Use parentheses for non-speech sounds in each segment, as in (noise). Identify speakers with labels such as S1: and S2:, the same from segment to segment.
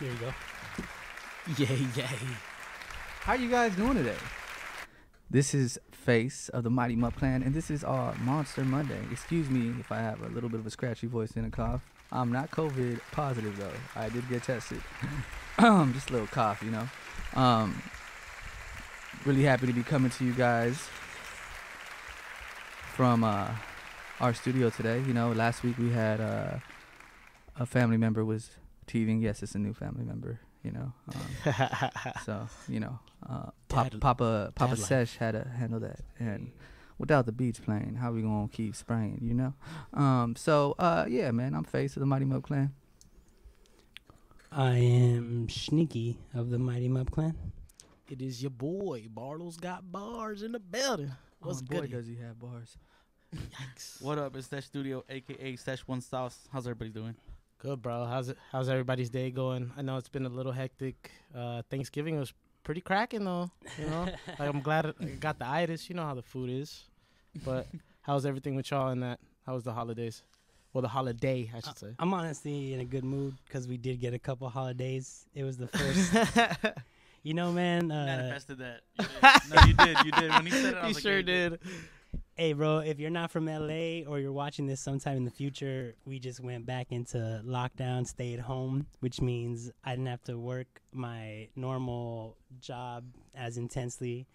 S1: Here you go.
S2: Yay, yay. (laughs) How you guys doing today? This is Face of the Mighty Mutt Clan, and this is our Monster Monday. Excuse me if I have a little bit of a scratchy voice and a cough. I'm not COVID positive, though. I did get tested. (clears throat) Um, Just a little cough, you know. Um, really happy to be coming to you guys from uh, our studio today. You know, last week we had uh, a family member was teething. Yes, it's a new family member, you know. Um, so you know, uh, Pop,
S1: Dad-
S2: Papa Papa
S1: dad life.
S2: Sesh had to handle that, and without the beats playing, how we gonna keep spraying? You know. Um. So uh, yeah, man, I'm face of the Mighty Mo Clan.
S1: I am Sneaky of the Mighty Mup Clan.
S3: It is your boy. Bartles got bars in the building. What's
S2: Oh, boy,
S3: good?
S2: does he have bars?
S3: Yikes.
S4: What up? It's Stash Studio, aka Stash One Sauce. How's everybody doing?
S3: Good, bro. How's it? How's everybody's day going? I know it's been a little hectic. Uh, Thanksgiving was pretty cracking though. You know,
S4: (laughs)
S3: like I'm glad
S2: (laughs)
S3: I got the itis. You know how the food is. But how's everything with y'all and that? How was the holidays? Well, the holiday, I should say.
S1: I'm honestly in a good mood because we did get a couple holidays. It was the
S3: (laughs)
S1: first, you know, man. Uh,
S4: Manifested that. You did. no, you did. You did. When he said it, I
S3: you
S4: was like,
S3: sure
S4: yeah,
S3: did.
S1: hey, bro, if you're not from LA or you're watching this sometime in the future, we just went back into lockdown, stay at home, which means I didn't have to work my normal job as intensely.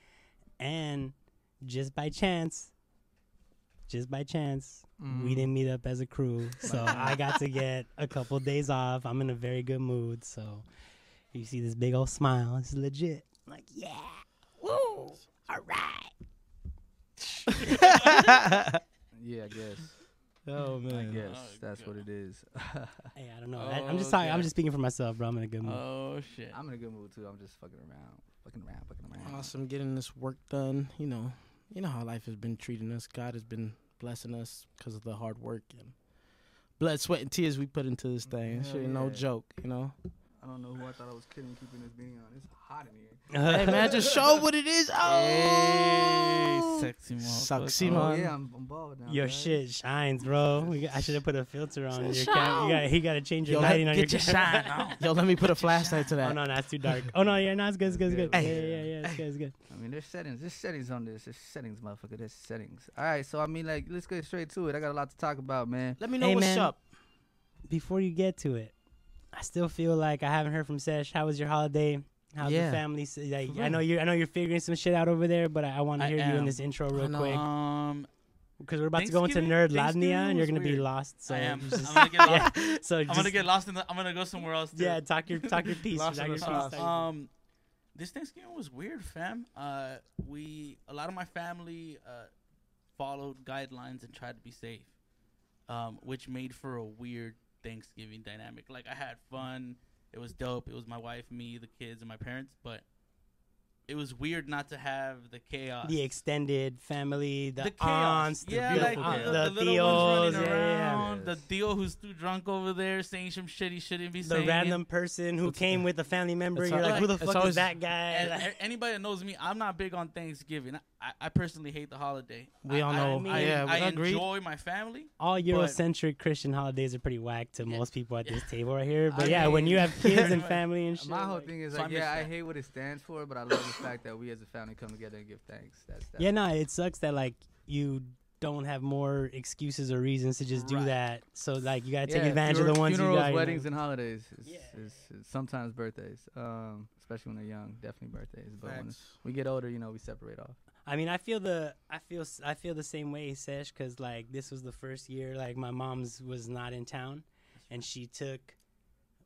S1: And just by chance, just by chance, We didn't meet up as a crew, so
S3: Mm.
S1: I got
S3: (laughs)
S1: to get a couple days off. I'm in a very good mood, so you see this big old smile. It's legit. I'm like, yeah, woo, all right.
S2: Yeah, I guess. (laughs)
S3: Oh
S2: I
S3: man.
S2: guess
S4: Oh,
S2: that's what it is. (laughs)
S1: Hey, I don't know. I, am just
S4: Oh,
S1: talking. I'm
S4: okay.
S1: just speaking for myself, bro. I'm in a good
S3: Uh,
S1: mood.
S4: Oh shit.
S2: I'm in a good mood too. I'm just fucking around, fucking around, fucking around.
S3: Awesome, getting this work done. You know, you know how life has been treating us. God has been blessing us because of the hard work and blood, sweat, and tears we put into this thing. That
S2: Hell
S3: shit ain't no
S2: yeah.
S3: joke, you know.
S2: (laughs) I don't know who I thought I was kidding keeping this beanie on. It's hot in here.
S3: hey man, just show what it is.
S4: Hey,
S3: Oh,
S4: sexy motherfucker.
S3: Sexy
S4: Oh,
S3: mo-
S2: Oh
S3: on.
S2: yeah, I'm, I'm bald now.
S1: your
S2: guys.
S1: shit shines, bro. We got, I should have put a filter on
S3: It's
S1: your
S3: a
S1: camera. You
S3: show.
S1: got, he got to change your
S3: Yo,
S1: lighting on your
S3: get your
S1: camera. (laughs)
S3: (laughs)
S4: shine on.
S3: yo, let me put a flashlight to
S1: Oh
S3: that.
S1: no, that's too dark. Oh no, yeah, no, it's good, it's good, it's
S2: That's
S1: good.
S2: good.
S1: Yeah,
S2: Hey.
S1: yeah, yeah, it's good, it's good.
S2: I mean, there's settings. There's settings on this. There's settings, motherfucker. There's settings. All right, so I mean, like, let's get straight to it. I got a lot to talk about, man.
S3: Let me know
S1: Hey,
S3: what's
S1: man.
S3: up.
S1: before you get to it, I still feel like I haven't heard from Sesh. How was your holiday? How's
S3: Yeah.
S1: the family? S- Like,
S4: For
S1: I know you. I know you're figuring some shit out over there, but I, I want to
S4: I
S1: hear you in
S4: am.
S1: this intro real
S3: know.
S1: quick
S4: Um,
S1: because we're about to go into Nerd
S4: Thanksgiving-
S1: Ladnia and you're
S4: Thanksgiving was
S1: gonna be
S4: weird.
S1: lost. So
S4: I am.
S1: you
S4: I'm
S1: Just,
S4: gonna get
S1: yeah,
S4: lost.
S1: (laughs) so
S4: I'm
S1: just,
S4: gonna get lost in the. I'm gonna go somewhere else. Too.
S1: yeah. Talk your talk
S4: (laughs)
S1: your piece.
S3: Lost
S1: talk
S3: in
S1: your
S3: the
S1: piece,
S3: sauce.
S1: talk your-
S4: Um, this Thanksgiving was weird, fam. Uh, we a lot of my family uh followed guidelines and tried to be safe, um, which made for a weird Thanksgiving dynamic. Like I had fun. It was dope. It was my wife, me, the kids, and my parents, but it was weird not to have the chaos.
S1: the extended family, the,
S4: The chaos.
S1: aunts, the,
S4: yeah, like
S1: beautiful
S4: the,
S1: aunt-
S4: the,
S1: the
S4: little
S1: theos,
S4: ones running
S1: yeah, yeah.
S4: around,
S2: Yes.
S4: Um, the deal who's too drunk over there saying some shit he shouldn't be
S1: the
S4: saying.
S1: random person who
S3: It's-
S1: came with a family member.
S3: it's
S1: You're
S3: al-
S1: like, who the
S3: it's
S1: fuck is
S3: always-
S1: that guy?
S4: (laughs) And,
S1: Like-
S4: and anybody that knows me, I'm not big on Thanksgiving. I, I personally hate the holiday.
S3: We all
S4: I-
S3: know.
S4: I, I,
S3: Yeah, we
S4: I
S3: agreed.
S4: enjoy my family.
S1: all
S4: But-
S1: Eurocentric Christian holidays are pretty whack to
S4: Yeah.
S1: most people at
S4: Yeah.
S1: this table right here. But
S2: I
S1: yeah, when you
S2: mean-
S4: (laughs)
S1: have kids and
S4: Right.
S1: family and shit,
S2: My whole
S1: like-
S2: thing is
S4: so I
S2: like,
S4: missed
S2: yeah, I
S4: that.
S2: hate what it stands for, but I love the fact that we as a family come together and give thanks. That's, that's
S1: yeah, no, it sucks that like you don't have more excuses or reasons to just do
S4: Right.
S1: that. So like you gotta take
S2: Yeah,
S1: advantage of
S2: funer-
S1: the ones
S2: funerals,
S1: you got. you know.
S2: weddings, and holidays. It's,
S1: Yeah.
S2: it's- it's sometimes birthdays, um, especially when they're young. Definitely birthdays, but when
S3: Facts.
S2: we get older, you know, we separate off.
S1: I mean, I feel the I feel s- I feel the same way, Sesh, because like this was the first year like my mom's was not in town, and she took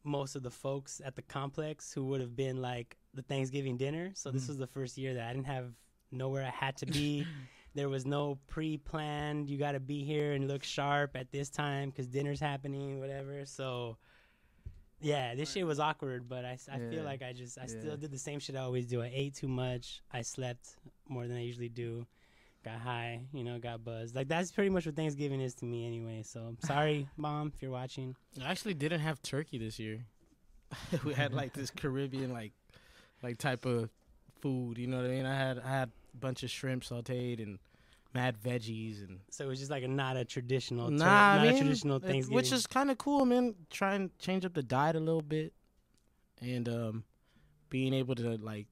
S1: most of the folks at the complex who would have been like the Thanksgiving dinner. So this was the first year that I didn't have nowhere I had to be. there was no pre-planned. You got to be here and look sharp at this time because dinner's happening, whatever. So. Yeah, this shit was awkward, but I, s- I
S2: Yeah.
S1: feel like I just I
S2: Yeah.
S1: still did the same shit I always do. I ate too much. I slept more than I usually do. Got high, you know, got buzzed. Like that's pretty much what Thanksgiving is to me anyway. So I'm
S2: (laughs)
S1: sorry, mom, if you're watching.
S3: I actually didn't have turkey this year. (laughs) we had like this Caribbean like like type of food, you know what I mean? I had I had a bunch of shrimp sauteed and mad veggies and
S1: So it was just like a, not a traditional, tur-
S3: nah,
S1: not
S3: I mean,
S1: a traditional
S3: it-
S1: Thanksgiving.
S3: which is kind of cool, man. Try and change up the diet a little bit. and um, being able to like,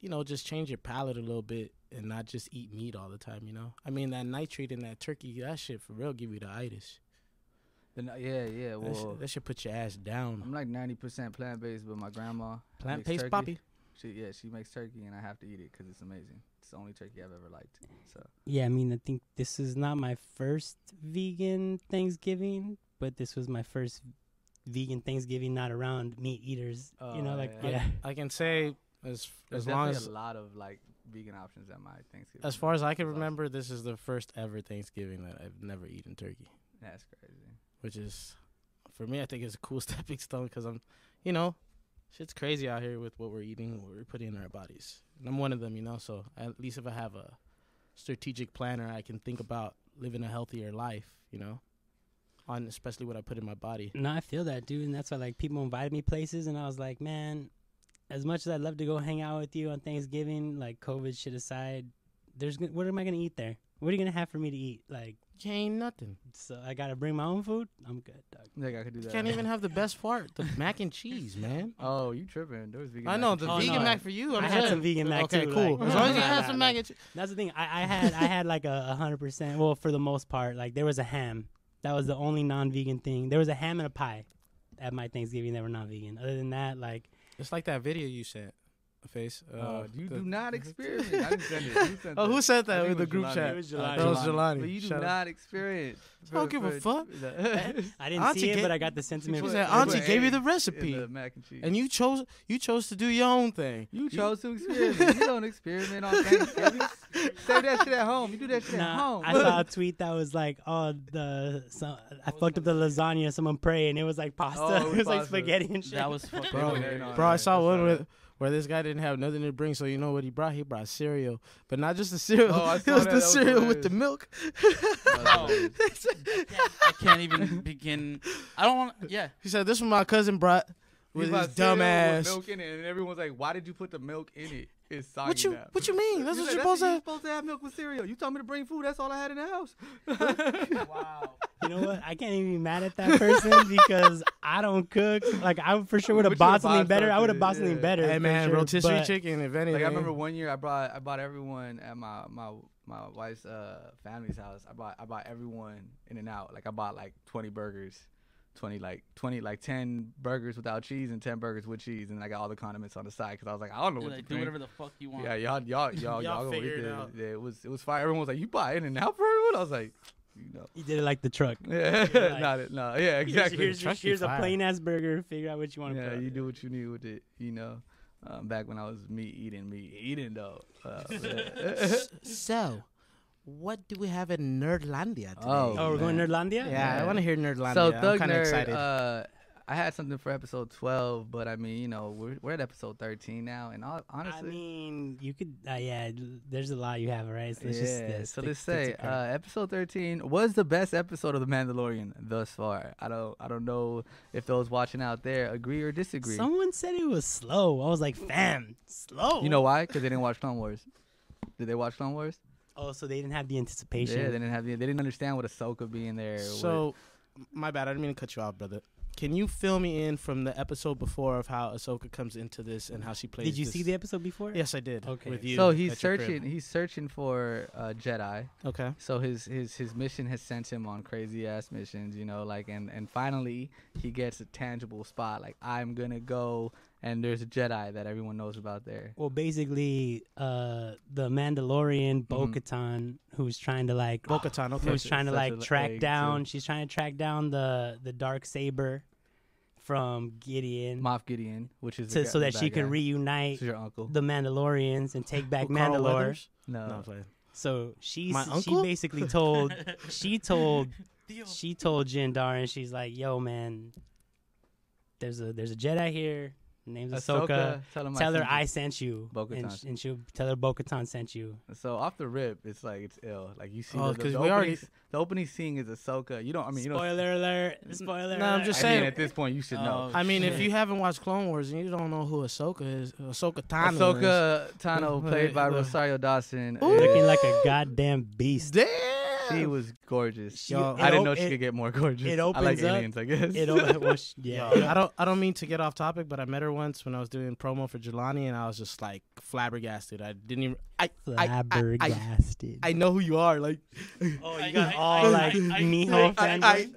S3: you know, just change your palate a little bit and not just eat meat all the time. You know, I mean that nitrate and that turkey, that shit for real give you the itis.
S2: Then, uh, yeah, yeah.
S3: That,
S2: Well,
S3: should, that should put your ass down.
S2: I'm like 90% plant based, but my grandma makes
S3: Plant based
S2: turkey.
S3: poppy.
S2: She, yeah, she makes turkey, and I have to eat it because it's amazing. It's the only turkey I've ever liked. So
S1: Yeah, I mean, I think this is not my first vegan Thanksgiving, but this was my first vegan Thanksgiving not around meat eaters.
S2: Oh,
S1: you know, like
S2: yeah.
S1: yeah,
S3: I can say as
S2: there's
S3: as long
S2: definitely
S3: as
S2: a lot of like vegan options at my Thanksgiving.
S3: as far as I can
S2: It's awesome.
S3: remember, this is the first ever Thanksgiving that I've never eaten turkey,
S2: That's crazy.
S3: which is for me I think is a cool (laughs) stepping stone because I'm, you know, shit's crazy out here with what we're eating, what we're putting in our bodies, and I'm one of them, you know. So at least if I have a strategic planner, I can think about living a healthier life, you know, on especially what I put in my body.
S1: no, I feel that, dude, and that's why like people invited me places, and I was like, man, as much as I'd love to go hang out with you on Thanksgiving, like COVID shit aside, there's gon- what am I gonna eat there? What are you gonna have for me to eat? Like,
S3: You ain't nothing.
S1: so I gotta bring my own food. I'm good, dog.
S2: Like I could do
S3: You
S2: that.
S3: can't even have the best part, the mac and cheese, man.
S1: (laughs)
S2: Oh, you tripping? There was vegan.
S3: I
S2: mac
S3: know
S2: and
S3: the
S2: cheese.
S1: Oh,
S3: vegan
S1: no.
S3: mac for you. I'm
S1: I had
S3: saying.
S1: some vegan mac
S3: okay,
S1: too,
S3: cool.
S1: like-
S3: as long as you
S1: Nah,
S3: have
S1: nah,
S3: some
S1: nah.
S3: mac and cheese.
S1: That's the thing. I, I had I had like a a hundred percent. Well, for the most part, like there was a ham. That was the only non-vegan thing. There was a ham and a pie at my Thanksgiving that were non-vegan. Other than that, like
S3: It's like that video you sent, face. Uh,
S2: Oh, you
S3: the-
S2: do not experiment. I didn't send it. You sent
S3: (laughs) Oh, who
S2: that.
S3: said that
S2: I think
S3: with
S2: it
S3: the
S2: was
S3: group
S2: Jelani.
S3: chat?
S1: It was
S3: That
S1: Jelani.
S3: was
S2: Jelani.
S3: Jelani.
S2: But you do
S3: Shut up.
S2: not experience.
S3: I don't give
S2: (laughs)
S3: a (laughs) fuck.
S1: I didn't
S3: Auntie
S1: see it,
S3: gave-
S1: but I got the
S2: She
S1: sentiment.
S3: She
S2: put-
S3: said,
S2: she
S3: "Auntie
S2: put
S3: gave you
S2: eggs
S3: the
S2: in
S3: recipe,
S2: the mac and cheese.
S3: and you chose you chose to do your own thing."
S2: You chose to experiment. (laughs) you don't experiment on Thanksgiving.
S3: (laughs)
S2: Save that shit at home. You do that shit at
S1: Nah,
S2: home.
S1: I saw a tweet that was like, "Oh, the some, I fucked up the lasagna. Someone pray, and it was like pasta. (laughs)
S2: Oh,
S1: it was like
S2: pasta.
S1: spaghetti and shit."
S4: That was fucking
S2: Bro,
S4: hilarious.
S2: no,
S3: Bro, I saw
S2: that's
S3: one
S2: not it.
S3: where, where this guy didn't have nothing to bring, so you know what he brought? He brought cereal, but not just the cereal.
S2: Oh, I
S3: (laughs) it
S2: saw that.
S3: was the
S2: That was
S3: cereal with
S2: hilarious.
S3: the milk.
S2: Oh, hilarious.
S4: I can't even begin. I don't want. Yeah,
S3: He said, "This one my cousin brought
S2: (laughs)
S3: with
S2: You
S3: his
S2: bought cereal
S3: dumb
S2: with
S3: ass."
S2: Milk in it, and everyone's like, "Why did you put the milk in it? It's soggy
S3: What you
S2: now."
S3: What you mean? That's
S2: You're
S3: what
S2: like,
S3: you're supposed to.
S2: you're
S3: have.
S2: supposed to have milk with cereal. You told me to bring food. That's all I had in the
S3: (laughs)
S2: house. (laughs)
S1: you know what? I can't even be mad at that (laughs) person because I don't cook. Like I for sure would
S2: But
S1: have
S2: you
S1: bought
S2: would've bought
S1: something better. I would have bought
S2: something,
S1: something better.
S3: Hey
S1: for
S3: man,
S1: sure,
S3: rotisserie
S1: but-
S3: chicken. If anything,
S2: Like I remember one year, I brought I bought everyone at my my my wife's uh, family's house. I bought I bought everyone in and out. Like I bought like twenty burgers, twenty like twenty like ten burgers without cheese and ten burgers with cheese, and I got all the condiments on the side because I was like, I don't know
S4: They're
S2: what
S4: like,
S2: to
S4: do
S2: drink.
S4: whatever the fuck you want.
S2: Yeah, y'all y'all y'all y'all, gonna
S3: figure
S2: eat
S3: it
S2: this.
S3: out.
S2: Yeah, it was it was fire. Everyone was like, you buy in and out for everyone. I was like, you know. (laughs)
S1: You did it like the truck.
S2: Yeah, (laughs)
S1: You're like-
S2: not it. No, yeah, exactly.
S1: Here's, here's,
S3: Trust you
S1: here's a
S3: fire.
S1: plain ass burger. Figure out what you want to
S2: yeah,
S1: put.
S2: you
S1: on it.
S2: do what you need with it. You know, um, back when I was meat eating, meat eating though. Uh, (laughs)
S3: So, what do we have in Nerdlandia today?
S2: Oh.
S1: Oh, we're going to
S2: Man.
S1: Irlandia.
S3: yeah, I want to hear Nerdlandia.
S2: so
S3: I'm
S2: Thug
S3: kind of
S2: Nerd,
S3: excited.
S2: uh, I had something for episode twelve, but I mean, you know, we're we're at episode thirteen now, and all, honestly,
S1: I mean, you could. Uh, yeah, l- there's a lot you have, right? So let's just
S2: yeah.
S1: uh,
S2: so
S1: stick-
S2: let's
S1: stick
S2: say
S1: to current.
S2: uh, episode thirteen was the best episode of The Mandalorian thus far. I don't I don't know if those watching out there agree or disagree.
S1: someone said it was slow. I was like, fam, slow.
S2: you know why? Because they didn't watch Clone Wars. Did they watch Clone Wars?
S1: Oh, so they didn't have the
S2: Yeah,
S1: anticipation.
S2: they didn't have the, they didn't understand what Ahsoka being there. what-
S3: so, my bad. I didn't mean to cut you off, brother. Can you fill me in from the episode before of how Ahsoka comes into this and how she plays?
S1: Did you
S3: this-
S1: see the episode before?
S3: Yes, I did.
S1: Okay.
S3: With you.
S2: so
S3: at
S2: he's
S3: your crib.
S2: searching. He's searching for uh, Jedi.
S3: Okay.
S2: So his his his mission has sent him on crazy ass missions, you know. Like and and finally he gets a tangible spot. Like I'm gonna go, and there's a Jedi that everyone knows about there.
S1: Well, basically, uh, the Mandalorian Bo
S2: Mhm.
S1: Katan, who's trying to like,
S3: bo Okay.
S1: who's trying to
S2: such
S1: like
S2: a
S1: track
S2: egg,
S1: down.
S2: too.
S1: She's trying to track down the the dark saber from Gideon,
S2: Moff Gideon, which is the
S1: to,
S2: guy-
S1: so
S2: the
S1: that
S2: bad
S1: she can
S2: guy.
S1: reunite
S2: This is your uncle.
S1: the Mandalorians and
S2: (laughs)
S1: take back
S3: Who, Carl
S1: Mandalore.
S3: Weathers?
S2: No,
S3: No, I'm playing.
S1: So she
S3: My
S1: s- she
S3: uncle?
S1: basically
S2: (laughs)
S1: told she told
S4: Deal.
S1: she told Jin Darin she's like, "Yo, man, there's a there's a Jedi here. Her name's Ahsoka.
S2: Tell, him
S1: Tell her
S2: sent
S1: I
S2: you.
S1: sent you, and,
S2: Bo-Katan.
S1: sh- and she'll tell her Bo-Katan sent you.
S2: So off the rip, it's like it's ill. Like you see, the,
S3: Oh,
S2: the,
S3: 'cause
S2: the
S3: we already-
S2: opening- the opening scene is Ahsoka. You don't. I mean, you don't.
S1: spoiler alert! Spoiler.
S3: no, I'm
S1: alert.
S3: just
S2: I
S3: saying-
S2: mean, at this point, you should know.
S4: Oh,
S3: I mean, if
S4: shit.
S3: you haven't watced Clone Wars and you don't know who Ahsoka is, Ahsoka Tano. is-
S2: Ahsoka Tano, played
S1: (laughs)
S2: by
S3: Ooh.
S2: Rosario Dawson.
S3: Ooh.
S2: is- (laughs)
S1: looking like a goddamn beast.
S3: Damn.
S2: She was gorgeous.
S1: She-
S3: Yo,
S2: I
S1: it
S2: didn't
S1: op-
S2: know she
S1: it-
S2: could get more gorgeous.
S1: it
S2: I like
S1: opens up-
S2: aliens, I guess. (laughs)
S1: It (laughs) o- well, sh- yeah.
S3: Yo, I don't I don't mean to get off topic, but I met her once when I was doing promo for Jelani, and I was just like flabbergasted. I didn't even I I, I, I,
S1: Flabbergasted.
S3: I know who you are. Like,
S1: oh,
S4: I-
S1: you got
S4: I-
S1: all
S4: I-
S1: like
S4: I-
S1: Miho
S3: I-
S1: fanboys.
S3: I-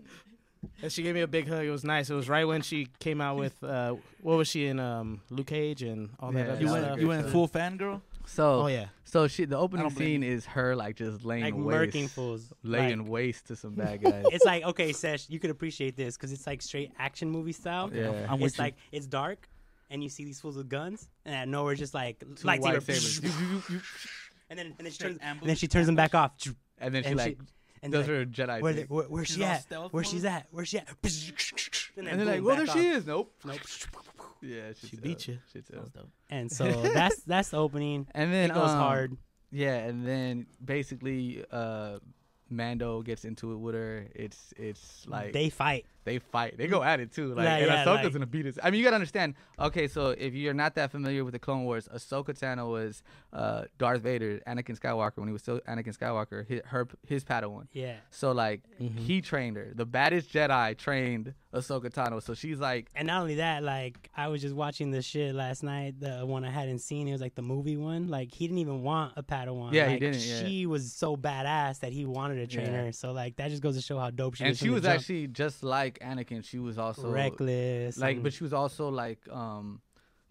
S3: and she gave me a big hug. It was nice. It was right when she came out with uh, what was she in um Luke Cage and all that
S2: Yeah,
S3: other
S4: You
S2: that was
S3: stuff.
S4: went,
S2: good
S4: you went
S2: stuff.
S4: full fangirl?
S2: so
S3: oh yeah,
S2: so she the opening
S4: don't blame
S2: scene is her like just laying
S1: like
S2: waste,
S1: murking fools.
S2: laying
S1: Like,
S2: waste to
S1: (laughs)
S2: some bad guys.
S1: it's like okay, Sesh, you could appreciate this because it's like straight action movie style.
S2: yeah.
S4: I'm with
S1: It's
S4: you.
S1: like it's dark, and you see these fools with guns, and out of nowhere, it's just like
S2: Two
S1: (laughs) lightsaber,
S2: lightsabers.
S1: and then and then she
S4: Straight
S1: turns, and
S4: ambush-
S1: then she turns them back off,
S2: and then she
S1: and
S2: like
S1: she- and
S2: does
S1: they're
S2: her Jedi
S1: like, where,
S2: thing.
S1: the- where where
S4: She's
S1: she
S4: all
S1: at?
S4: stealth
S1: Where
S4: mode?
S1: she's at? Where she at? And,
S2: and they're like,
S1: boom,
S2: well,
S1: back
S2: there she
S1: off.
S2: is. Nope.
S1: Nope.
S2: Yeah, she's
S3: She beat
S2: ill.
S3: you.
S2: She's ill.
S4: Sounds dope.
S1: And so that's that's the opening.
S2: And
S1: It
S2: then
S1: goes
S2: um,
S1: hard.
S2: Yeah, and then basically, uh, Mando gets into it with her. It's it's like
S1: they fight.
S2: they fight. They go at it too. Like
S1: Mm. Yeah,
S2: and
S1: yeah,
S2: Ahsoka's
S1: like-
S2: gonna beat us. I mean, you gotta understand. Okay, so if you're not that familiar with the Clone Wars, Ahsoka Tano was uh, Darth Vader, Anakin Skywalker when he was still Anakin Skywalker. His, her his Padawan.
S1: Yeah. Mm-hmm.
S2: So like he trained her. The baddest Jedi trained Ahsoka Tano. So she's like,
S1: And not only that, like I was just watching this shit last night, the one I hadn't seen. It was like the movie one. Like he didn't even want a Padawan.
S2: Yeah, he
S1: Like,
S2: didn't, yeah.
S1: She was so badass that he wanted to train
S2: Yeah.
S1: her. So like that just goes to show how dope she
S2: and
S1: was.
S2: she
S1: from the
S2: was
S1: jump.
S2: actually just like Anakin. She was also
S1: reckless.
S2: like
S1: and-
S2: but she was also like um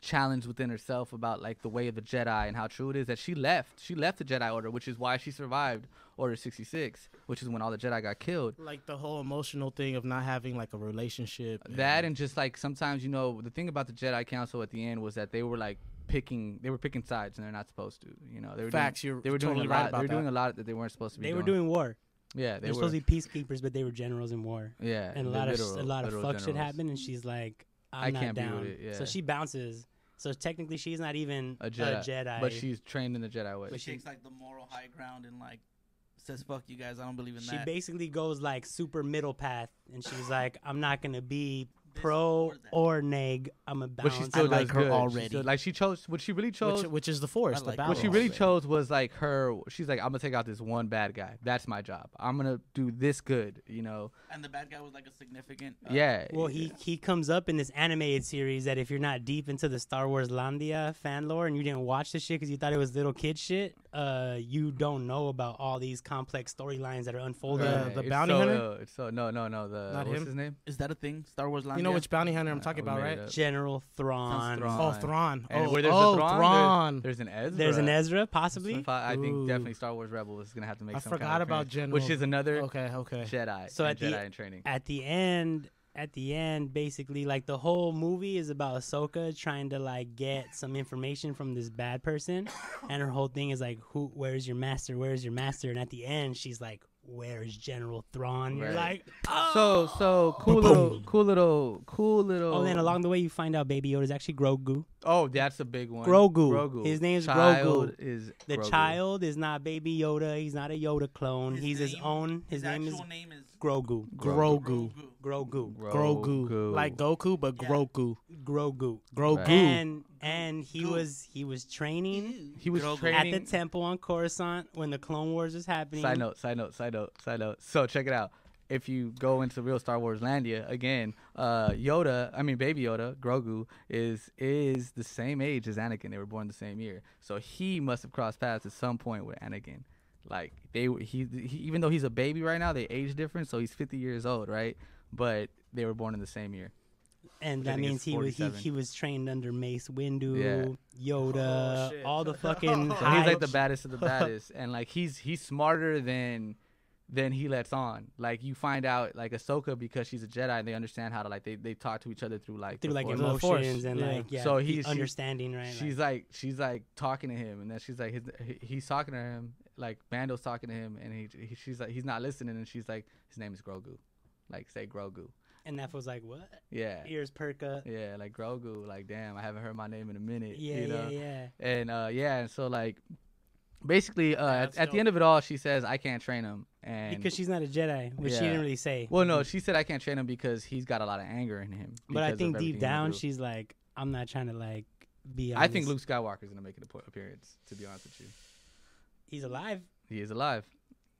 S2: challenged within herself about like the way of the jedi and how true it is that she left she left the jedi order which is why she survived order 66 which is when all the jedi got killed
S3: like the whole emotional thing of not having like a relationship.
S2: that and just like sometimes you know the thing about the jedi council at the end was that they were like picking they were picking sides and they're not supposed to you know they were
S3: Facts,
S2: doing,
S3: you're
S2: they were doing
S3: totally
S2: a
S3: right
S2: lot
S3: about
S2: they were
S3: that.
S2: doing a lot that they weren't supposed to be
S1: they were doing war.
S2: yeah they
S1: They are
S2: were
S1: supposed to be peacekeepers, but they were generals in war.
S2: yeah
S1: and a
S2: the
S1: lot of
S2: literal-
S1: a lot of
S2: literal
S1: fuck shit
S2: generals.
S1: happened, and she's like, I'm
S2: I
S1: not
S2: can't be with
S1: down.
S2: it,
S1: So
S2: yeah.
S1: she bounces. So technically, she's not even
S2: a jedi,
S1: Jedi.
S2: but she's trained in the jedi way
S1: But
S4: She
S1: she-
S4: takes like the moral high ground and like says, fuck you guys, I don't believe in
S1: she
S4: that.
S1: basically goes like super middle path, and
S2: (sighs)
S1: she's like, I'm not gonna be
S4: This
S1: pro
S4: or that.
S1: or neg. I'm a
S2: but
S1: balance.
S2: she still
S3: like
S2: does
S3: her
S2: good. She
S3: already.
S2: still- like she chose what she really chose
S3: which, which is the force,
S4: I
S3: the
S4: like
S3: battle.
S2: What she
S4: Outlaws,
S2: really
S4: right?
S2: chose was like her. She's like, I'm gonna take out this one bad guy. That's my job. I'm gonna do this good. You know.
S4: and the bad guy was like a significant. uh,
S2: yeah.
S1: well, he he comes up in this animated series that if you're not deep into the Star Wars Landia fan lore and you didn't watch this shit because you thought it was little kid shit, uh, you don't know about all these complex storylines that are unfolding.
S3: the-
S2: Right.
S3: the
S2: It's
S3: bounty
S2: so
S3: hunter?
S2: ill. It's so no, no, no. The
S3: Not
S2: what's
S3: him?
S2: his name?
S4: Is that a thing? Star Wars
S3: You know
S4: Landia?
S3: which bounty hunter I'm
S2: Uh,
S3: talking
S2: we
S3: about,
S2: made
S3: right?
S2: it up.
S1: General Thrawn.
S4: Thrawn.
S3: Oh, Thrawn.
S2: And
S3: oh,
S2: where there's
S3: oh,
S2: a Thrawn, there-
S3: Thrawn.
S2: there's an Ezra.
S1: There's an Ezra,
S2: So
S1: possibly.
S2: if I, I think
S3: Ooh.
S2: definitely Star Wars Rebel is gonna have to make.
S3: I
S2: some kind
S3: forgot
S2: of
S3: about
S2: appearance, which
S3: General-
S2: is another
S3: Okay, okay.
S2: Jedi.
S1: So
S2: and
S1: at the-
S2: Jedi in training.
S1: At the end, at the end, basically, like the whole movie is about Ahsoka trying to like get some information from this bad person, and her whole thing is like, "Who? Where's your master? Where's your master?" And at the end, she's like, "Where's General Thrawn?" You're
S2: Right.
S1: like, "Oh."
S2: So so cool little cool little cool little.
S1: Oh, then along the way, you find out Baby Yoda's actually Grogu.
S2: Oh, that's a big one.
S1: Grogu. His name's
S2: Child
S1: Grogu.
S2: Is
S1: The
S2: Grogu.
S1: child is not Baby Yoda. He's not a Yoda clone.
S4: His
S1: He's his
S4: name-
S1: own. His,
S4: His,
S1: name is
S4: actual name is
S1: Grogu.
S2: Grogu.
S3: Grogu.
S4: Grogu.
S1: Grogu.
S3: Grogu. Like Goku, but
S4: Yeah.
S3: Grogu.
S1: Grogu.
S3: Grogu.
S2: Right.
S1: And and he
S4: Grogu.
S1: was he was training.
S2: He was
S4: Grogu.
S2: training
S1: at the temple on Coruscant when the Clone Wars was happening.
S2: Side note, side note, side note, side note. So check it out. If you go into real Star Wars Landia again, uh, Yoda, I mean Baby Yoda, Grogu is is the same age as Anakin. They were born the same year, so he must have crossed paths at some point with Anakin. Like they, were- he, he even though he's a baby right now, they age different, so he's 50 years old, right? But they were born in the same year.
S1: and
S2: I
S1: that
S2: think it's
S1: means he was he,
S2: 47.
S1: he was trained under Mace Windu,
S3: Oh,
S1: Yoda,
S3: shit. (laughs)
S1: all the fucking.
S2: So he's like
S1: high-
S2: the baddest
S1: (laughs)
S2: of the baddest, and like he's he's smarter than than he lets on. Like you find out like Ahsoka because she's a Jedi, and they understand how to like they, they talk to each other through like
S1: through
S2: the
S1: like
S2: Force.
S3: emo- Force,
S1: emotions and
S3: yeah.
S1: like yeah.
S2: So
S1: the
S2: he's- she-
S1: understanding right.
S2: She's
S1: She's
S2: like she's like talking to him, and then she's like his, he- he's talking to him like Mando's talking to him, and he, he she's like he's not listening, and she's like his name is Grogu, like say Grogu,
S1: and that was like what
S2: yeah.
S1: ears perk up.
S2: Yeah, like Grogu, like damn, I haven't heard my name in a minute.
S1: Yeah,
S2: you know?
S1: yeah, yeah.
S2: and uh yeah and so like basically uh at,
S3: that's
S2: at the
S3: dope.
S2: end of it all she says i can't train him and
S1: Because she's not a Jedi, which she
S2: Yeah.
S1: didn't really say.
S2: well no she said i can't train him because he's got a lot of anger in him
S1: but I
S2: because of
S1: think
S2: everything
S1: deep
S2: he
S1: down
S2: went through.
S1: she's like, I'm not trying to like be. On
S2: i think
S1: this-
S2: luke skywalker's gonna make an appo- appearance to be honest with you
S1: he's alive.
S2: he is alive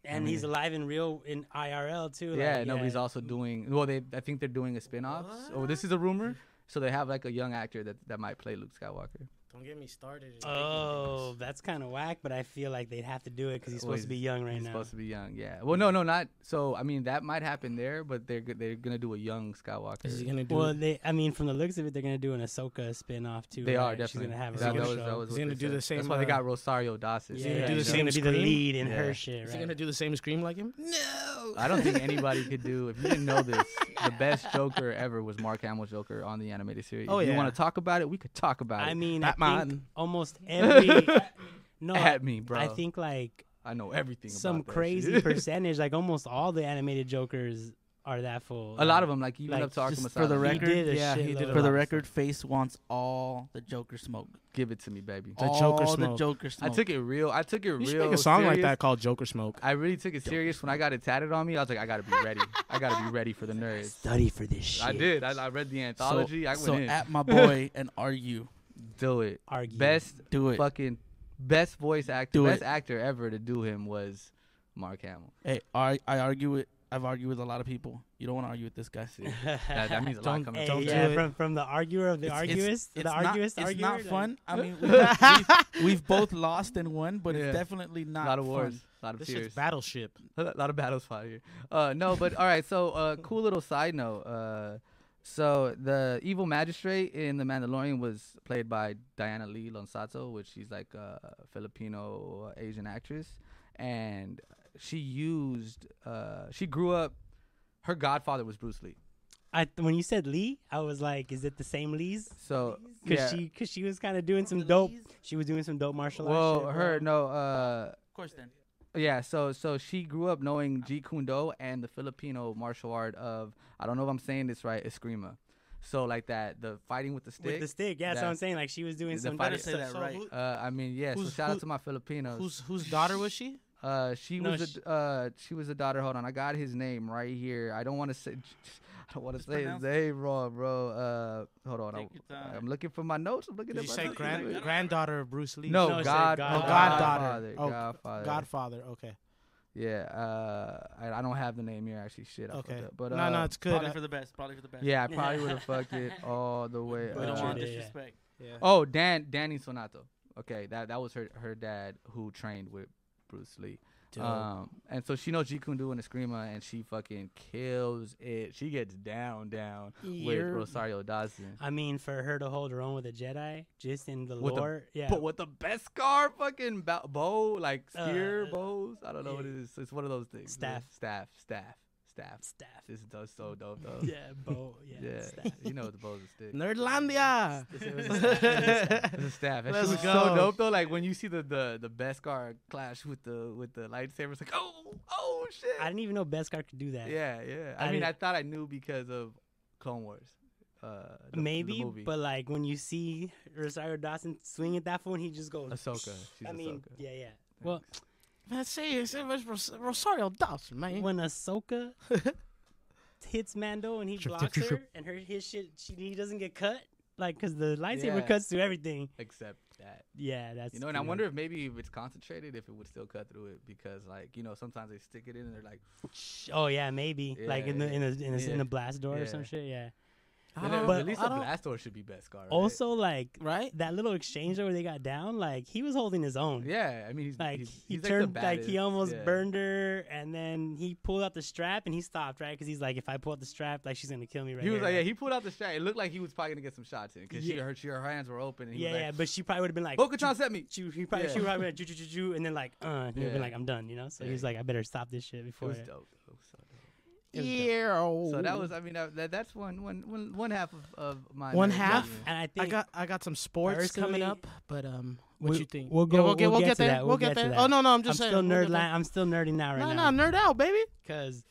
S1: and he's alive in real in IRL too. like,
S2: yeah, nobody's also doing. Well, they I think they're doing a spin-off. Oh, this is a rumor. So they have like a young actor that, that might play Luke Skywalker.
S3: Don't get me started. in
S1: Oh, that's kind of whack, but I feel like they'd have to do it because he's
S2: Well,
S1: supposed to be young right
S2: He's
S1: now.
S2: supposed to be young. Yeah. Well, no, no, not. So I mean, that might happen there, but they're go- they're gonna do a young Skywalker.
S3: thinking. Is he gonna do?
S1: Well, they, I mean, from the looks of it, they're gonna do an Ahsoka spin-off too.
S2: they
S1: right?
S2: are definitely.
S1: She's gonna have
S2: that,
S1: her
S2: that
S1: own
S2: was,
S1: show.
S2: that was
S3: He's
S2: what
S3: gonna
S2: they
S3: do the
S2: said.
S3: same,
S2: That's why they
S3: uh,
S2: got Rosario Dawson.
S1: Yeah,
S3: He's gonna do the
S1: she's
S3: same
S1: gonna be the
S3: scream?
S1: lead in
S2: Yeah.
S1: her shit.
S3: is
S1: Right?
S3: he gonna do the same scream like him?
S2: No.
S3: Uh,
S2: I don't think anybody could do. If you didn't know this, the best Joker ever was Mark Hamill's Joker on the animated series.
S3: Oh,
S2: if
S3: yeah.
S2: you want to talk about it? We could talk about it.
S1: I mean, I think
S3: Batman.
S2: (laughs)
S1: almost every. no,
S2: at me, bro.
S1: I think like
S2: I know everything.
S1: some
S2: about that
S1: crazy
S2: shit. (laughs)
S1: percentage, like almost all the animated Jokers are that full.
S2: A lot of them, like even
S1: Like,
S2: up to Arkham
S4: just
S2: Asylum.
S4: for the
S1: He
S4: record,
S1: did a
S3: yeah, he
S1: shitload
S3: did
S1: of
S3: a
S4: For the
S1: them.
S4: record, Face wants all the Joker smoke.
S2: give it to me, baby.
S3: The
S4: all
S3: Joker
S4: the
S3: smoke.
S4: Joker smoke.
S2: I took it real. I took it
S3: You
S2: real.
S3: should make a song like
S2: serious.
S3: that called Joker Smoke.
S2: I really took it serious when I got it tatted on me. I was like, I gotta be ready. I gotta be ready for the nerds.
S1: study for this shit.
S2: I did. I, I read the anthology. I went
S4: so
S2: in. (laughs)
S4: at my boy and argue.
S2: do it.
S1: Argue.
S2: Best
S4: Do it.
S2: fucking best voice actor,
S4: Do
S2: best
S4: it.
S2: actor ever to do him was Mark Hamill.
S4: Hey, I, I argue with. I've argued with a lot of people. You don't want to argue
S2: (laughs)
S4: with this guy.
S2: See, that, that
S3: (laughs)
S2: means a lot
S3: Don't-
S2: coming
S1: Hey,
S2: from
S3: Don't
S2: you.
S1: yeah,
S3: do it.
S1: from from the arguer of the arguist, the
S4: not,
S1: arguist,
S4: It's
S1: arguer,
S4: not
S1: like-
S4: fun. I mean,
S3: (laughs)
S4: we, we've, we've both lost and won, but
S2: Yeah.
S4: it's definitely
S2: A
S4: not
S2: lot of
S4: fun.
S2: wars, a lot of
S3: This
S2: tears,
S3: is Battleship.
S2: (laughs) a lot of battles fought here. Uh, no, but all right. So, uh, cool little side note. Uh, so the evil magistrate in The Mandalorian was played by Diana Lee Lonsato, which she's like a Filipino Asian actress, and she used. Uh, she grew up. Her godfather was Bruce Lee.
S1: I, when you said Lee, I was like, is it the same Lee's?
S2: So
S1: Cause
S2: yeah.
S1: she, cause she was kind of doing some dope. She was doing some dope martial arts.
S2: Well,
S1: shit,
S2: her
S1: bro.
S2: no. Uh,
S4: Of course, then.
S2: Yeah, so so she grew up knowing Jeet Kune Do and the Filipino martial art of I don't know if I'm saying this right, eskrima. So like that, the fighting with the stick.
S1: with the stick. Yeah, that's what I'm
S2: That's-
S1: saying. Like she was doing
S2: the
S1: some.
S2: fighter
S1: dope-
S4: say that right.
S3: who-
S2: uh, I mean, yeah. So
S3: Who's-
S2: shout
S3: who-
S2: out to my Filipinos.
S3: who's whose daughter was she?
S2: uh, she
S1: No,
S2: was a
S1: sh-
S2: d- uh, she was a daughter. Hold on, I got his name right here. I don't want to say, (laughs) I don't want to say his
S4: pronounce it.
S2: name wrong, bro. Uh, hold on,
S4: Take your
S2: I,
S4: time.
S2: I'm looking for my notes. I'm looking at
S3: Did you
S2: my
S3: say
S2: notes.
S3: grand, granddaughter of Bruce Lee?
S2: No,
S1: No, it said
S2: God,
S1: God-
S3: Oh,
S2: Godfather,
S3: goddaughter. Oh,
S2: Godfather.
S3: Godfather. Okay.
S2: Yeah, uh, I, I don't have the name here actually. Shit, I fucked
S3: Okay.
S2: up. But
S3: no, no,
S2: uh,
S3: it's good.
S4: Probably
S3: I-
S4: for the best. Probably for the best.
S2: Yeah, uh, I probably would have fucked it all the way.
S4: We don't
S1: Butchered
S2: up.
S4: want
S1: it, yeah.
S4: disrespect.
S3: yeah.
S2: Oh, Dan Danny Sonato. Okay, that that was her her dad who trained with Bruce Lee.
S3: Dope.
S2: Um, and so she knows Jeet Kune Do and Eskrima, and she fucking kills it. She gets down, down with
S3: You're-
S2: Rosario Dawson.
S1: I mean, for her to hold her own with a Jedi, just in the
S2: With the-
S1: lore. yeah.
S2: But with the best scar, fucking bo- bow, like spear
S1: Uh,
S2: bows. I don't know what it is. It's one of those things. man.
S1: Staff.
S2: staff, staff, staff.
S1: staff.
S2: This is so dope though.
S1: Yeah, Bo. Yeah.
S2: (laughs) yeah.
S1: Staff.
S2: You know what the bows are stick.
S3: Nerdlandia.
S1: It
S3: (laughs)
S1: was a staff, it was a staff.
S2: It's a staff. That
S3: Let's
S2: shit was so
S3: go.
S2: dope though. Like when you see the the the Beskar clash with the with the lightsabers, like oh oh shit.
S1: I didn't even know Beskar could do that.
S2: yeah, yeah. I,
S1: I
S2: mean,
S1: didn't-
S2: I thought I knew because of Clone Wars. Uh, the- the
S1: Maybe,
S2: movie.
S1: but like when you see Rosario Dawson swing at that phone, he just goes.
S2: Ahsoka. She's
S1: I mean,
S2: Ahsoka.
S1: yeah, yeah. Well,
S3: Man, say say much Ros- Rosario Dawson, man.
S1: when Ahsoka hits Mando and he
S3: Shup, shup,
S1: blocks
S3: shup, shup.
S1: her and her his shit, she, he doesn't get cut. Like, because the lightsaber
S2: Yeah.
S1: cuts through everything.
S2: Except that.
S1: Yeah, that's.
S2: You know, and I
S1: pretty
S2: wonder if maybe if it's concentrated, if it would still cut through it, because like you know, sometimes they stick it in and they're like,
S1: much- Oh yeah, maybe like
S2: Yeah,
S1: in the in the in the,
S2: yeah.
S1: in the blast door
S2: Yeah.
S1: or some shit. Yeah.
S3: I
S2: At
S3: don't-
S1: But-
S2: at least a
S3: I don't-
S2: Blastor should be Beskar. Right?
S1: Also, like
S3: right?
S1: that little exchange there where they got down, like he was holding his own.
S2: yeah, I mean, he's
S1: Like
S2: he's,
S1: he
S2: he's
S1: turned,
S2: like,
S1: like,
S2: the
S1: he
S2: baddest.
S1: almost
S2: Yeah.
S1: burned her, and then he pulled out the strap and he stopped, right? Because he's like, if I pull out the strap, like she's gonna kill me right
S2: He was
S1: here,
S2: like, yeah,
S1: like-
S2: he pulled out the strap. It looked like he was probably gonna get some shots in because she,
S1: Yeah.
S2: her, she, her hands were open. And he
S1: yeah, yeah.
S2: was
S1: But she probably would have been like,
S2: like, Bo-Katan set me.
S1: she, he probably,
S2: Yeah.
S1: she probably went, "Ju- ju- ju- ju," and then like, uh, and he'd
S2: Yeah.
S1: been like, I'm done, you know. So
S2: Yeah.
S1: he was like, I better stop this shit
S2: It
S1: before.
S2: was
S1: it-
S2: dope. It was so dope.
S1: it was dope.
S3: Yeah. oh.
S2: So that was, I mean, that, that- that's one, one, one, one half of, of my.
S3: One
S2: nerd
S3: half?
S2: judgment.
S1: And I think
S3: I got I got some sports
S1: Personally,
S3: coming up, but um, what
S1: we-
S3: you think?
S1: we'll
S3: Yeah,
S1: go- we'll get to
S3: there.
S1: that,
S3: We'll get there.
S1: to
S3: Oh
S1: that.
S3: no, no, I'm
S1: I'm
S3: just saying.
S1: still
S3: we'll
S1: nerd.
S3: get there.
S1: Li- I'm still nerding now right
S3: no,
S1: now.
S3: no, nerd out, baby.
S1: because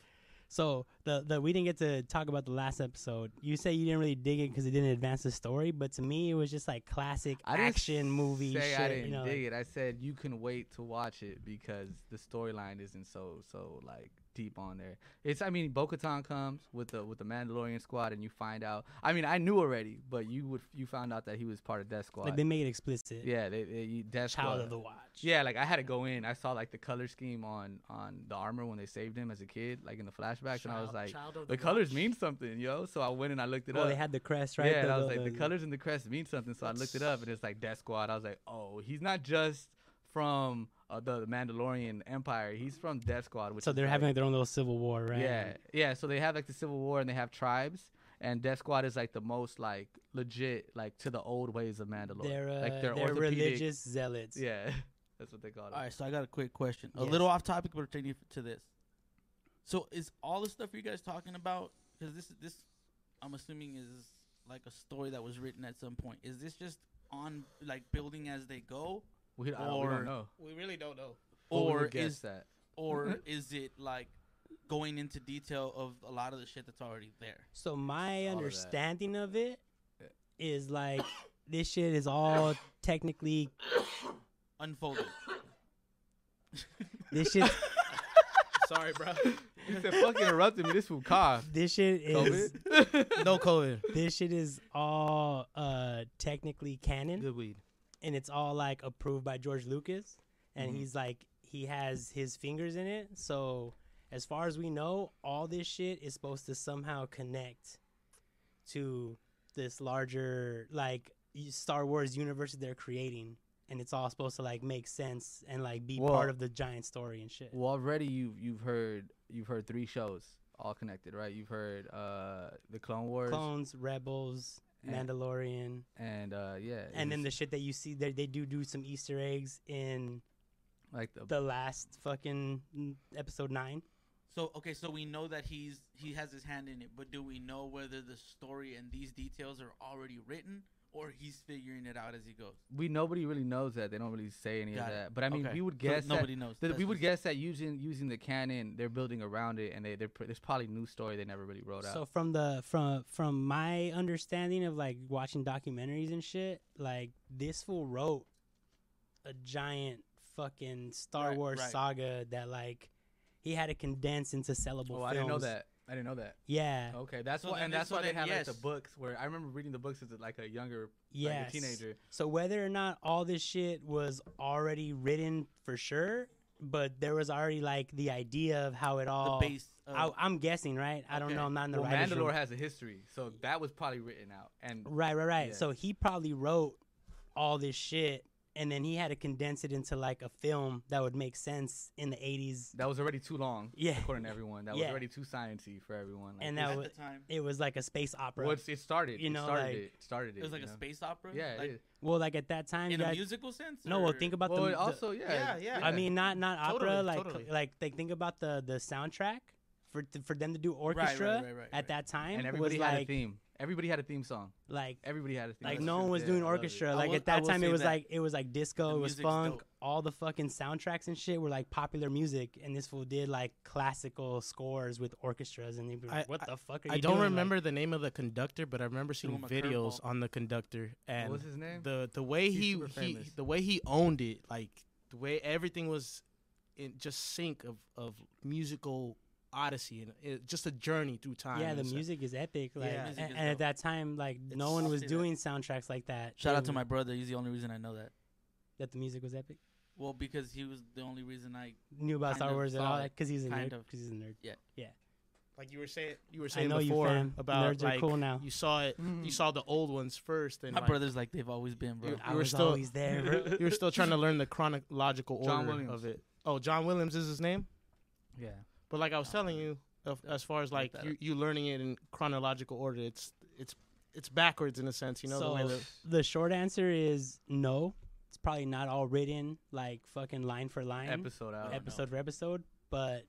S1: so the the we didn't get to talk about the last episode. You say you didn't really dig it because it didn't advance the story, but to me it was just like classic
S2: I didn't
S1: action movie
S2: say
S1: shit.
S2: I didn't
S1: you know,
S2: dig
S1: like,
S2: it. I said you can wait to watch it because the storyline isn't so so like deep on there. It's I mean, Bo-Katan comes with the with the Mandalorian squad, and you find out. I mean, I knew already, but you would you found out that he was part of Death Squad.
S1: Like they made it explicit.
S2: yeah, they, they, you- Death
S1: Child
S2: Squad.
S1: of the Watch.
S2: yeah, like I had to go in. I saw like the color scheme on on the armor when they saved him as a kid, like in the flashbacks, and I was
S3: Child-
S2: like,
S3: Child of
S2: the
S3: the
S2: colors
S3: Watch."
S2: mean something, yo. So I went and I looked it
S1: Well,
S2: up.
S1: they had the crest, right?
S2: uh, Yeah, and
S1: The-
S2: I was
S1: the-
S2: like, the,
S1: the-
S2: colors in the crest mean something. So I looked it up, and it's like Death Squad. I was like, oh, he's not just from uh, the Mandalorian Empire. He's from Death Squad. Which
S1: So
S2: is
S1: they're
S2: like-
S1: having like their own little civil war, right?
S2: yeah, yeah. So they have like the Civil War, and they have tribes. And Death Squad is like the most like legit, like to the old ways of Mandalore.
S1: They're uh,
S2: like
S1: they're,
S2: orthopedic-
S1: religious zealots.
S2: Yeah, (laughs) that's what they call it.
S4: All right, so I got a quick question. A
S1: Yes.
S4: little off topic, but pertaining to this. So is all the stuff you guys talking about? Because this this, I'm assuming is like a story that was written at some point. Is this just on like building as they go,
S2: We, I don't, we
S4: Or-
S2: don't know.
S3: We really don't know.
S2: But we
S4: or
S2: would guess
S4: is
S2: that?
S4: or is it like going into detail of a lot of the shit that's already there?
S1: So my
S2: All of that.
S1: understanding of, it
S2: Yeah.
S1: is like this shit is all technically
S4: Unfolded.
S1: this shit
S3: Sorry, bro.
S2: You said fucking interrupted me. This will cough. (laughs)
S1: this shit is
S2: COVID.
S3: no COVID.
S1: this shit is all uh technically canon.
S3: Good weed.
S1: and it's all like approved by George Lucas, and
S2: Mhm.
S1: he's like he has his fingers in it. So as far as we know, all this shit is supposed to somehow connect to this larger like y- Star Wars universe that they're creating, and it's all supposed to like make sense and like be part
S2: Well-
S1: of the giant story and shit.
S2: Well, already you've you've heard you've heard three shows all connected, right? You've heard uh the Clone Wars
S1: Clones, rebels,
S2: And-
S1: Mandalorian,
S2: and uh yeah, it
S1: and then the
S2: was
S1: shit that you see there, they do do some Easter eggs in
S2: like the,
S1: the last fucking mm, episode nine.
S4: So okay, so we know that he's he has his hand in it, but do we know whether the story and these details are already written or he's figuring it out as he goes?
S2: we nobody really knows that they don't really say any
S4: Got
S2: of
S4: it.
S2: that. But I mean,
S4: Okay.
S2: we would
S4: So
S2: guess that-
S4: nobody knows.
S2: that
S4: That's
S2: we would
S4: just-
S2: guess that using using the canon, they're building around it, and they they're, pr- there's probably new story they never really wrote
S1: So
S2: out.
S1: from the from from my understanding of like watching documentaries and shit, like this fool wrote a giant fucking Star
S4: Right,
S1: Wars
S4: right.
S1: saga that like he had to condense into sellable.
S2: Oh,
S1: films.
S2: I didn't know that. Oh, I didn't know that.
S1: (laughs) Yeah,
S2: Okay, that's
S4: So
S2: why,
S4: then
S2: and
S4: this-
S2: that's
S4: so
S2: why they
S4: then
S2: have like
S4: yes.
S2: the books. Where I remember reading the books as like a younger,
S1: yeah.
S2: like a teenager.
S1: So whether or not all this shit was already written for sure, but there was already like the idea of how it all.
S4: the base of,
S1: Oh, I, I'm guessing, right? I don't
S4: Okay.
S1: know. I'm not in the
S2: Well,
S1: writer's room.
S2: Mandalore has a history, so that was probably written out. And
S1: Right, right, right.
S2: Yeah.
S1: So he probably wrote all this shit and then he had to condense it into like a film that would make sense in the 80s.
S2: That was already too long,
S1: Yeah.
S2: according to everyone. That
S1: Yeah.
S2: was already too sciency for everyone. Like,
S1: And
S2: it's-
S1: that
S4: at
S1: was
S4: the time.
S1: it was like a space opera.
S2: well, it's, it started.
S1: you
S2: You
S1: know,
S2: know, started
S1: like-
S2: it. Started it.
S4: It was like
S2: you
S4: a
S2: know?
S4: space opera.
S2: Yeah, it
S4: like,
S2: is.
S1: well, like at that time
S4: in
S1: you
S4: a
S1: guys-
S4: musical sense.
S1: No, well,
S4: or-
S1: think about
S2: Well,
S1: the,
S2: it
S1: the-
S2: also, yeah,
S3: Yeah,
S2: it-
S3: yeah.
S1: I mean not not opera
S3: Totally,
S1: like
S3: totally.
S1: like like think about the the soundtrack for for them to do orchestra
S4: right, right,
S1: at
S4: right.
S1: that time
S2: and
S1: was
S2: everybody had a
S1: like
S2: theme. Everybody had a theme song.
S1: like
S2: Everybody had a theme.
S1: like
S2: song.
S1: no one was
S2: Yeah,
S1: doing
S2: I love it.
S1: orchestra.
S4: I
S1: Like
S4: will-
S1: at
S4: I
S1: that
S4: will
S1: time, it
S4: say
S1: was
S4: that.
S1: like it was like disco,
S4: The
S1: it was
S4: music's
S1: funk,
S4: dope.
S1: all the fucking soundtracks and shit were like popular music, and this fool did like classical scores with orchestras, and they were
S3: I-
S1: like, "What the fuck are you
S3: (laughs) I don't
S1: doing?" Like,
S3: remember the name of the conductor, but I remember seeing
S4: him a
S3: videos
S4: curveball.
S3: on the conductor and
S2: was his name?
S3: the the way
S2: He's
S3: he,
S2: super
S3: he
S2: famous.
S3: the way he owned it, like the way everything was in just sync of of musical odyssey and it, just a journey through time.
S1: yeah,
S3: and
S1: the
S3: stuff.
S1: music is epic. Like, and,
S3: Yeah.
S4: Music is
S1: and at
S4: dope.
S1: that time, like no
S4: It's-
S1: one
S4: I'll
S1: was
S4: say that.
S1: doing soundtracks like that.
S4: Shout
S1: They
S4: out to
S1: were-
S4: my brother. He's the only reason I know that.
S1: that the music was epic.
S4: Well, because he was the only reason I.
S1: Knew about
S4: Kind
S1: Star
S4: of
S1: Wars and
S4: saw
S1: all
S4: it.
S1: that because he's a
S4: Kind
S1: nerd.
S4: of.
S1: Because he's a nerd.
S3: Like you were saying, you were
S1: I
S3: saying
S1: know you,
S3: before
S1: fam.
S3: about
S1: Nerds are
S3: like
S1: cool now.
S3: you saw it, you saw the old ones first, and
S4: My
S3: like,
S4: brother's like they've always been, bro.
S3: you-
S1: I
S3: were
S1: was
S3: still-
S1: always
S4: (laughs)
S1: there. bro.
S2: (laughs)
S1: (laughs)
S3: you were still trying to learn the chronological order
S2: John Williams.
S3: of it. Oh, John Williams is his name.
S2: Yeah.
S3: But like I was
S4: Oh,
S3: telling
S4: man.
S3: you, of- as far as like
S4: that
S3: you, you learning it in chronological order, it's it's it's backwards in a sense. You know the way
S2: Oh,
S1: So- (laughs)
S3: that
S1: The short answer is no. It's probably not all written like fucking line for line.
S2: Episode
S4: Oh,
S2: out.
S1: episode for episode, but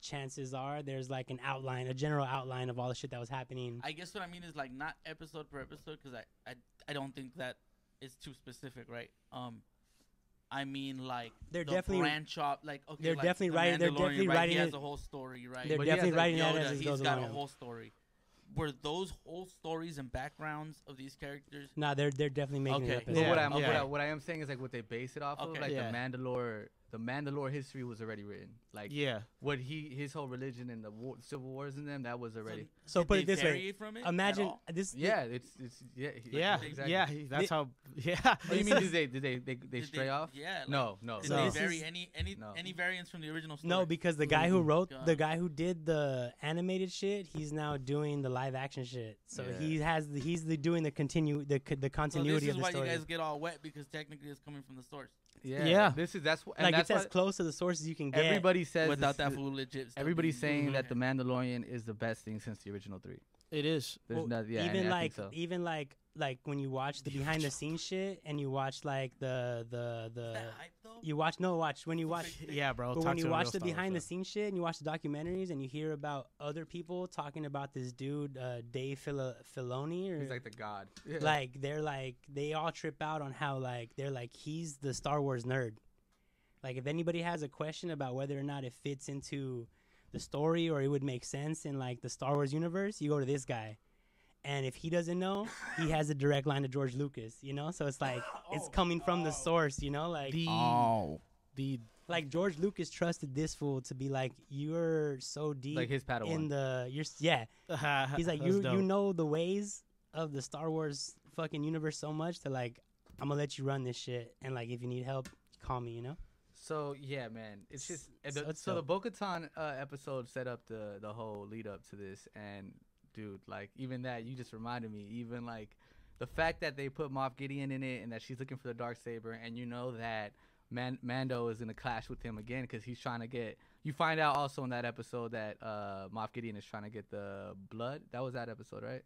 S1: chances are there's like an outline, a general outline of all the shit that was happening.
S4: I guess what I mean is like not episode per episode because I, I I don't think that is too specific, right? Um, I mean like
S1: They're
S4: the
S1: definitely-
S4: branch off, like okay,
S1: they're
S4: like
S1: definitely
S4: the
S1: writing- they're
S4: Mandalorian,
S1: definitely
S4: right?
S1: writing
S4: He has
S1: it-
S4: a whole story, right?
S1: They're
S2: But he has,
S1: definitely
S2: like,
S1: writing that
S4: Yoda,
S1: as it
S4: he's
S1: goes
S4: got a
S1: along.
S4: whole story. Were those whole stories and backgrounds of these characters?
S1: nah, they're they're definitely making
S4: Okay.
S1: it up. as
S2: But
S1: they
S2: what
S1: go.
S2: I'm
S4: Yeah.
S2: what,
S4: Okay.
S2: I, what I am saying is like what they base it off
S4: Okay.
S2: of, like
S3: Yeah.
S2: the Mandalore, the Mandalore history was already written. Like
S3: yeah.
S2: what he his whole religion and the war, civil wars in them that was already.
S1: So
S4: Did
S1: put
S4: they
S1: it this
S4: vary
S1: way.
S4: from it at
S1: Imagine
S4: all?
S1: this.
S2: yeah, it's it's yeah he-
S3: Yeah,
S2: exactly.
S3: yeah, he- that's
S1: It-
S3: how. (laughs) Yeah,
S1: Oh,
S2: What do you mean? Did they did they they, they
S4: Did
S2: stray off?
S4: Yeah. like,
S2: no, no.
S4: Did
S1: So-
S4: they
S1: This
S4: vary
S1: is-
S4: any any
S2: No.
S4: any variants from the original story?
S1: No, because the guy who wrote
S4: God.
S1: the guy who did the animated shit, he's now doing the live action shit. So
S2: Yeah.
S1: he has the, he's the doing the continue the co- the
S4: so this
S1: continuity
S4: is
S1: of the
S4: why
S1: story.
S4: you guys get all wet because technically it's coming from the source.
S2: Yeah,
S3: Yeah.
S2: This is that's wh- and
S1: like
S2: that's
S1: it's as
S2: why
S1: close to the source as you can get.
S2: everybody says this-
S4: Without that fool Mm-hmm. legit. stuff
S2: Everybody's
S4: being-
S2: saying that the
S4: Okay.
S2: Mandalorian is the best thing since the original three.
S3: (laughs) it is.
S2: There's
S1: Well,
S2: nothing. Yeah,
S1: even
S2: and I
S1: like
S2: think so.
S1: even like like when you watch the behind the scenes shit and you watch like the the
S4: Is
S1: the
S4: that hype though.
S1: you watch no watch when you watch
S3: (laughs) Yeah, bro.
S1: but
S3: talk
S1: when
S3: to
S1: you
S3: a
S1: watch the
S3: real Star Wars
S1: behind the
S3: fan.
S1: scenes shit and you watch the documentaries and you hear about other people talking about this dude uh, Dave Fil- Filoni or
S2: he's like the god. Yeah. (laughs)
S1: like they're like they all trip out on how like they're like he's the Star Wars nerd. Like if anybody has a question about whether or not it fits into the story or it would make sense in like the Star Wars universe, you go to this guy. And if he doesn't know, he has a direct line to George Lucas, you know? So it's like it's coming from the source, you know? Like
S3: The
S4: Oh.
S3: the (laughs)
S1: like George Lucas trusted this fool to be like you're so deep
S2: Like his Padawan.
S1: in the you're s- yeah. He's like,
S3: That's
S1: you you
S3: dope.
S1: know the ways of the Star Wars fucking universe so much that like I'm gonna let you run this shit, and like if you need help, call me. You know?
S2: So yeah, man, it's just uh,
S1: So
S2: the-
S1: it's
S2: so the Bo-Katan uh, episode set up the the whole lead up to this, and dude, like even that you just reminded me, even like the fact that they put Moff Gideon in it and that she's looking for the dark saber, and you know that Man- Mando is gonna clash with him again because he's trying to get. You find out also in that episode that uh, Moff Gideon is trying to get the blood. That was that episode, right?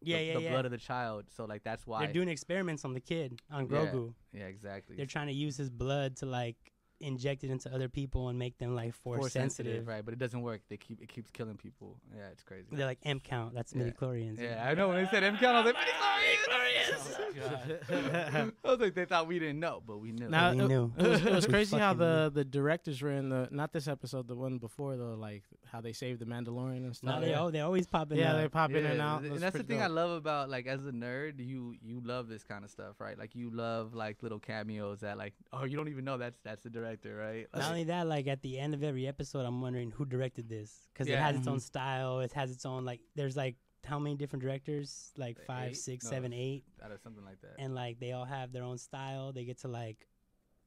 S1: Yeah,
S2: the,
S1: yeah,
S2: the
S1: yeah.
S2: blood of the child. So like that's why
S1: They're doing experiments on the kid on
S2: Yeah.
S1: Grogu.
S2: Yeah, exactly.
S1: They're trying to use his blood to like inject it into other people and make them like force,
S2: Force
S1: sensitive.
S2: right? But it doesn't work. They keep it keeps killing people. Yeah, it's crazy.
S1: They're like M count. That's
S2: Yeah.
S1: midi chlorians.
S2: Yeah, I know. When they said MCon, I was like,
S4: (laughs) Oh, God.
S2: (laughs) I was like, they thought we didn't know, but we knew.
S3: Now,
S1: we
S3: it,
S1: knew.
S3: (laughs) it was,
S1: (laughs)
S3: it was
S1: We
S3: crazy how
S1: fucking
S3: the, the directors were in the not this episode, the one before though, like how they saved the Mandalorian and stuff.
S1: Now they
S3: yeah.
S1: all they always pop in. uh,
S3: yeah,
S1: Yeah,
S3: they pop in
S2: Yeah,
S3: and out.
S2: th- and that's the thing I love about like as a nerd, you you love this kind of stuff, right? Like you love like little cameos that like, oh, you don't even know that's that's the director, right?
S1: not
S2: Like,
S1: only that, like at the end of every episode, I'm wondering who directed this because it
S2: Yeah.
S1: has its own style. It has its own like. There's like how many different directors? Like
S2: Like
S1: five,
S2: eight?
S1: six,
S2: No,
S1: seven, eight.
S2: it's- out of something like that.
S1: and like they all have their own style. They get to like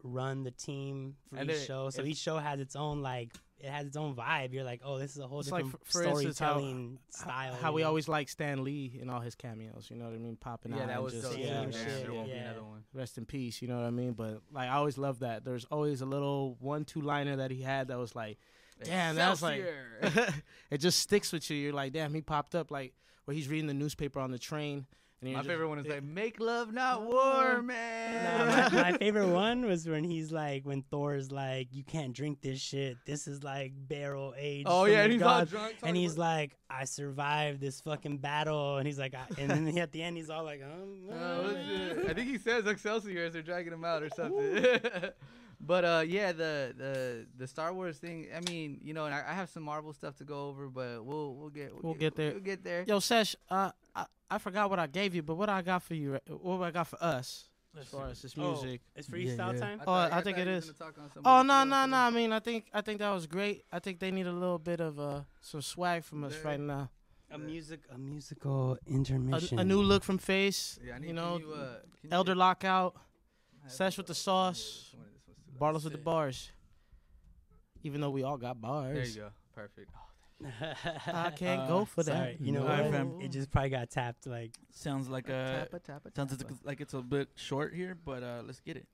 S1: run the team for
S2: And
S1: each
S2: it-
S1: show. So
S2: it's-
S1: each show has its own like it has its own vibe. You're like, oh, this is a whole
S3: It's like,
S1: different
S3: for- for instance, how-
S1: storytelling style.
S3: how
S1: you
S3: we
S1: know?
S3: always like Stan Lee in all his cameos. You know what I mean? Popping
S2: yeah,
S3: out.
S2: that
S3: and
S2: was
S3: just,
S2: dope.
S1: same
S2: Yeah,
S3: yeah,
S1: shit,
S2: man, there won't be
S1: yeah.
S2: another one.
S3: rest in peace. You know what I mean? But like I always love that. There's always a little one two liner that he had that was like, (laughs) damn, that was like
S2: Excelsior.
S1: (laughs)
S3: it just sticks with you. You're like, damn, he popped up like where he's reading the newspaper on the train. And you're
S2: My
S3: just-
S2: favorite one is like, make
S1: (laughs)
S2: love, not war,
S1: Nah,
S2: man.
S1: my, (laughs) my
S2: (laughs)
S1: favorite one was when he's like, when Thor's like, "You can't drink this shit. This is like barrel aged."
S2: Oh
S1: from
S2: yeah,
S1: the
S2: and he's all
S1: gods."
S2: drunk,
S1: And
S2: talking
S1: he's
S2: about-
S1: like, "I survived this fucking battle," and he's like, I, and then at the end, he's all like, um,
S2: Uh, what's it? (laughs) I think he says Excelsior as they're dragging him out or something. (laughs) but uh, yeah, the, the the Star Wars thing. I mean, you know, and I, I have some Marvel stuff to go over, but we'll we'll get
S3: We'll get there.
S2: We'll get there.
S3: Yo, Sesh, uh, I, I forgot what I gave you, but what I got for you, uh, what I got for us as far as this
S1: Oh,
S3: music.
S1: it's
S2: Yeah,
S1: freestyle
S2: yeah.
S1: time.
S3: Oh,
S2: thought-
S3: I think
S2: thought
S3: it
S2: he was
S3: is.
S2: gonna talk on some
S3: Oh
S2: other
S3: no
S2: stuff,
S3: no
S2: but-
S3: no! I mean, I think I think that was great. I think they need a little bit of uh some swag from us
S2: Yeah.
S3: right now.
S1: A music, a musical intermission.
S3: A, a new look from Face.
S2: Yeah, I need,
S3: you know,
S2: can you, uh, can you
S3: Elder Lockout,
S2: I have
S3: Sesh
S2: to-
S3: with the
S2: yeah, this
S3: sauce,
S2: one- this one's too loud.
S3: Barlos with the
S4: sick.
S3: bars. Even though we all got bars,
S2: There you go. Perfect.
S1: (laughs)
S3: I
S2: (laughs)
S3: can't
S4: Uh,
S3: go for that.
S1: Sorry, you know
S4: Alright,
S1: what?
S4: fam.
S1: It just probably got tapped. Like
S4: Sounds like
S3: uh,
S4: a
S2: Tappa, tappa,
S4: sounds
S2: tappa.
S4: like it's a bit short here, but uh, let's get it.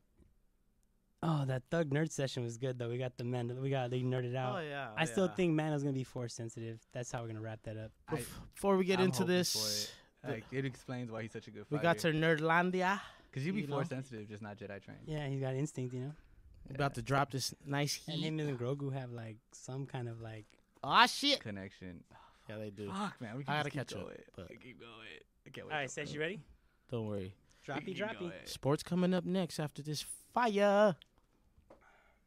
S1: Oh, that thug nerd session was good though. We got the man. We got they nerded out.
S3: Oh yeah.
S1: I still
S3: yeah.
S1: think Mano's gonna be force sensitive. That's how we're gonna wrap that up.
S2: I-
S3: Before we get
S2: I'm
S3: into
S2: hoping for
S3: this,
S2: it. Like, it explains why he's such a good
S3: we
S2: fighter.
S3: got to Nerdlandia.
S2: because you'd be
S3: you know.
S2: force sensitive, just not Jedi trained.
S1: Yeah, he's got instinct, you know.
S3: We about to drop this nice
S1: And
S3: heat.
S1: him and Grogu have like some kind of like.
S3: Ah shit.
S2: Connection.
S3: Yeah, they do.
S2: Fuck, man. We can
S3: I gotta
S2: just keep
S3: catch up,
S2: going.
S3: but-
S2: We keep going. I can't wait.
S1: All right, Sesh, you ready?
S3: Don't worry.
S1: Droppy, droppy.
S3: Sports coming up next after this fire.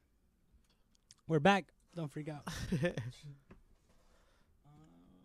S3: (laughs)
S1: We're back. Don't freak out.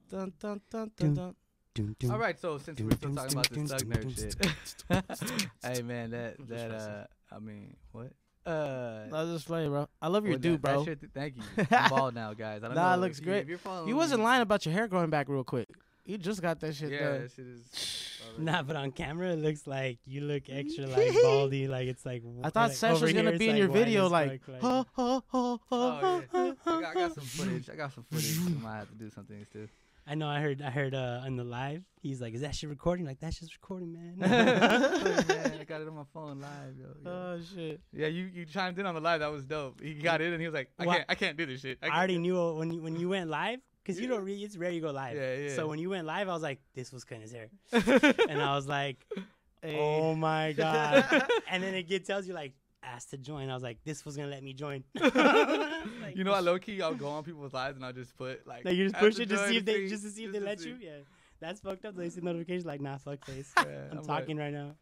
S3: Dun dun dun
S1: Dun.
S3: dun dun.
S1: Dun, dun.
S2: All right, so since we're still (laughs) talking about this thug nerd shit, hey man, that that uh, I mean, what? Uh,
S3: I was just playing, bro. I love your
S2: well, that-
S3: dude,
S2: that
S3: bro.
S2: shit-
S3: (laughs)
S2: thank you. I'm bald now, guys. I don't
S3: Nah,
S2: know
S3: it
S2: if
S3: looks
S2: you-
S3: great.
S2: if you're following
S3: You wasn't
S2: me-
S3: lying about your hair growing back real quick. You just got that shit
S2: Yeah,
S3: done.
S2: that shit is.
S3: (laughs)
S2: already-
S1: (laughs) Nah, but on camera it looks like you look extra like baldy, like it's like. w-
S3: I thought
S1: like,
S3: Sesh
S1: over
S3: was gonna
S1: here,
S3: be
S1: it's,
S3: in your
S1: wide
S3: video,
S1: as
S3: like,
S1: fuck,
S3: huh, huh, huh, huh,
S2: Oh,
S3: (laughs)
S2: yeah. (laughs)
S3: huh,
S2: I, got, I got
S3: huh.
S2: some footage. I got some footage. I might have to do some things
S3: (laughs)
S2: too. (laughs)
S1: I know. I heard. I heard uh, on the live. He's like, "Is that shit recording?" Like, that's just recording, (laughs)
S3: (laughs)
S1: man.
S2: Man, I got it on my phone live, yo. yo.
S3: Oh shit!
S2: yeah, you, you chimed in on the live. That was dope. He got in and he was like, I
S1: Wha-
S2: can't I can't do this shit.
S1: I
S2: can't
S1: already
S2: do
S1: knew uh, when you when you went live because you don't. Re- it's rare you go live.
S2: Yeah, yeah.
S1: So when you went live, I was like, "This was Kuna's hair,"
S3: (laughs)
S1: and I was like,
S2: (laughs)
S1: "Oh my god!"
S3: uh,
S1: and then it get tells you like, "Asked to join." I was like, "This was gonna let me join."
S2: (laughs)
S1: (laughs)
S2: it." You know, I low key, I'll go on people's lives and I'll just put like.
S1: Like you just
S2: after
S1: push it to
S2: join
S1: see if they
S2: thing,
S1: just to see if they let
S2: see.
S1: you. Yeah, that's fucked up. They see the notification like, "Nah, fuck
S2: (laughs)
S1: face."
S2: Yeah,
S1: (laughs) I'm
S2: like-
S1: talking right now.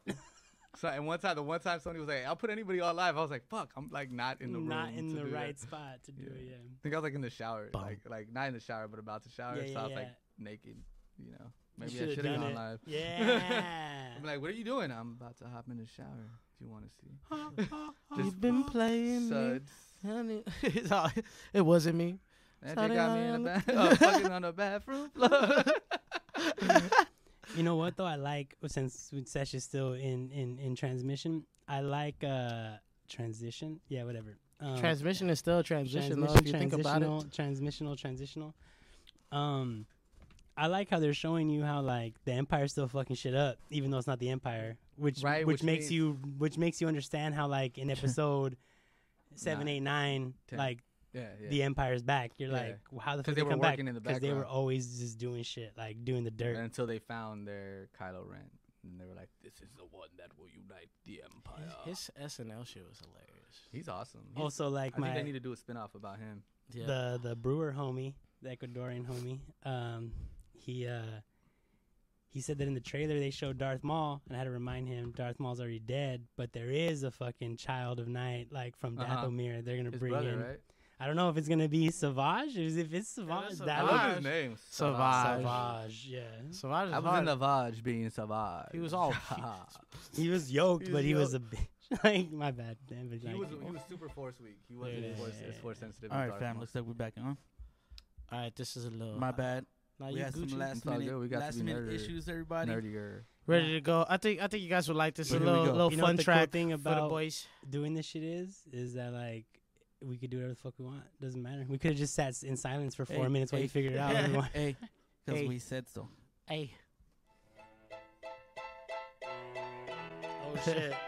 S2: so, and one time, the one time somebody was like, "I'll put anybody on live," I was like, "Fuck, I'm like not in the
S1: Not
S2: room
S1: in
S2: to
S1: the
S2: do that."
S1: right spot to do
S2: Yeah.
S1: it. Yeah.
S2: I think I was like in the shower,
S3: Bum.
S2: like like not in the shower, but about to shower,
S1: Yeah,
S2: so
S1: yeah,
S2: I was like
S1: yeah.
S2: naked, you know.
S1: You
S2: Maybe I
S1: should've
S2: should have
S1: done
S2: gone
S1: it.
S2: live. (laughs)
S1: Yeah.
S2: I'm like, what are you doing? I'm about to hop in the shower. If you want to see, (laughs)
S3: You've been playing me,
S2: suds.
S3: honey. (laughs) It's all- it wasn't me.
S1: Oh,
S2: That
S3: Suds
S2: chick got me
S3: on
S2: in the
S3: the-
S2: bath, (laughs) oh, fucking on the bathroom
S1: (laughs)
S2: floor.
S1: (laughs) you know what though? I like since Sesh is still in in in transmission. I like uh transition. Yeah, whatever. Um,
S3: Transmission is still a transition, though. If you think about it,
S1: transitional, transmissional, transitional. Um, I like how they're showing you how like the empire's still fucking shit up, even though it's not the empire, which
S2: Right,
S1: which,
S2: which
S1: makes
S2: means-
S1: you which makes you understand how like
S2: (laughs)
S1: in episode seven,
S2: Nine,
S1: eight, nine,
S2: ten.
S1: like
S2: yeah, yeah.
S1: the empire's back. You're
S2: Yeah.
S1: like, "Well, how the
S2: 'Cause
S1: fuck
S2: they
S1: they
S2: were
S1: come back?
S2: working in the
S1: they were
S2: background.
S1: always just doing shit, like doing the dirt.
S2: Until they found their Kylo Ren, and they were like, "This is the one that will unite the empire."
S3: his, his SNL shit was hilarious.
S2: He's awesome. He's,
S1: also, like
S2: I think
S1: Oh, my
S2: they need to do a spin off about him.
S3: Yeah.
S1: the the brewer homie, the Ecuadorian homie, um, he uh, he said that in the trailer they showed Darth Maul, and I had to remind him Darth Maul's already dead, but there is a fucking Child of Night like from
S2: Uh-huh.
S1: Dathomir. They're gonna
S2: His
S1: bring
S2: brother,
S1: in.
S2: right?
S1: I don't know if it's gonna be Savage. Or if it's Savage,
S3: that's
S1: that
S2: I
S1: would
S2: love
S3: Savage.
S2: his name.
S3: Savage.
S1: Savage. Yeah,
S3: Savage is
S2: I was in
S3: hard.
S2: the Vaj being Savage. (laughs)
S3: He was all-
S1: he was yoked,
S2: He's
S1: but he
S2: yo-
S1: was a bitch. (laughs) like my bad. Damn, but
S2: He
S1: like-
S2: was he was super force weak. He wasn't
S1: Yeah.
S2: as force as force sensitive.
S4: All
S2: as
S4: right,
S2: Darth
S4: fam.
S2: Maul.
S4: Looks like we're back on.
S3: All right, this is a little.
S4: My bad.
S3: Nah,
S4: we
S3: you
S4: had
S3: Gucci.
S4: some last
S2: It's all
S4: minute,
S2: good. We got to
S4: last
S2: be
S4: minute
S2: nerdy.
S4: issues, everybody.
S2: nerdier.
S3: Ready to go? I think I think you guys would like this.
S2: So
S3: a
S2: here we
S3: little
S2: go.
S3: little
S1: You know what
S3: fun
S1: the cool
S3: track
S1: thing
S3: for the
S1: about-
S3: boys.
S1: doing this shit is is that like we could do whatever the fuck we want. Doesn't matter. We could have just sat s- in silence for four
S4: Hey,
S1: minutes while
S4: hey.
S1: you figured it
S4: (laughs)
S1: out. everyone.
S4: Hey, because
S3: Hey.
S4: we said so.
S3: Hey,
S1: (laughs) Oh shit! (laughs)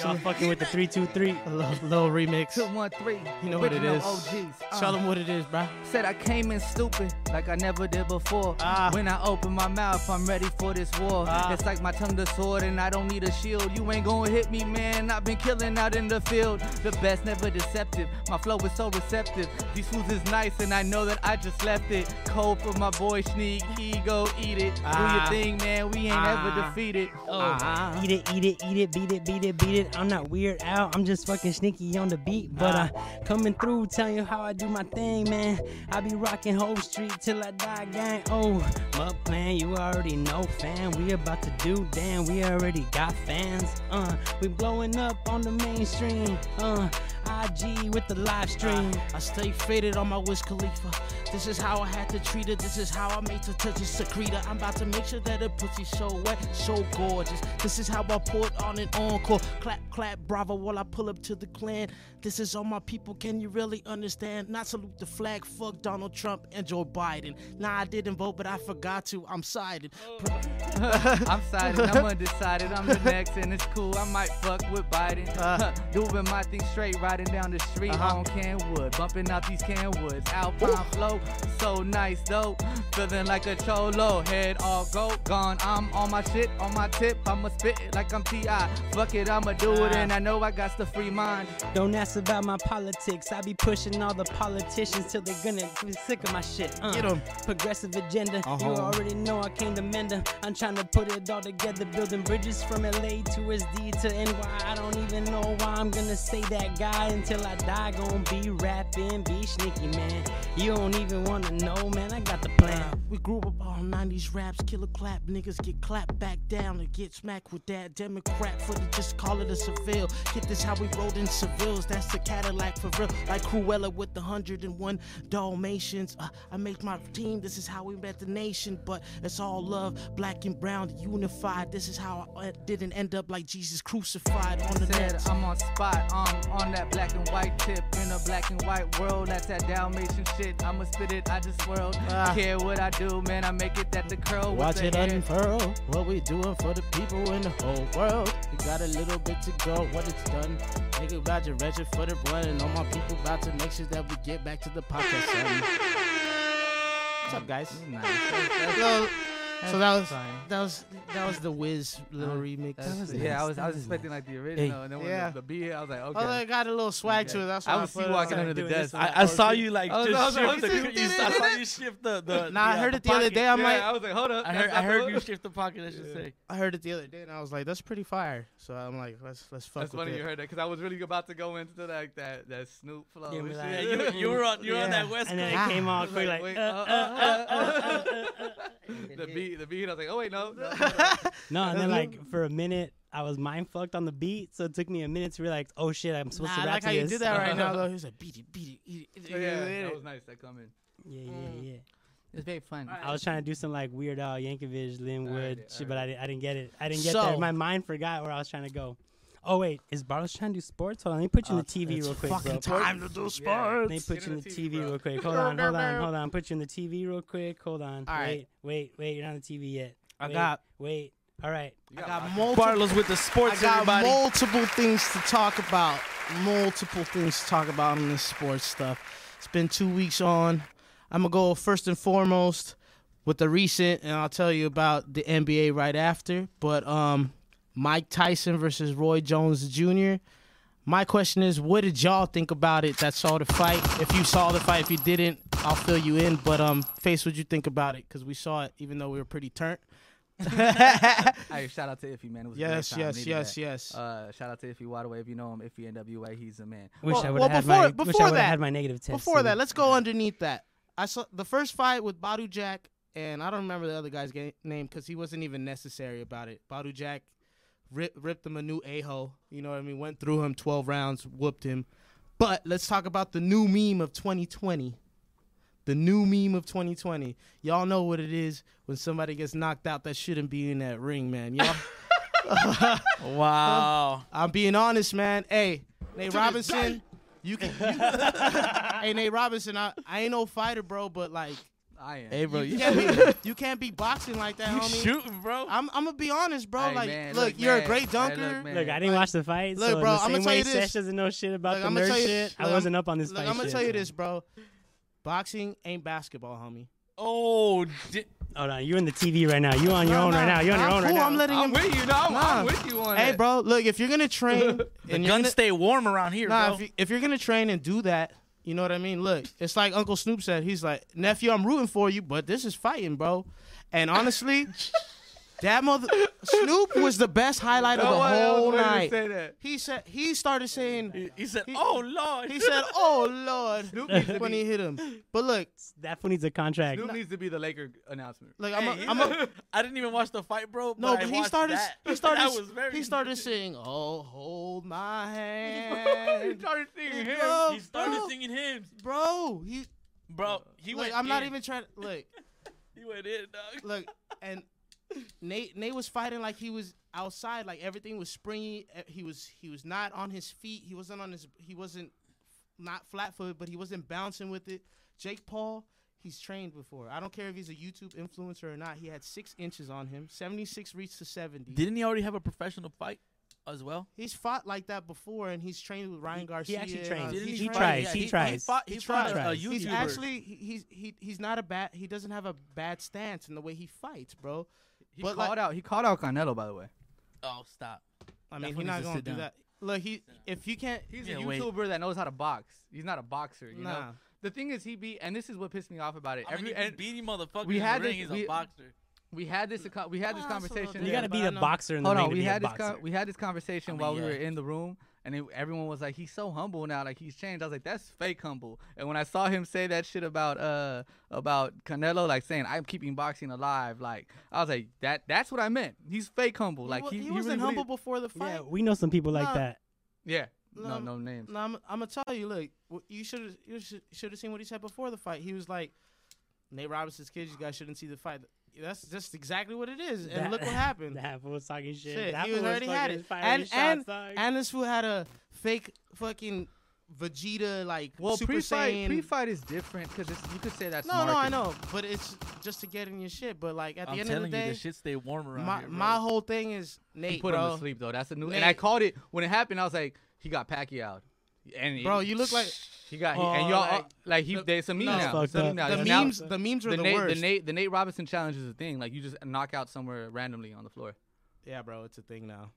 S1: Y'all fucking with the three two three.
S3: a little, little remix.
S2: Two one three.
S3: You know what it
S2: original
S3: is.
S2: OGs. Uh,
S3: Tell them what it is, bro.
S2: Said I came in stupid, like I never did before.
S3: Ah.
S2: When I open my mouth, I'm ready for this war.
S3: Ah.
S2: It's like my tongue the sword, and I don't need a shield. You ain't gonna hit me, man. I've been killing out in the field. The best, never deceptive. My flow is so receptive. These fools is nice, and I know that I just left it. Cold for my boy Sneak, ego, eat it.
S3: Ah.
S2: Do your thing, man. We ain't
S3: Ah.
S2: ever defeated. Oh.
S3: Ah.
S1: Eat it, eat it, eat it, beat it, beat it, beat it. I'm not weird out, I'm just fucking sneaky on the beat. But I coming through, telling you how I do my thing, man. I be rocking whole street till I die, gang. Oh, my plan, you already know, fan. We about to do, damn, we already got fans. Uh, we blowing up on the mainstream. Uh, IG with the live stream.
S3: I stay faded on my Wiz Khalifa. This is how I had to treat her. This is how I made her touch a secreta. I'm about to make sure that her pussy so wet, so gorgeous. This is how I pour it on an encore. Clap, clap, bravo while I pull up to the clan. This is all my people. Can you really understand? Not salute the flag. Fuck Donald Trump and Joe Biden. Nah, I didn't vote, but I forgot to. I'm sided.
S2: (laughs) I'm sided,
S3: (laughs)
S2: I'm undecided, I'm the next, and it's cool. I might fuck with Biden.
S3: Uh.
S2: (laughs) Doing my thing straight, riding down the street
S3: Uh-huh.
S2: on Kenwood, bumping out these Kenwoods. Alpine flow, so nice though. Feeling like a cholo, head all go gone. I'm on my shit, on my tip. I'ma spit it like I'm T.I. Fuck it, I'ma do it, and I know I got the free mind.
S1: Don't ask about my politics. I be pushing all the politicians till they're gonna be sick of my shit. Uh,
S3: Get 'em.
S1: Progressive agenda. You
S3: Uh-huh.
S1: already know I came to mend 'em. I'm trying to put it all together, building bridges from LA to SD to NY. I don't even know why I'm gonna say that guy in until I die, gon' be rapping, be sneaky, man. You don't even wanna know, man. I got the plan.
S3: We grew up on 90s raps, killer clap. Niggas get clapped back down or get smacked with that Democrat for the just call it a Seville. Get this how we rolled in Sevilles, that's the Cadillac for real. Like Cruella with the 101 Dalmatians. Uh, I make my team, this is how we met the nation. But it's all love, black and brown, unified. This is how I uh, didn't end up like Jesus crucified on the
S5: Said
S3: net.
S5: I'm on spot, I'm on that black and white tip in a black and white world. That's that Dalmatian shit. I'ma spit it, I just swirl.
S3: Ah.
S5: Care what I do, man. I make it that the curl. with
S3: Watch
S5: the
S3: it
S5: hair.
S3: unfurl. What we doing for the people in the whole world. We got a little bit to go. What it's done. Nigga, about your wretched for the run. And all my people about to make sure that we get back to the podcast. son. What's up, guys?
S5: Nice. That's-
S3: Yo,
S5: that's
S3: so that was
S5: fine.
S3: that was that was the Wiz little
S5: Uh,
S3: remix.
S5: That's-
S1: was
S5: yeah,
S1: nice,
S5: I was I
S1: that
S5: was
S1: was
S5: expecting like the original, and then when
S3: yeah.
S5: the, the beat, hit, I was like, okay.
S3: Oh, I got a little swag
S5: Okay.
S3: to it. That's
S5: I
S3: why I
S5: was
S3: put uh, it
S5: walking
S3: out.
S5: under the
S1: doing this
S5: desk.
S1: one.
S5: I,
S4: I, I saw you like
S5: I was- I was
S4: just
S5: like,
S4: shift
S5: "Oh,
S4: the.
S5: shit,
S4: You,
S5: did
S4: saw- I
S5: it,
S4: saw
S5: did
S4: you shift the. the
S3: Nah, I
S4: uh,
S3: heard it the other
S4: pocket.
S3: day. I'm
S5: yeah,
S3: like,
S5: I was like, hold up.
S4: I
S5: that's
S4: heard.
S5: not
S4: I heard
S5: the-
S4: you shift the pocket. I should
S5: Yeah.
S4: say.
S3: I heard it the other day, and I was like, that's pretty fire. So I'm like, let's let's fuck
S5: That's
S3: with
S5: funny
S3: it.
S5: you heard that because I was really about to go into like that that Snoop flow.
S1: Yeah,
S5: and
S1: we
S5: Oh, shit. (laughs)
S1: like-
S4: Yeah, you, you were on. You were on
S3: Yeah.
S4: that West
S1: And then
S4: Coast.
S1: it came
S5: I
S1: all
S5: was
S1: quick, like,
S5: wait,
S1: uh,
S5: uh,
S1: uh, uh, uh,
S5: (laughs)
S1: uh, uh, uh.
S5: the beat, the beat. I was like, oh wait, no. no, no, no.
S1: No, and then
S3: Uh-huh.
S1: like for a minute, I was mind fucked on the beat, so it took me a minute to realize, oh shit, I'm supposed
S3: Nah,
S1: to
S3: I
S1: rap
S3: like
S1: to
S3: how you
S1: this.
S3: did that right
S1: (laughs)
S3: now though. He was like, beat it, beat it, eat it.
S5: So, yeah, that was nice. That coming.
S1: Yeah,
S3: Mm.
S1: yeah, yeah.
S5: It's very fun.
S1: I was trying to do some like Weird Al Yankovic, Lin
S5: Alright,
S1: Wood, shit, but I didn't, I didn't get it. I didn't get there.
S3: So-
S1: My mind forgot where I was trying to go. Oh wait, is Barlos trying to do sports? Hold on, let me put you in
S3: Uh,
S1: the TV
S3: it's
S1: real quick,
S3: fucking
S1: bro.
S3: time to do sports.
S1: Let me put
S5: Get
S1: you
S5: on
S1: in the
S5: the TV,
S1: TV
S5: bro.
S1: real quick. Hold on, hold on, hold on. Put you in the TV real quick. Hold on.
S3: All right.
S1: Wait, wait, wait. You're not on the TV yet.
S3: I
S1: Wait,
S3: got-
S1: Wait. All right.
S3: I got multiple.
S4: Barlos with the
S3: I
S4: sports.
S3: got
S4: everybody.
S3: multiple things to talk about. Multiple things to talk about on this sports stuff. It's been two weeks on. I'm gonna go first and foremost with the recent, and I'll tell you about the NBA right after. But um, Mike Tyson versus Roy Jones Jr. My question is, what did y'all think about it? That saw the fight. If you saw the fight, if you didn't, I'll fill you in. But um, face, what you think about it? Because we saw it, even though we were pretty turnt.
S1: uh.
S5: Hey, shout out to Iffy, man. It was a great
S3: yes,
S5: time.
S3: yes,
S5: Needed
S3: yes,
S5: that.
S3: yes.
S5: Uh, shout out to Iffy Wadaway. If you know him, Iffy NWA, he's a man.
S1: Wish
S3: Well-
S1: I would
S3: well,
S1: have had
S3: before-
S1: my. wish
S3: before
S1: I would
S3: that-
S1: have had my negative test.
S3: Before
S1: soon.
S3: that, let's go underneath that. I saw the first fight with Badu Jack, and I don't remember the other guy's ga- name because he wasn't even necessary about it. Badu Jack rip, ripped him a new a hole. You know what I mean? Went through him 12 rounds, whooped him. But let's talk about the new meme of 2020. The new meme of 2020. Y'all know what it is when somebody gets knocked out that shouldn't be in that ring, man. Y'all,
S4: Wow.
S3: I'm being honest, man. Hey, Nate Robinson, you can. you- hey, Nate Robinson, I, I ain't no fighter, bro, but like,
S5: I am.
S4: Hey, bro. You,
S3: you can't be, (laughs) you can't be boxing like that,
S4: you
S3: homie.
S4: shooting, bro.
S3: I'm, I'm gonna be honest, bro.
S5: Hey,
S3: like,
S5: man,
S3: look,
S5: look,
S3: you're a
S5: man.
S3: great
S5: Hey, look,
S3: dunker.
S5: man.
S1: Look, I didn't watch the fight.
S3: Look,
S1: so in
S3: bro,
S1: the
S3: I'ma
S1: same
S3: tell
S1: way
S3: you this.
S1: Sesh doesn't know shit about
S3: Look,
S1: the
S3: I'm gonna
S1: nerd
S3: tell you,
S1: shit. I
S3: look,
S1: wasn't up on this
S3: Look,
S1: fight.
S3: I'm gonna
S1: shit,
S3: tell you
S1: so.
S3: this, bro. Boxing ain't basketball, homie.
S4: oh, di-
S1: Hold on, you're in the TV right now. You on your
S3: No,
S1: own right
S3: no,
S1: now. You're on your
S3: I'm
S1: own right
S3: cool,
S1: now.
S3: I'm letting
S5: I'm
S3: him.
S5: with you. No, I'm,
S3: Nah.
S5: I'm with you on
S3: Hey,
S5: that.
S3: bro, look, if you're gonna train and you're
S4: guns
S3: gonna,
S4: stay warm around here,
S3: nah,
S4: bro.
S3: if, you, if you're gonna train and do that, you know what I mean. Look, it's like Uncle Snoop said. He's like, nephew, I'm rooting for you, but this is fighting, bro. And
S4: (laughs)
S3: honestly, that mother Snoop was the best highlight of
S5: No
S3: the
S5: one else
S3: whole
S5: wanted to
S3: night.
S5: Say that.
S3: He said he started saying
S4: he said,
S3: He-
S4: "Oh Lord."
S3: he
S4: (laughs)
S3: said, "Oh Lord,"
S5: Snoop needs to
S3: when he
S5: be.
S3: hit him. But look,
S1: That fool needs a contract.
S5: Snoop needs to be the Laker announcement.
S3: look, I'm
S4: Hey,
S3: a,
S4: you (laughs)
S3: I'm
S4: know,
S3: a,
S4: I didn't even watch the fight,
S3: no,
S4: bro. but,
S3: but
S4: I
S3: he
S4: watched
S3: started
S4: That. (laughs)
S3: he started
S4: That was very
S3: he started saying, "Oh, hold
S4: (laughs)
S3: my
S5: he
S3: hand."
S5: started seeing him.
S3: Bro,
S4: He started
S3: bro,
S4: singing hymns,
S3: bro, he
S4: bro. He
S3: look,
S4: went.
S3: I'm not
S4: in.
S3: even trying to look.
S4: He went in, dog.
S3: look, and Nate Nate was fighting like he was outside, like everything was springy. eh, He was he was not on his feet. He wasn't on his he wasn't not flat footed, but he wasn't bouncing with it. Jake Paul, he's trained before. I don't care if he's a YouTube influencer or not. He had six inches on him, seventy six reached to seventy.
S4: Didn't he already have a professional fight as well?
S3: he's fought like that before, and he's trained with Ryan
S1: He- he
S3: Garcia.
S1: actually
S3: and
S1: trained.
S3: all-
S1: Didn't
S3: he's
S1: he
S3: trained.
S1: try? tries, he
S4: he
S1: tries.
S4: Fought, he
S3: He
S4: fought a, a
S1: tries.
S4: YouTuber.
S3: He's actually he- he's he, he's not a bad he doesn't have a bad stance in the way he fights, bro.
S5: He
S3: But,
S5: called
S3: like-
S5: out. He called out Carnelo, by the way.
S4: Oh, stop.
S3: I mean,
S4: That's
S3: he's
S4: when
S3: not
S4: he's a
S3: gonna do
S4: sit down.
S3: that. Look, he if you can't,
S5: He's a
S4: Yeah, wait.
S5: YouTuber that knows how to box. He's not a boxer. You know.
S3: Nah.
S5: The thing is, he beat, and this is what pissed me off about it.
S4: I mean,
S5: Every
S4: if you
S5: and
S4: beat him, motherfucker.
S5: we
S4: in the
S5: had
S4: ring,
S5: this-
S4: He's
S5: we-
S4: a boxer.
S5: We had this aco- we had this
S3: Ah, that's a little
S5: conversation.
S3: Yeah,
S1: you gotta
S3: but
S1: be
S3: I
S1: a
S3: know-
S1: boxer in the
S5: Hold
S1: ring
S5: on,
S1: to
S5: we
S1: be a
S5: had this
S1: boxer.
S5: con- we had this conversation
S4: I mean,
S5: while we
S4: yeah.
S5: were in the room, and it, everyone was like, "He's so humble now, like he's changed." I was like, "That's fake humble." And when I saw him say that shit about uh about Canelo, like saying, "I'm keeping boxing alive," like I was like, "That that's what I meant." He's fake humble, like
S3: wa-
S5: he,
S3: he,
S5: he
S3: wasn't
S5: really
S3: humble
S5: believed-
S3: before the fight.
S1: yeah, we know some people like
S3: Nah.
S1: that.
S5: Yeah,
S3: No,
S5: no, no names.
S3: No, I'm, I'm gonna tell you. Look, w- you should you should have seen what he said before the fight. He was like, "Nate Robinson's kids, you guys shouldn't see the fight." That's just exactly what it is. And
S1: That-
S5: (laughs)
S3: look what happened.
S1: That fool was talking shit.
S3: Shit,
S1: that
S3: he was
S1: fool
S3: already had
S1: fucking
S3: it.
S1: firing
S3: And
S1: shots,
S3: and
S1: dog.
S3: and this fool had a fake fucking Vegeta like
S5: Well,
S3: Super
S5: pre-fight
S3: Saiyan.
S5: pre-fight is different because you could say that's
S3: no, no, I know, but it's just to get in your shit. But like at the
S4: I'm
S3: end of
S4: telling
S3: the
S4: you,
S3: day,
S4: the shit stay warm around
S3: my
S4: here. bro.
S3: my whole thing is
S5: He
S3: Nate,
S5: put him
S3: bro.
S5: to sleep though. That's a new.
S3: Nate.
S5: And I called it when it happened. I was like, he got Pacquiao, and
S3: Bro,
S5: it-
S3: you look like-
S5: he got he- and
S3: Oh,
S5: y'all
S3: like-
S5: like, like he.
S3: the-
S5: there's a meme
S3: no,
S5: now.
S1: Fucked
S5: There's a
S1: up.
S5: meme now.
S3: The
S5: There's now-
S3: memes, the memes are
S5: the,
S3: the,
S5: Nate,
S3: worst.
S5: the Nate, the Nate Robinson challenge is a thing. Like you just knock out somewhere randomly on the floor.
S3: Yeah, bro, it's a thing now.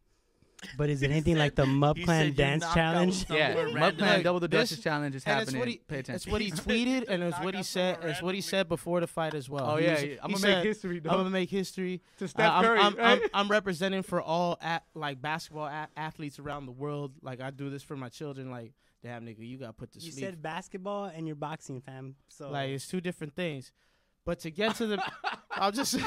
S1: but is it anything like the Mub
S4: He
S1: Clan
S4: said you
S1: dance
S4: knocked out
S1: challenge?
S4: somewhere
S5: yeah,
S4: randomly.
S5: Mud Clan
S3: Like,
S5: Double the
S3: this-
S5: Dutchess challenge is
S3: And
S5: happening.
S3: it's what he,
S5: Pay
S3: it's
S5: attention. (laughs)
S3: what he
S4: He said
S3: tweeted,
S4: just
S3: and it's what
S4: knock
S3: he
S4: out
S3: said,
S4: someone
S3: and it's what he
S4: randomly.
S3: said before the fight as well.
S5: Oh,
S3: He
S5: yeah,
S3: was-
S5: yeah.
S3: he
S5: I'ma make
S3: said,
S5: history,
S3: I'm
S5: dog."
S3: gonna make history.
S5: To
S3: Uh,
S5: Steph
S3: I'm-
S5: Curry,
S3: I'm, I'm,
S5: right?
S3: I'm representing for all a- like basketball a- athletes around the world. Like I do this for my children. Like, damn nigga, you got put to
S1: You
S3: sleep.
S1: said basketball and you're boxing, fam. So
S3: like it's two different things. But to get to
S5: (laughs)
S3: the, I'm just (laughs) saying.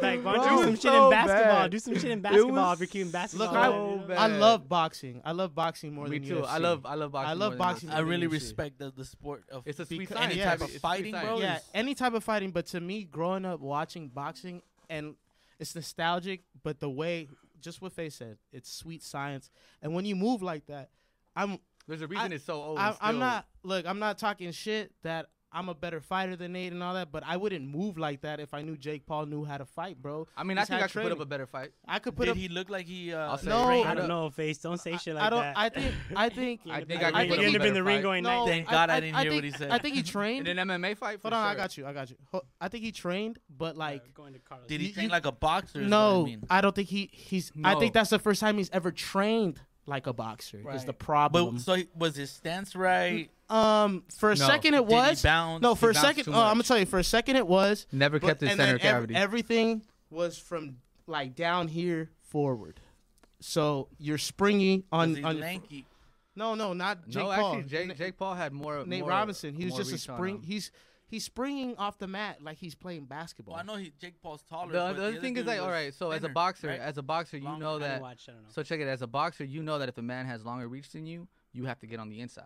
S1: Like, why
S3: Bro,
S1: don't you do some
S5: it's
S1: shit
S5: so
S1: in basketball?
S5: bad.
S1: Do some shit in
S5: It
S1: basketball
S5: was
S1: if you're cute in basketball.
S3: Look,
S1: you
S3: I-
S1: know?
S5: bad.
S3: I love boxing. I love boxing more
S5: Me
S3: than
S5: too. I
S3: UFC.
S5: love I love boxing.
S3: love
S5: more than
S3: boxing.
S5: UFC.
S4: I really
S3: Shit.
S4: respect the, the sport of
S5: It's a sweet
S4: beca-
S5: science.
S4: any
S3: Yeah,
S4: type
S3: it's a
S4: of
S5: sweet
S4: fighting,
S5: science.
S4: bro.
S3: yeah,
S4: is-
S3: any type of fighting. But to me, growing up watching boxing and it's nostalgic, but the way just what Faye said, it's sweet science. And when you move like that, I'm
S5: There's a reason
S3: I-
S5: Oh, it's so old.
S3: I,
S5: and
S3: I'm
S5: still-
S3: not look, I'm not talking shit that I'm a better fighter than Nate and all that, but I wouldn't move like that if I knew Jake Paul knew how to fight, bro.
S5: I mean, I
S3: He's
S5: think
S3: had
S5: I could put up
S3: training.
S5: a better fight.
S3: I could put
S4: Did
S3: up.
S4: he look like he? Uh,
S5: I'll say
S3: No,
S5: Reagan.
S1: I
S3: I-
S1: don't know, face. Don't say shit like
S3: I don't.
S1: that. (laughs)
S3: I think. I think.
S1: You
S5: I
S1: end
S5: think
S1: up-
S5: I
S1: you
S5: could
S1: end
S5: do
S1: up in
S5: better
S1: the ring
S5: fight.
S1: going
S3: no,
S1: night.
S4: Thank God I didn't hear
S3: think,
S4: what he said.
S3: I think he
S5: In
S3: trained.
S5: an MMA fight. For
S3: Hold on, I
S5: sure.
S3: got you. I got you. Ho- I think he trained, but like
S1: going to Carlos.
S4: did he
S3: you-
S4: train
S3: you-
S4: like a boxer? is what
S3: No,
S4: I mean.
S3: don't think he he's. I think
S5: No.
S3: that's the first time he's ever trained like a boxer. Is
S5: Right.
S3: the
S4: But
S3: problem?
S4: so he- was his stance right?
S3: um, for a
S5: No.
S3: second it
S4: Did he
S3: was
S4: bounce?
S3: no. For
S5: He
S3: a
S5: bounced
S3: second,
S5: too
S3: oh, I'm gonna
S5: much.
S3: tell you. For a second it was
S5: Never
S3: but-
S5: kept his
S3: and then
S5: center
S3: ev-
S5: cavity.
S3: everything was from like down here forward. So you're springy
S4: Was
S3: on
S4: he
S3: on.
S4: lanky?
S3: No, no, not Jake
S5: no,
S3: Paul.
S5: actually, Jake,
S3: N-
S5: Jake Paul had more.
S3: Nate
S5: more-
S3: Robinson. He was
S5: more
S3: just a
S5: reach on
S3: spring.
S5: him.
S3: He's he's springing off the mat like he's playing basketball.
S4: Well, I know he Jake Paul's taller.
S5: the,
S4: but
S5: the other thing is
S4: dude
S5: like,
S4: was
S5: all right, so as a
S4: thinner,
S5: boxer,
S4: right?
S5: as a boxer, you
S4: Long-
S5: know
S1: I didn't
S5: that.
S1: watch, I don't know.
S5: So check it. As a boxer, you know that if a man has longer reach than you, you have to get on the inside,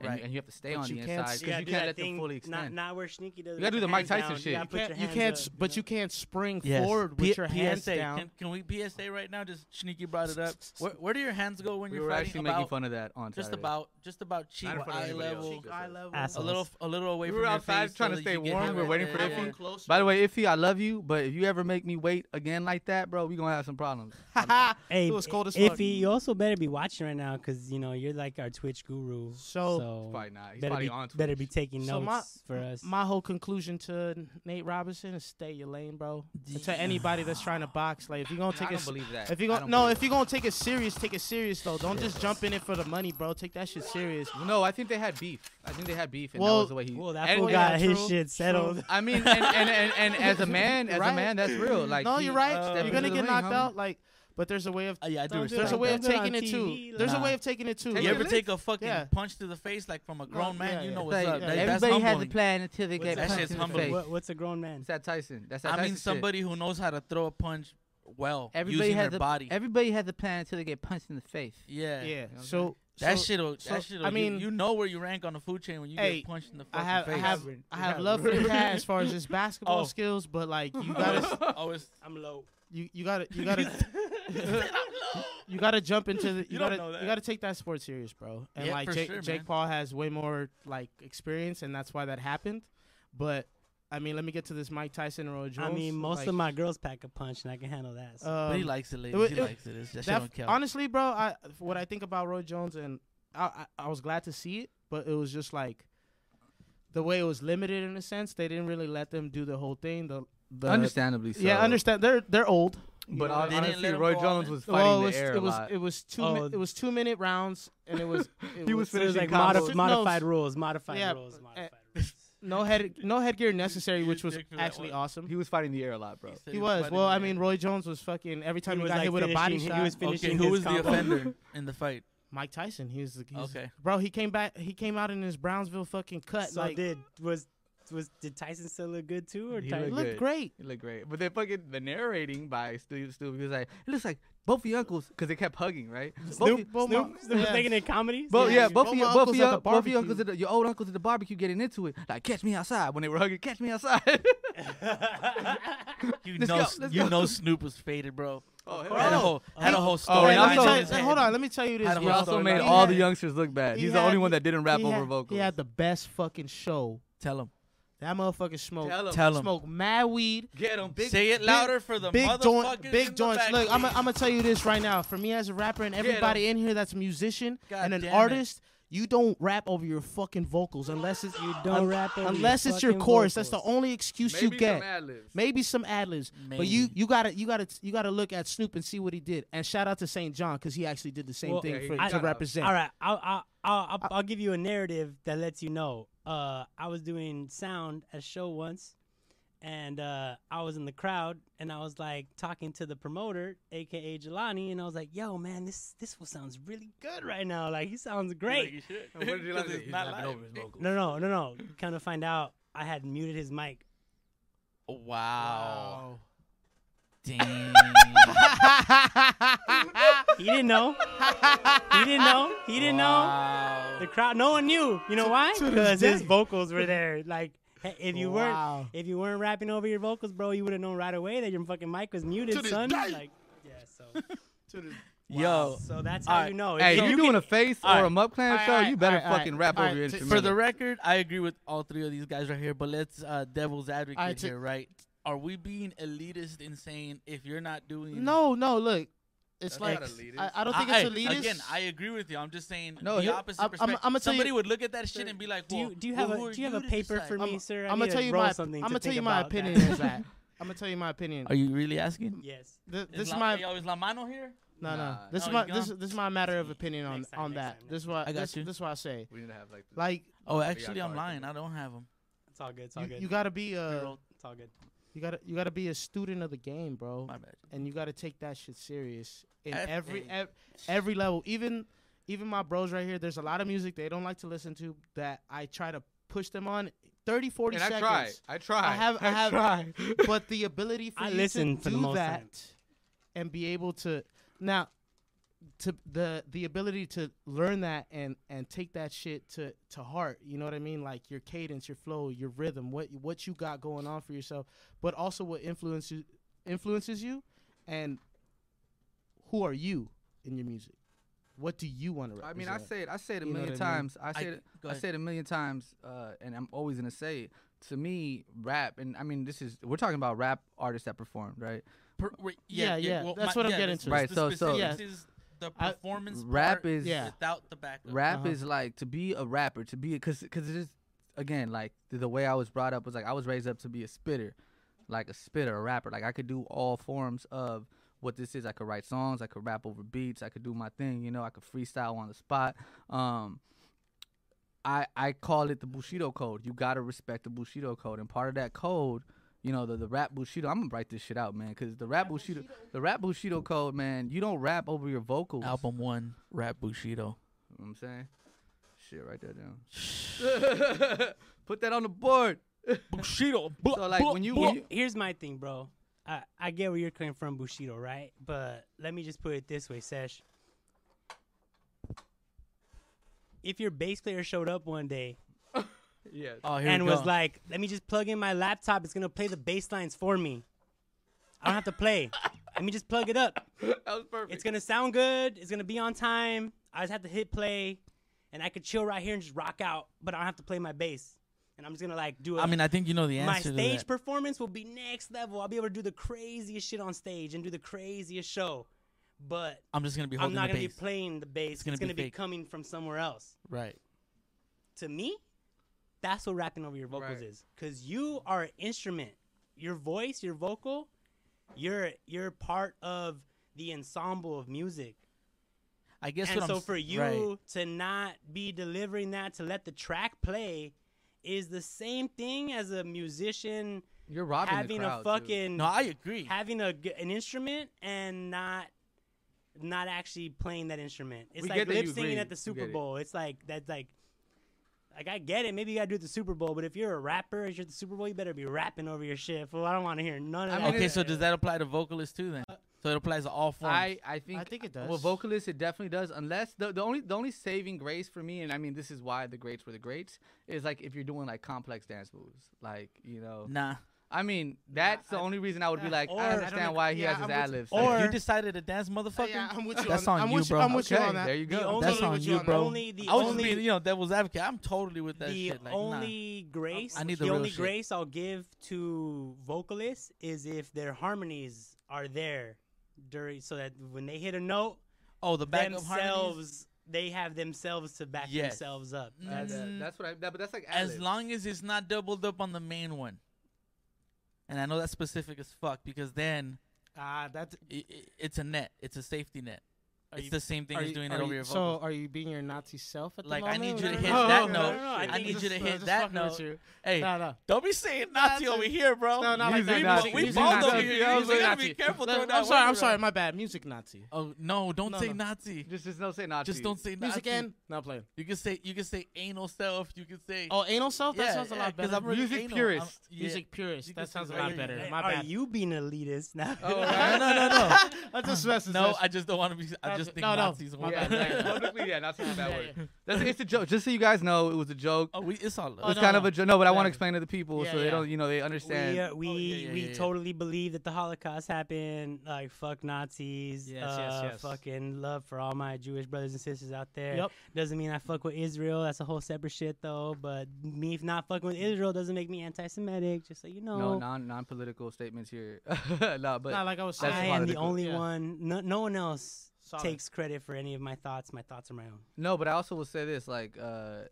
S5: and,
S4: Right.
S5: and you have to stay
S3: But
S5: on
S3: you
S5: the
S3: can't
S5: inside
S3: s-
S5: because you
S1: do
S5: can't
S1: that
S5: let them
S1: thing-
S5: fully
S1: Not,
S5: extend.
S1: not where Sneaky does.
S5: You gotta
S1: with
S5: do the Mike
S1: hands
S5: Tyson
S1: down.
S5: shit.
S1: You, gotta
S5: You
S1: put
S3: You
S1: your
S3: can't, you
S1: hands
S3: can't
S1: up,
S3: s-
S1: you
S3: but
S1: know?
S3: you can't spring
S4: Yes.
S3: forward with
S4: P-
S3: your hands
S4: PSA,
S3: down.
S4: Can, can we PSA right now? Just sneaky brought it up. Where, where do your hands go when
S5: We
S4: you're
S5: were
S4: fighting?
S5: actually
S4: about,
S5: making fun of that on
S4: just
S5: Saturday.
S4: about just about cheek
S5: Not in front of
S4: eye
S5: anybody else.
S4: level,
S5: Cheek eye
S3: level.
S4: a
S1: Asshole.
S4: little a little away
S5: We
S4: from
S5: were
S4: your
S5: outside
S4: face
S5: trying
S4: so
S5: to
S4: that
S5: stay
S4: you can
S5: warm.
S4: have
S5: We're
S4: it
S5: waiting for
S4: there.
S5: Iffy.
S4: Yeah.
S5: By the way, Iffy, I love you, but if you ever make me wait again like that, bro, we gonna have some problems.
S1: Hey,
S3: It was cold as fuck.
S1: Iffy, you also better be watching right now because you know you're like our Twitch guru.
S3: So-
S5: Probably not. He's
S1: Oh, better
S5: probably
S1: be,
S5: on
S1: better
S5: Twitch.
S1: be taking
S3: So
S1: notes
S3: my-
S1: for us.
S3: My whole conclusion to Nate Robinson is stay your lane, bro. And to anybody that's trying to box, like if you're gonna
S5: I
S3: take
S5: don't
S3: it,
S5: believe that.
S3: if you're
S5: I
S3: gonna
S5: don't
S3: no,
S5: believe
S3: if you're gonna take it serious, take it serious though. Don't just jump in it for the money, bro. Take that shit serious.
S5: that. no, I think they had beef. I think they had beef, and that
S3: Well-
S5: was the way he.
S1: well, that
S5: and-
S1: fool
S3: yeah,
S1: got his
S3: true,
S1: shit settled.
S3: true.
S5: I mean, and, and, and, and as a man, as
S3: Right.
S5: a man, that's real. Like,
S3: no,
S5: he-
S3: you're right.
S5: uh,
S3: you're
S5: step
S3: gonna
S5: into
S3: get
S5: the ring,
S3: knocked
S5: homie.
S3: out. Like, but there's a way of
S4: Uh, yeah, I do
S1: Don't
S4: respect
S1: do
S3: there's a
S1: like
S3: way
S1: that.
S3: of
S1: Don't do it
S3: taking
S1: on
S3: it too.
S1: TV,
S3: There's a
S4: nah.
S3: way of taking it too.
S5: Take
S4: You
S5: it
S4: ever
S5: licks?
S4: take a fucking
S3: Yeah.
S4: punch to the face like from a grown man?
S3: yeah,
S4: you
S3: yeah.
S4: know what's
S5: Like,
S4: up.
S3: yeah,
S4: That-
S3: yeah.
S4: that's
S5: Everybody has a
S4: humbling.
S5: plan until they
S1: What's
S5: get
S1: that
S5: punched
S4: shit's
S5: in the
S4: humbling.
S5: face.
S1: What, what's a grown man?
S5: It's that Tyson. That's
S4: I
S5: that Tyson
S4: mean,
S5: shit.
S4: somebody who knows how to throw a punch well,
S5: Everybody
S4: using
S5: has
S4: their
S5: a
S4: body.
S5: Everybody has a plan until they get punched in the face.
S4: yeah,
S3: Yeah.
S5: I'm
S3: So
S4: That
S3: so-
S4: shit'll.
S3: so,
S4: that shit'll.
S3: I
S4: you-
S3: mean-
S4: you, know where you rank on the food chain when you
S3: Hey,
S4: get punched in the fucking
S3: I have,
S4: face.
S3: I have,
S5: Calvin.
S3: I have
S5: Calvin.
S3: love for the cat as far as
S5: (laughs)
S3: his basketball
S4: Oh.
S3: skills, but like you gotta,
S4: Oh, it's-
S1: I'm low.
S3: you, you gotta, you
S4: (laughs)
S3: gotta, (laughs) you gotta jump into the, you,
S4: You don't
S3: gotta,
S4: know that.
S3: you gotta take that sport serious, bro. And
S4: Yeah,
S3: like
S4: for
S3: Jake,
S4: sure,
S3: Jake
S4: man.
S3: Paul has way more like experience, and that's why that happened. But I mean, let me get to this Mike Tyson and Roy Jones.
S1: I mean, most
S3: like,
S1: of my girls pack a punch, and I can handle that. So.
S4: but he
S3: um,
S4: likes it,
S3: wa-
S4: ladies. He
S3: it-
S4: likes it. It's- That shit
S3: that-
S4: don't count.
S3: honestly, bro, I what I think about Roy Jones and I, I, I was glad to see it, but it was just like the way it was limited in a sense. They didn't really let them do the whole thing. The, the
S5: Understandably so.
S3: Yeah, understand. They're they're old.
S5: But
S4: They
S5: hon-
S4: didn't let
S5: honestly,
S4: him
S5: Roy
S4: go all
S5: Jones
S4: in.
S5: was fighting
S3: Well, Oh, it was,
S5: the air
S3: it
S5: a
S3: was
S5: lot.
S3: it was two
S1: Oh.
S3: mi- it was two minute rounds and it was it
S5: He was
S1: so it was like
S5: finishing combos.
S1: modi-
S3: No,
S1: modified rules, modified
S3: yeah,
S1: rules,
S3: uh,
S1: modified rules.
S3: no head no headgear necessary,
S4: He
S3: which
S4: was
S3: was
S4: dick for that
S3: actually
S4: one.
S3: awesome.
S5: He was fighting the air a lot, bro.
S4: said
S3: He was.
S4: fighting
S3: Well,
S4: the
S3: I
S4: man.
S3: mean, Roy Jones was fucking every time
S1: He
S3: he,
S1: was,
S3: got
S1: like,
S3: hit with a body
S1: finishing-
S3: shot.
S1: he was
S4: Okay,
S1: finishing
S4: who
S1: his
S4: was the
S1: combo.
S4: offender in the fight?
S3: Mike Tyson. He was the he's,
S4: Okay.
S3: Bro, he came back. He came out in his Brownsville fucking cut.
S1: (laughs) So
S3: like,
S1: did was was did Tyson still look good too, or
S5: He
S1: Ty-
S3: it
S5: looked
S3: looked
S5: good.
S3: great.
S5: It looked great, but then fucking the narrating by Stu, Stu he was like, it looks like both of your uncles because they kept hugging, right? Both,
S3: Snoop- Both
S1: Snoop,
S3: my-
S1: Snoop was
S3: yeah.
S1: making it comedy.
S5: both, yeah,
S3: yeah,
S5: both
S3: both
S5: of
S3: my
S5: your, both of
S3: uncles at
S5: your,
S3: the
S5: both of your uncles
S3: barbecue.
S5: at the, your old uncles at the barbecue getting into it, like catch me outside when they were hugging, catch me outside. (laughs)
S4: You
S5: Let's
S4: know,
S5: go,
S4: S-
S5: let's
S4: you
S5: go.
S4: know, Snoop was faded, bro.
S5: oh, hell
S4: Had a
S5: yeah.
S4: whole, had a whole
S5: Oh,
S4: story.
S3: Hey,
S5: and
S3: let me
S5: also-
S3: tell you- hold on. Let me tell you this.
S4: Had a
S5: He
S3: bro.
S4: whole
S5: also
S4: storyline.
S5: made
S3: He
S5: all
S3: had-
S5: the youngsters look bad.
S3: he
S5: He's the only
S3: had-
S5: one that didn't rap
S3: he
S5: over
S3: had-
S5: vocals.
S3: He had the best fucking show.
S4: Tell him.
S3: That motherfucker smoked.
S5: Tell 'em.
S4: Tell him.
S3: Smoked mad weed.
S5: Get him, big.
S4: Say it louder for the
S3: Big joint,
S4: motherfuckers in
S3: big
S4: the
S3: joints.
S4: back.
S3: Look, I'm
S4: (laughs)
S3: gonna tell you this right now. For me as a rapper and everybody in here that's a musician
S4: God
S3: and an
S4: damn it.
S3: artist, you don't rap over your fucking vocals unless it's
S1: You don't
S3: un-
S1: rap over
S3: unless
S1: your
S3: it's your
S1: fucking
S3: chorus. That's the
S1: vocals.
S3: only excuse you get. Maybe some ad libs, but you
S4: Maybe.
S3: you gotta you gotta you gotta look at Snoop and see what he did. And shout out to St. John because he actually did the same
S1: Well,
S3: thing
S5: yeah, he
S3: for,
S5: got
S3: to
S5: out.
S3: represent.
S1: All right, I'll I'll, I'll, I'll, I'll give you a narrative that lets you know. Uh, I was doing sound at a show once, and uh, I was in the crowd, and I was like talking to the promoter, aka Jelani, and I was like, "Yo, man, this this one sounds really good right now. Like, he sounds great."
S5: What did you like to do?
S4: It's not
S5: Laugh it
S4: live.
S5: over his vocals.
S1: no, no, no, no. Come to find out, I had muted his mic.
S3: Wow.
S4: Wow. Damn.
S1: He didn't know. he didn't know. He didn't know. The crowd, no one knew. You know why?
S3: to this
S1: Because his
S3: day.
S1: vocals were there. Like, he- if you
S3: Wow.
S1: weren't, if you weren't rapping over your vocals, bro, you would have known right away that your fucking mic was muted,
S3: To this
S1: son.
S3: day.
S1: Like, yeah. (laughs) So,
S4: Yo,
S1: so that's how
S4: Alright.
S1: you know.
S5: Hey,
S1: So
S5: you,
S1: you
S5: doing a face
S4: Alright.
S5: or a Mup Clan
S3: Alright,
S5: show?
S3: alright,
S5: you better
S3: alright,
S5: fucking
S3: alright.
S5: rap over
S3: Alright,
S5: your
S3: to- for
S4: (laughs)
S5: instrument.
S4: for the record, I agree with all three of these guys right here, but let's uh, devil's advocate
S3: Alright, so-
S4: here, right? Are we being elitist in saying if you're not doing
S3: No, no, look. It's
S5: That's
S3: like
S5: not elitist.
S3: I, I don't think
S4: I-
S3: it's
S4: I-
S3: elitist.
S4: Again, I agree with you. I'm just saying
S5: No,
S4: the
S5: here-
S4: opposite
S3: I'm- I'm-
S4: perspective.
S3: I'ma tell you-
S4: Somebody would look at that shit and be like,
S1: do
S4: well,
S1: you do you have
S4: well, who
S1: a
S4: are
S1: do you have a
S4: to
S1: paper
S4: decide?
S1: for me,
S3: I'm-
S1: sir? I
S3: I'm
S1: need
S3: gonna
S1: to
S3: tell you
S1: roll
S3: my I'm
S1: something
S3: gonna
S1: to
S3: tell
S1: think
S3: you my
S1: about that.
S3: opinion
S1: (laughs)
S3: is that. I'm gonna tell you my opinion.
S4: Are you really asking?
S1: Yes.
S3: Th- this is
S4: La-
S3: my
S4: yo, is La Mano here?
S3: no no.
S5: Nah.
S3: This is
S4: Oh, you
S3: my
S4: gone?
S3: this, is- this is my matter of opinion on
S1: Next time,
S3: on
S1: next
S3: that.
S1: time, next
S3: This is what
S4: I got
S3: this,
S4: you.
S3: this is what I say.
S5: We need to have like. this-
S3: Like
S4: Oh,
S5: got
S4: actually, I'm
S5: cards,
S4: lying.
S5: didn't
S4: I don't have them.
S1: It's all good. It's all
S3: you,
S1: good.
S3: you gotta be a
S1: it's all good.
S3: you gotta you gotta be a student of the game, bro,
S4: My bad.
S3: and you gotta take that shit serious in
S4: F-
S3: every
S4: hey.
S3: ev- every level. Even even my bros right here. There's a lot of music they don't like to listen to that I try to push them on 30, 40
S5: And I
S3: seconds.
S5: try. (laughs) I try.
S3: I have- I have- (laughs)
S5: try.
S3: but the ability for
S1: I
S3: you
S1: listen
S3: to
S1: for the
S3: do
S1: most
S3: that
S1: time.
S3: and be able to now to the the ability to learn that and and take that shit to to heart you know what i mean like your cadence your flow your rhythm what what you got going on for yourself but also what influences influences you and who are you in your music what do you want to
S5: I
S3: represent
S5: mean, I say it. I say it a
S3: You know
S5: million
S3: what I mean?
S5: times. I
S4: I-
S5: said it.
S4: go
S5: I
S4: ahead.
S5: said it a million times, uh, and I'm always gonna say it. To me, rap, and I mean, this is we're talking about rap artists that performed, right?
S4: Per, wait,
S3: Yeah,
S4: yeah,
S3: yeah, that's what I'm getting
S4: the-
S3: to.
S5: Right,
S4: the
S5: so- so-
S4: specifics is the
S3: I-
S4: performance
S5: Rap
S4: part
S5: is-
S3: Yeah.
S4: without the backup.
S5: Rap
S3: Uh-huh.
S5: is like to be a rapper, to be because because it is again like the, the way I was brought up was like I was raised up to be a spitter, like a spitter, a rapper. Like I could do all forms of what this is. I could write songs, I could rap over beats, I could do my thing. You know, I could freestyle on the spot. Um, I I call it the Bushido code. You gotta respect the Bushido code, and part of that code, you know, the the rap Bushido. I'm gonna write this shit out, man, because the rap Bushido, the rap Bushido code, man. You don't rap over your vocals.
S4: Album one, Rap Bushido.
S5: You know what I'm saying? Shit, write that down. Put that on the board.
S4: Bushido.
S5: So, like, when you-
S1: Here-
S5: Well-
S1: here's my thing, bro. I, I get where you're coming from, Bushido, right? But let me just put it this way, Sesh. If your bass player showed up one day
S5: Yeah.
S4: oh, here
S1: and
S4: we go.
S1: was like, let me just plug in my laptop, it's going to play the bass lines for me. I don't have to play. let me just plug it up.
S5: that was perfect.
S1: It's going to sound good. It's going to be on time. I just have to hit play and I could chill right here and just rock out, but I don't have to play my bass. And I'm just going to like do it.
S4: I mean, I think you know the
S1: my
S4: answer
S1: stage
S4: to that.
S1: performance will be next level. I'll be able to do the craziest shit on stage and do the craziest show. But
S4: I'm just gonna be
S1: I'm
S4: holding
S1: not
S4: the
S1: gonna be
S4: bass.
S1: playing the bass. It's
S4: gonna
S1: gonna,
S4: be
S1: be,
S4: fake.
S1: coming from somewhere else.
S4: right.
S1: To me, that's what rapping over your vocals
S5: Right.
S1: is. Cause you are an instrument. Your voice, your vocal, you're you're part of the ensemble of music.
S4: I guess
S1: and
S4: what
S1: so
S4: I'm s-
S1: for you
S4: right.
S1: to not be delivering that, to let the track play is the same thing as a musician
S5: You're robbing
S1: having
S5: the crowd,
S1: a
S5: dude.
S1: fucking
S4: No, I agree.
S1: having a g- an instrument and not not actually playing that instrument. It's
S5: We
S1: like
S5: get that you
S1: lip singing
S5: agree.
S1: at the
S5: We
S1: Super
S5: get it.
S1: Bowl. It's like that's like like I get it. Maybe you gotta do it at the Super Bowl, but if you're a rapper, if you're at the Super Bowl, you better be rapping over your shit. Fool, I don't want to hear none of
S5: I
S1: that.
S5: mean,
S4: okay,
S5: it-
S4: so does that apply to vocalists too then? So it applies to all forms.
S5: I, I think
S3: I think it
S5: Well,
S3: does.
S5: vocalist, it definitely does. Unless the, the only the only saving grace for me, and I mean this is why the greats were the greats, is like if you're doing like complex dance moves, like you know.
S4: nah.
S5: I mean that's the only reason I would be like
S1: or-
S5: I
S1: I
S5: understand
S3: don't-
S5: why he
S3: yeah,
S5: has his
S3: I'm with
S5: ad
S3: you.
S5: libs.
S1: Or-
S4: If you decided to dance, motherfucker.
S3: Oh, yeah, I'm with you.
S4: That's
S3: on,
S4: on
S3: I'm
S4: you,
S3: with
S4: bro.
S3: You, I'm with you
S5: Okay,
S3: on that.
S5: there you
S1: the
S5: go.
S1: only,
S4: That's
S3: totally
S4: on
S3: with you on
S4: you,
S3: that.
S4: bro.
S1: only the
S4: I was
S1: only
S4: just being, you know, devil's advocate. I'm totally with that
S1: the
S4: shit. Like, nah.
S1: only grace
S4: I
S1: I
S4: need
S1: need
S4: the
S1: the,
S4: real
S1: only
S4: shit.
S1: grace I'll give to vocalists is if their harmonies are there during so that when they hit a note
S4: Oh, the backup harmonies.
S1: themselves they have themselves to back
S4: Yes.
S1: themselves up.
S3: Mm-hmm.
S5: That's,
S1: That's-
S4: Mm.
S5: that's what I. That, but that's like
S4: As
S5: ad-libs.
S4: long as it's not doubled up on the main one. And I know that's specific as fuck because then
S3: Ah, that's.
S4: i i it's a net. It's a safety net.
S3: Are
S4: it's
S3: you-
S4: the same thing
S3: are
S4: as
S3: you-
S4: doing
S3: are
S4: it over
S3: you-
S4: your
S3: So
S4: vocals.
S3: are you being your Nazi self at the
S4: Like, I
S3: moment?
S4: need you to
S3: No,
S4: hit
S3: no, no,
S4: that
S3: no, no,
S4: note.
S3: no,
S1: I
S3: think
S1: need
S3: it's
S4: you to
S3: just-
S4: hit
S3: just
S4: that
S3: fucking with
S4: note.
S3: you.
S4: hey,
S3: No, no.
S4: don't be saying Nazi
S3: Nazi.
S4: over here, bro.
S3: No, not like
S5: Music
S3: that.
S5: Nazi.
S4: we
S3: Music
S4: bald
S3: Nazi.
S4: over here.
S5: I
S4: You
S5: was
S4: just gotta
S5: Nazi.
S4: be careful.
S3: Look,
S4: throwing that
S3: I'm sorry.
S4: word
S3: I'm sorry.
S4: around.
S3: My bad. Music Nazi.
S4: Oh no! Don't
S3: No,
S4: say
S3: no.
S4: Nazi.
S5: just just don't say not.
S4: Just don't say Nazi.
S3: Music and not playing.
S4: You can say you can say anal self. You can say
S3: Oh, anal self. That sounds a lot
S4: because I'm
S3: better.
S4: really
S5: Music
S4: anal.
S5: purist.
S4: I'm- yeah.
S3: Music purist.
S4: You
S3: That
S4: can
S3: sounds a
S4: say
S3: lot
S4: that.
S3: better.
S1: Hey,
S3: My
S1: are
S3: bad.
S1: you being elitist (laughs) now?
S5: Oh,
S4: No, no, no, no.
S3: I just messed
S4: No, I just don't want to be.
S3: That's-
S4: I just think
S3: no, no.
S4: Nazis.
S3: My
S4: are-
S5: yeah,
S3: bad.
S5: like, publicly, yeah, Nazi's a bad word. That's, it's a joke. Just so you guys know, it was a joke.
S4: (laughs) oh, we, it's all.
S3: Oh,
S4: love.
S5: it's kind
S3: no.
S5: of a joke. No, but I want to
S3: Yeah.
S5: explain to the people
S3: Yeah,
S5: so they
S3: yeah.
S5: don't, you know, they
S1: we
S5: understand.
S1: uh, we,
S4: Oh, yeah, yeah,
S1: we
S4: yeah, yeah.
S1: totally believe that the Holocaust happened. Like fuck Nazis.
S3: Yes, yes,
S1: uh,
S3: yes.
S1: Fucking love for all my Jewish brothers and sisters out there.
S3: Yep.
S1: Doesn't mean I fuck with Israel. That's a whole separate shit though. But me if not fucking with Israel doesn't make me anti-Semitic. Just so you know.
S5: no non non political statements here. (laughs) no, but
S3: Not like I was
S5: That's
S1: I
S3: saying.
S1: am the
S5: political.
S1: only
S3: Yeah.
S1: one. No, no one else
S3: Solid.
S1: takes credit for any of my thoughts. My thoughts are my own.
S5: no, but I also will say this: like, uh,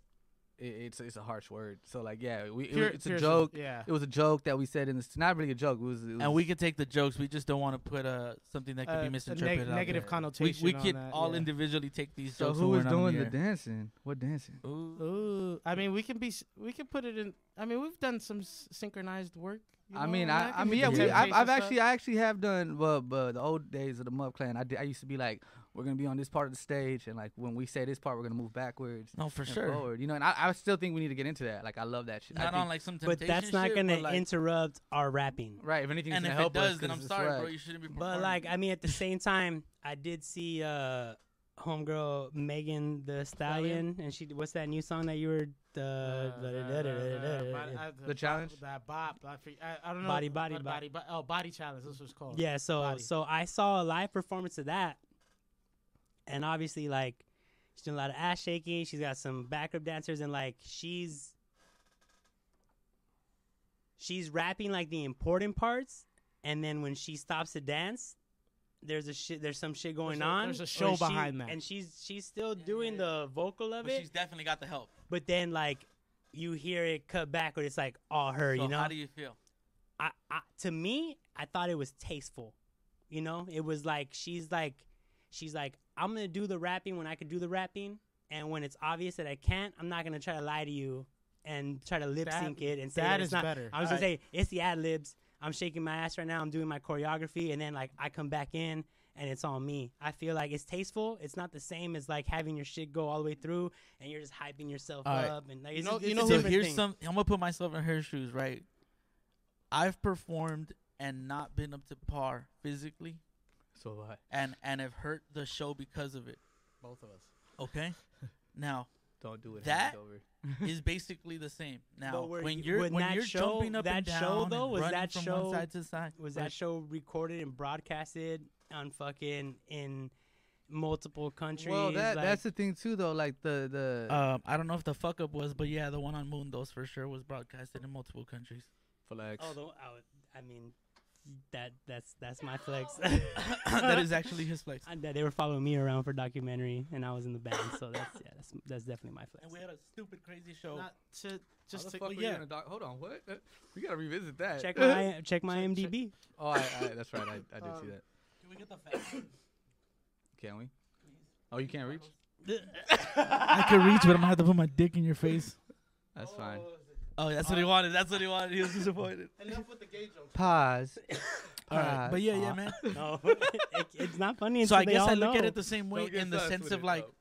S5: it, it's it's a harsh word. So like, yeah, we, it-
S3: Pure-
S5: it's a
S3: purist.
S5: joke.
S3: Yeah.
S5: It was a joke that we said in this. Not really a joke. It was. It was
S4: And we can take the jokes. We just don't want to put uh, something that could
S3: Uh, a
S4: be
S3: neg-
S4: misinterpreted. out
S3: negative
S4: there.
S3: connotation
S4: We, we
S3: on
S4: could
S3: that,
S4: all
S3: yeah.
S4: individually take these
S5: So
S4: jokes.
S5: who
S4: when
S5: was
S4: we're not on
S5: doing Oh, the
S4: air.
S5: dancing? What dancing?
S4: Ooh.
S3: Ooh, I mean, we can be, s- we can put it in. I mean, we've done some s- synchronized work. you
S5: I
S3: know,
S5: mean,
S3: and
S5: I,
S3: that
S5: I
S3: can
S5: mean,
S3: be
S5: yeah,
S3: the
S5: we,
S3: temptation
S5: I've, I've
S3: stuff.
S5: actually, I actually have done. Well, but the old days of the Muff Clan, I did, I used to be like, we're gonna be on this part of the stage, and like when we say this part, we're gonna move backwards.
S4: No, for
S5: and
S4: sure.
S5: Forward, you know, and I, I still think we need to get into that. Like, I love that shit. I
S4: Not
S5: think-
S4: on like some
S1: But
S4: temptation
S1: that's not
S4: shit,
S1: going to
S4: but, like,
S1: interrupt our rapping.
S5: right. If anything's
S4: And
S5: gonna
S4: if it
S5: help us,
S4: does,
S5: 'cause
S4: then I'm
S5: it's a
S4: sorry, bro.
S5: swag.
S4: You shouldn't be.
S1: But
S4: performing.
S1: like, I mean, at the same time, I did see uh, homegirl Megan the Stallion, and she what's that new song that you were the
S5: Uh, The challenge?
S3: That bop. I, fre- I, I don't know.
S1: Body, body,
S3: what
S1: body.
S3: bo- Oh, body challenge. That's what it's called.
S1: yeah. So
S3: Body.
S1: so I saw a live performance of that, and obviously like she's doing a lot of ass shaking. She's got some backup dancers, and like she's she's rapping like the important parts, and then when she stops to dance, there's a shit. There's some shit going
S3: a-
S1: on.
S3: there's a
S1: or
S3: show
S1: she-
S3: behind that.
S1: and she's she's still doing the vocal of
S4: but
S1: it,
S4: she's definitely got the help.
S1: but then like you hear it cut back, or it's like all
S4: So
S1: her. you know,
S4: how do you feel?
S1: I, I to me, I thought it was tasteful. You know, it was like she's like, she's like, I'm gonna do the rapping when I could do the rapping, and when it's obvious that I can't, I'm not gonna try to lie to you and try to lip sync it and say
S3: that
S1: that it's
S3: is
S1: not.
S3: better.
S1: I'm just gonna say it's the ad libs. I'm shaking my ass right now. I'm doing my choreography, and then like I come back in and it's on me. I feel like it's tasteful. It's not the same as like having your shit go all the way through and you're just hyping yourself
S4: All right.
S1: up. And like, it's,
S3: know-
S1: just- it's
S3: you know
S1: a
S3: who-
S4: so
S1: different
S4: here's
S1: thing.
S4: some. I'm gonna put myself in her shoes, right? I've performed and not been up to par physically,
S5: So what?
S4: and and have hurt the show because of it.
S3: Both of us.
S4: (laughs) Okay, now
S5: Don't do it.
S4: That-
S5: hands over.
S4: (laughs) is basically the same. Now
S1: were
S4: when
S1: you-
S4: you're
S1: when
S4: when
S1: that
S4: you're
S1: show-
S4: jumping up
S1: that
S4: and down
S1: show, though,
S4: and
S1: was
S4: running
S1: that
S4: from
S1: show-
S4: one side to the side,
S1: was
S4: like,
S1: that show recorded and broadcasted on fucking in multiple countries?
S5: Well, that
S1: like,
S5: that's the thing too, though. Like the the
S4: Um, I don't know if the fuck up was, but yeah, the one on Moondos for sure was broadcasted in multiple (laughs) countries.
S5: flex. Oh,
S1: although I, would- I mean, that that's that's my flex. (laughs)
S4: that is actually his flex.
S1: I- that they were following me around for documentary, and I was in the band, so that's yeah, that's that's definitely my
S4: And
S1: flex.
S4: we had a stupid crazy show.
S3: Not to
S5: How
S3: just
S5: the
S3: to
S5: fuck
S3: well,
S5: were you
S3: yeah.
S5: in a doc- Hold on, what? (laughs) We gotta revisit that. (laughs)
S1: Check my check my
S3: Check- check.
S1: IMDb.
S5: oh, I, I, that's right. I, I (laughs) did see
S3: Um,
S5: that.
S4: Can we get the
S1: (coughs)
S4: facts?
S5: Can we? Oh, you can't reach.
S4: I could reach, but I'm gonna have to put my dick in your face.
S5: That's fine.
S4: Oh, that's what he wanted. That's what he wanted. He was disappointed.
S3: Enough with the gay jokes.
S5: (coughs) Pause.
S4: All right, but yeah, yeah,
S1: (laughs)
S5: Uh,
S4: man. (laughs)
S1: No, it, it's not funny. Until
S4: So I
S1: they
S4: guess
S1: all
S4: I look
S1: know.
S4: at it the same way
S2: Don't get
S4: in the
S2: sus
S4: sense
S2: with
S4: of
S2: it,
S4: like,
S2: though.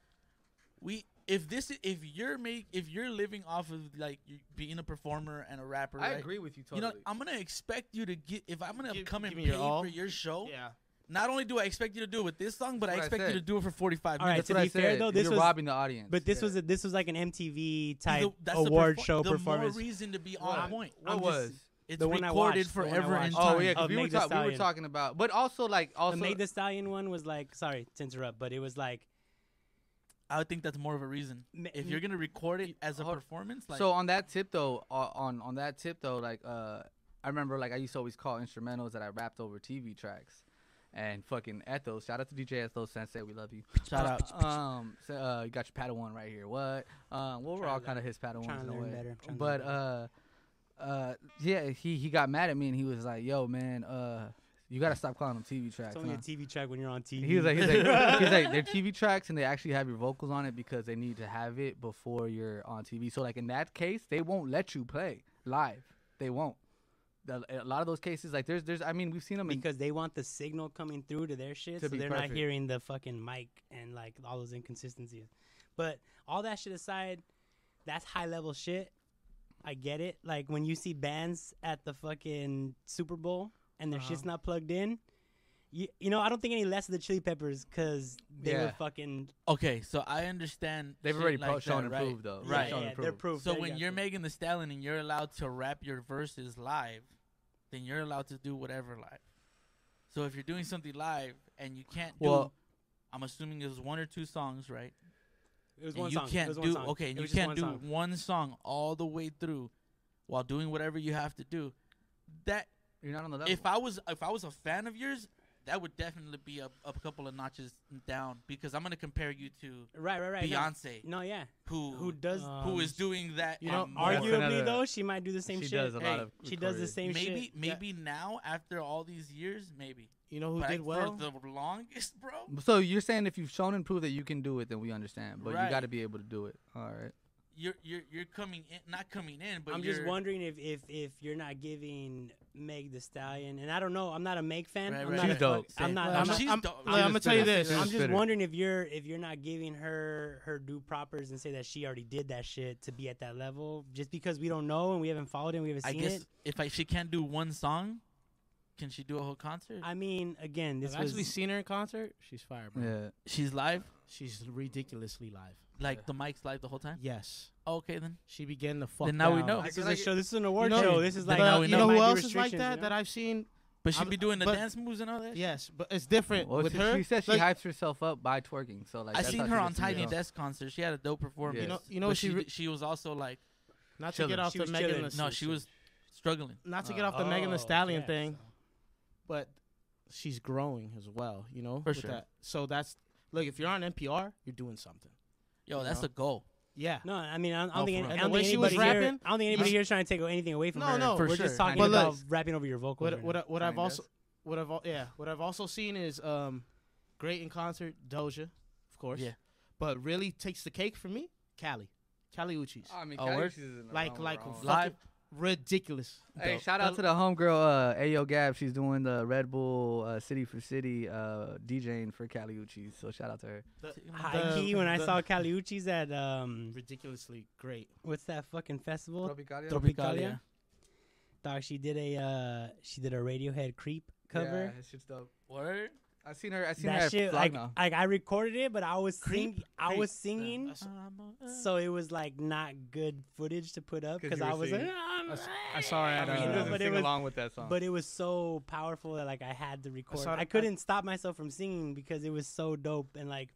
S4: we if this i- if you're make if you're living off of like you being a performer and a rapper,
S2: I
S4: right?
S2: agree with you
S4: You
S2: totally.
S4: know, I'm gonna expect you to get if I'm gonna
S3: Give-
S4: come and
S3: give me
S4: pay
S3: your all.
S4: for your show.
S3: Yeah.
S4: Not only do I expect you to do it with this song, but I
S5: That's what I
S4: expect you to
S5: said.
S4: do it for 45
S1: All right,
S4: minutes.
S5: That's
S1: to
S5: what I
S1: be fair,
S5: said.
S1: though, this
S5: You're
S1: was-
S5: robbing the auence.
S1: But this
S5: Yeah.
S1: was a, this was like an MTV type
S4: The- that's the
S1: award
S4: perfor-
S1: show
S4: the
S1: performance.
S4: More reason to be
S2: What?
S4: on point.
S5: What
S1: I'm just-
S5: was?
S4: It's
S1: The one I
S4: recorded
S1: watched, the one I
S4: forever in
S1: watched.
S5: Oh
S4: time.
S5: yeah, 'cause
S1: Of
S5: we were,
S1: Meg Thee
S5: talk- we were
S1: Stallion.
S5: talking about, but also like also
S1: the Meg The Stallion one was like, sorry to interrupt, but it was like,
S4: I would think that's more of a reason.
S1: Ma-
S4: If you're gonna record it as a
S5: hold-
S4: performance, like
S5: so on that tip though, o- on on that tip though, like uh, I remember like I used to always call instrumentals that I rapped over TV tracks, and fucking Ethos. Shout out to DJ Ethos Sensei, we love you.
S4: shout out.
S5: Uh, um, so, uh, you got your Padawan right here. What? Um, well, we're
S1: Tryna
S5: all
S1: learn-
S5: kind of his Padawans
S1: tryna
S5: in a
S1: learn
S5: way.
S1: better, tryna learn
S5: But uh, uh, yeah, he he got mad at me and he was like, "Yo, man, uh, you gotta stop calling them TV tracks."
S1: it's only
S5: huh?"
S1: a TV track when you're on TV.
S5: He was like, he's like, he's like, they're TV tracks and they actually have your vocals on it because they need to have it before you're on TV. So like in that case, they won't let you play live. They won't. The, a lot of those cases, like there's, there's, I mean, we've seen them. In,
S1: because they want the signal coming through to their shit,
S5: To
S1: so
S5: be
S1: they're
S5: perfect.
S1: not hearing the fucking mic and like all those inconsistencies. But all that shit aside, that's high level shit. I get it. Like when you see bands at the fucking Super Bowl and their
S3: Uh-huh.
S1: shit's not plugged in. You, you know, I don't think any less of the Chili Peppers because they
S5: Yeah.
S1: were fucking
S4: Okay, so I understand.
S5: they've
S4: shit
S5: already
S4: like
S5: pro- shown
S4: that,
S5: and
S4: right?
S5: proved though. They've
S4: Right.
S1: Yeah,
S5: shown
S1: yeah,
S5: and
S1: they're
S5: proved.
S1: proof.
S4: So
S1: There you
S4: when
S1: go.
S4: you're Megan the Stallion and you're allowed to rap your verses live, then you're allowed to do whatever live. So if you're doing something live and you can't do,
S5: Well-
S4: I'm assuming it was one or two songs, right?
S1: it was
S4: And
S1: one
S4: you
S1: song.
S4: can't
S1: it was one
S4: do
S1: song.
S4: okay,
S1: It
S4: and you
S1: was just
S4: can't
S1: one
S4: do
S1: song.
S4: one song all the way through while doing whatever you have to do. That
S5: You're not on the level.
S4: if I was if I was a fan of yours, that would definitely be a, a couple of notches down because I'm gonna compare you to
S1: right, right, right. no.
S4: Beyonce,
S1: No, yeah.
S4: who
S1: Who does?
S4: who
S3: Um,
S4: is doing that.
S3: you
S4: and
S3: don't
S4: more.
S5: That's
S1: arguably
S5: another-
S1: though, she might do the same
S5: she
S1: shit.
S5: does a lot
S4: Hey,
S5: of.
S1: she does the
S5: recorded-
S1: same shit.
S4: maybe
S1: Yeah.
S4: maybe now after all these years, maybe.
S3: You know who
S4: but I-
S3: did well?
S4: for the longest, bro?
S5: So you're saying if you've shown and proved that you can do it, then we understand. But
S4: Right.
S5: you got to be able to do it. All right.
S4: You're you're you're coming in, not coming in, but
S1: I'm
S4: you're,
S1: just wondering if, if if you're not giving Meg the Stallion, and I don't know. I'm not a Meg fan.
S4: Right,
S1: I'm
S4: right,
S1: not a
S5: She's dope.
S1: fuck- I'm not.
S4: Well,
S1: I'm,
S4: she's
S1: not,
S3: I'm,
S4: dope.
S3: I'm gonna
S5: She's
S3: tell you
S5: a
S3: this.
S5: spitter.
S1: I'm
S3: I'm
S1: just
S5: Spitter.
S1: wondering if you're if you're not giving her her due propers and say that she already did that shit to be at that level, just because we don't know and we haven't followed it and we haven't
S4: I
S1: seen
S4: guess
S1: it.
S4: if I, she can't do one song, can she do a whole concert?
S1: I mean, again, this
S3: I've
S1: was
S3: actually seen her in concert. She's fire, bro.
S5: Yeah.
S4: She's live,
S3: She's ridiculously live.
S4: like
S5: Yeah.
S4: the mic's live the whole time.
S3: yes,
S4: Okay, then
S3: she began to fuck.
S4: Then now we
S3: down.
S4: know.
S1: this
S5: I
S1: is
S5: like
S1: a
S5: it-
S1: show. This is an award
S3: know-
S1: show. This is like
S4: But now
S3: But
S4: we
S3: uh, you
S4: know.
S3: know
S1: Might
S3: who
S1: be
S3: else is like
S1: restrictions,
S3: that
S1: you
S3: that
S1: know?
S3: I've seen?
S4: But she
S3: I'm-
S4: be doing the
S3: but-
S4: dance moves and all that. shit?
S3: Yes, but it's different
S5: Well,
S3: with
S5: she,
S3: her.
S5: she says she
S3: like,
S5: hypes herself up by twerking. So like
S4: I
S5: that's
S4: seen
S5: how
S4: her
S5: she
S4: on
S5: gets in the
S4: Tiny
S5: zone.
S4: Desk concert. She had a dope performance.
S5: You
S3: know-
S4: Yes.
S3: you know
S4: But
S3: what
S4: she
S3: she re-
S4: did- she was also like
S3: not to
S5: chilling.
S3: get off
S1: She
S3: the
S1: was
S3: Megan.
S1: chilling.
S3: Thee-
S4: no, she was struggling.
S3: not to
S5: Uh,
S3: get off the Megan
S1: oh,
S3: Thee Stallion
S1: yeah,
S3: thing,
S1: so-
S3: but she's growing as well. You know,
S4: For
S3: with
S4: sure.
S3: that. So that's look. If you're on NPR, you're doing something.
S4: Yo,
S3: You
S4: that's
S3: know?
S4: a goal.
S3: Yeah.
S1: No, I mean, I don't, I
S4: No,
S1: don't think, any,
S4: for real.
S1: I
S3: And
S1: don't
S3: the way
S1: think
S3: she was
S1: anybody here.
S3: rapping,
S1: I don't think anybody
S3: you-
S1: here is trying to take anything away from
S3: No,
S1: her.
S3: no,
S1: we're
S4: for sure.
S1: just talking
S3: But
S1: about
S3: look-
S1: rapping over your vocals.
S3: What
S1: right
S3: what I- what
S5: Tiny
S3: I've also
S5: Desk.
S3: what I've al- yeah what I've also seen is um great in concert Doja, of course.
S4: Yeah.
S3: But really takes the cake for me, Cali, Cali Uchis.
S5: I mean,
S4: Oh,
S5: Kylie
S4: word?
S5: Jenner's in the
S3: like
S5: wrong
S3: like
S5: realm.
S3: fucking
S4: Live?
S3: ridiculous.
S5: Hey,
S3: dope.
S5: shout out to the homegirl uh, Ayo Gab. She's doing the Red Bull uh, City for City uh, DJing for Cali Uchis. So shout out to her.
S3: the-
S1: High
S3: the-
S1: key, when I
S3: the-
S1: saw Caliuchis at um,
S3: ridiculously great.
S1: what's that fucking festival?
S4: Tropicalia.
S1: Dog, she did a uh, she did a Radiohead "Creep" cover.
S5: Yeah, that shit's dope.
S4: Word.
S5: I seen her. I seen her
S1: that
S5: at
S1: shit, like,
S5: Flogna.
S1: like I recorded it, but I was
S4: Creep?
S1: singing. I
S4: Creep.
S1: was singing,
S3: I,
S1: so it was like not good footage to put up
S5: 'Cause
S1: because
S5: you
S1: I
S5: were
S1: was like,
S5: singing.
S1: "Ah,
S3: s-
S1: I'm
S3: I saw her
S1: I
S3: at.
S1: mean,
S3: Uh,
S1: you know, but it was-
S5: along with that song.
S1: but it was so powerful that like I had to record.
S3: saw it-
S1: I
S3: I-
S1: couldn't stop myself from singing because it was so dope and like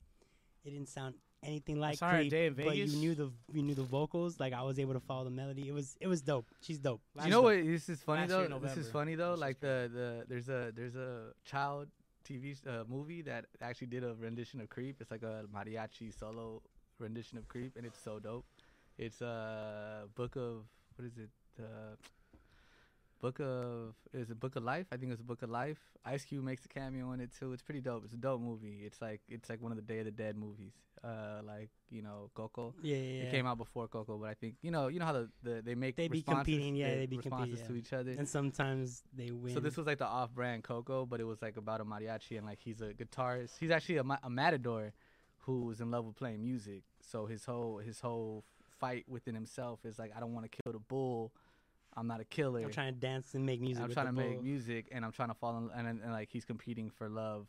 S1: it didn't sound anything like
S3: saw her at
S1: Creep,
S3: Day in
S1: but you
S3: Vegas.
S1: knew the you knew the vocals. Like I was able to follow the melody. It was it was dope. She's dope.
S5: you know what? This is funny
S3: last year in
S5: though. This
S3: November.
S5: is funny
S3: This
S5: though.
S3: is
S5: Like the, the there's a there's a child TV sh- uh, movie that actually did a rendition of Creep. It's like a mariachi solo rendition of Creep, and it's so dope. It's a uh, book of what is it? Uh, Book of is it Book of Life? I think it's Book of Life. Ice Cube makes a cameo in it too. It's pretty dope. It's a dope movie. It's like it's like one of the Day of the Dead movies. Uh, like you know Coco.
S1: Yeah, yeah, yeah.
S5: It came out before Coco, but I think you know you know how the, the they make
S1: They be
S5: responses-
S1: competing, yeah,
S5: their
S1: they be
S5: responses
S1: competing,
S5: to each other.
S1: and sometimes they win.
S5: So this was like the off-brand Coco, but it was like about a mariachi and like he's a guitarist. He's actually a, ma- a matador who was in love with playing music. So his whole his whole fight within himself is like I don't want to kill the bull. I'm not a killer.
S1: I'm trying to dance and make music.
S5: I'm
S1: with
S5: trying
S1: the
S5: to make
S1: bull.
S5: music and I'm trying to fall in and, and, and like he's competing for love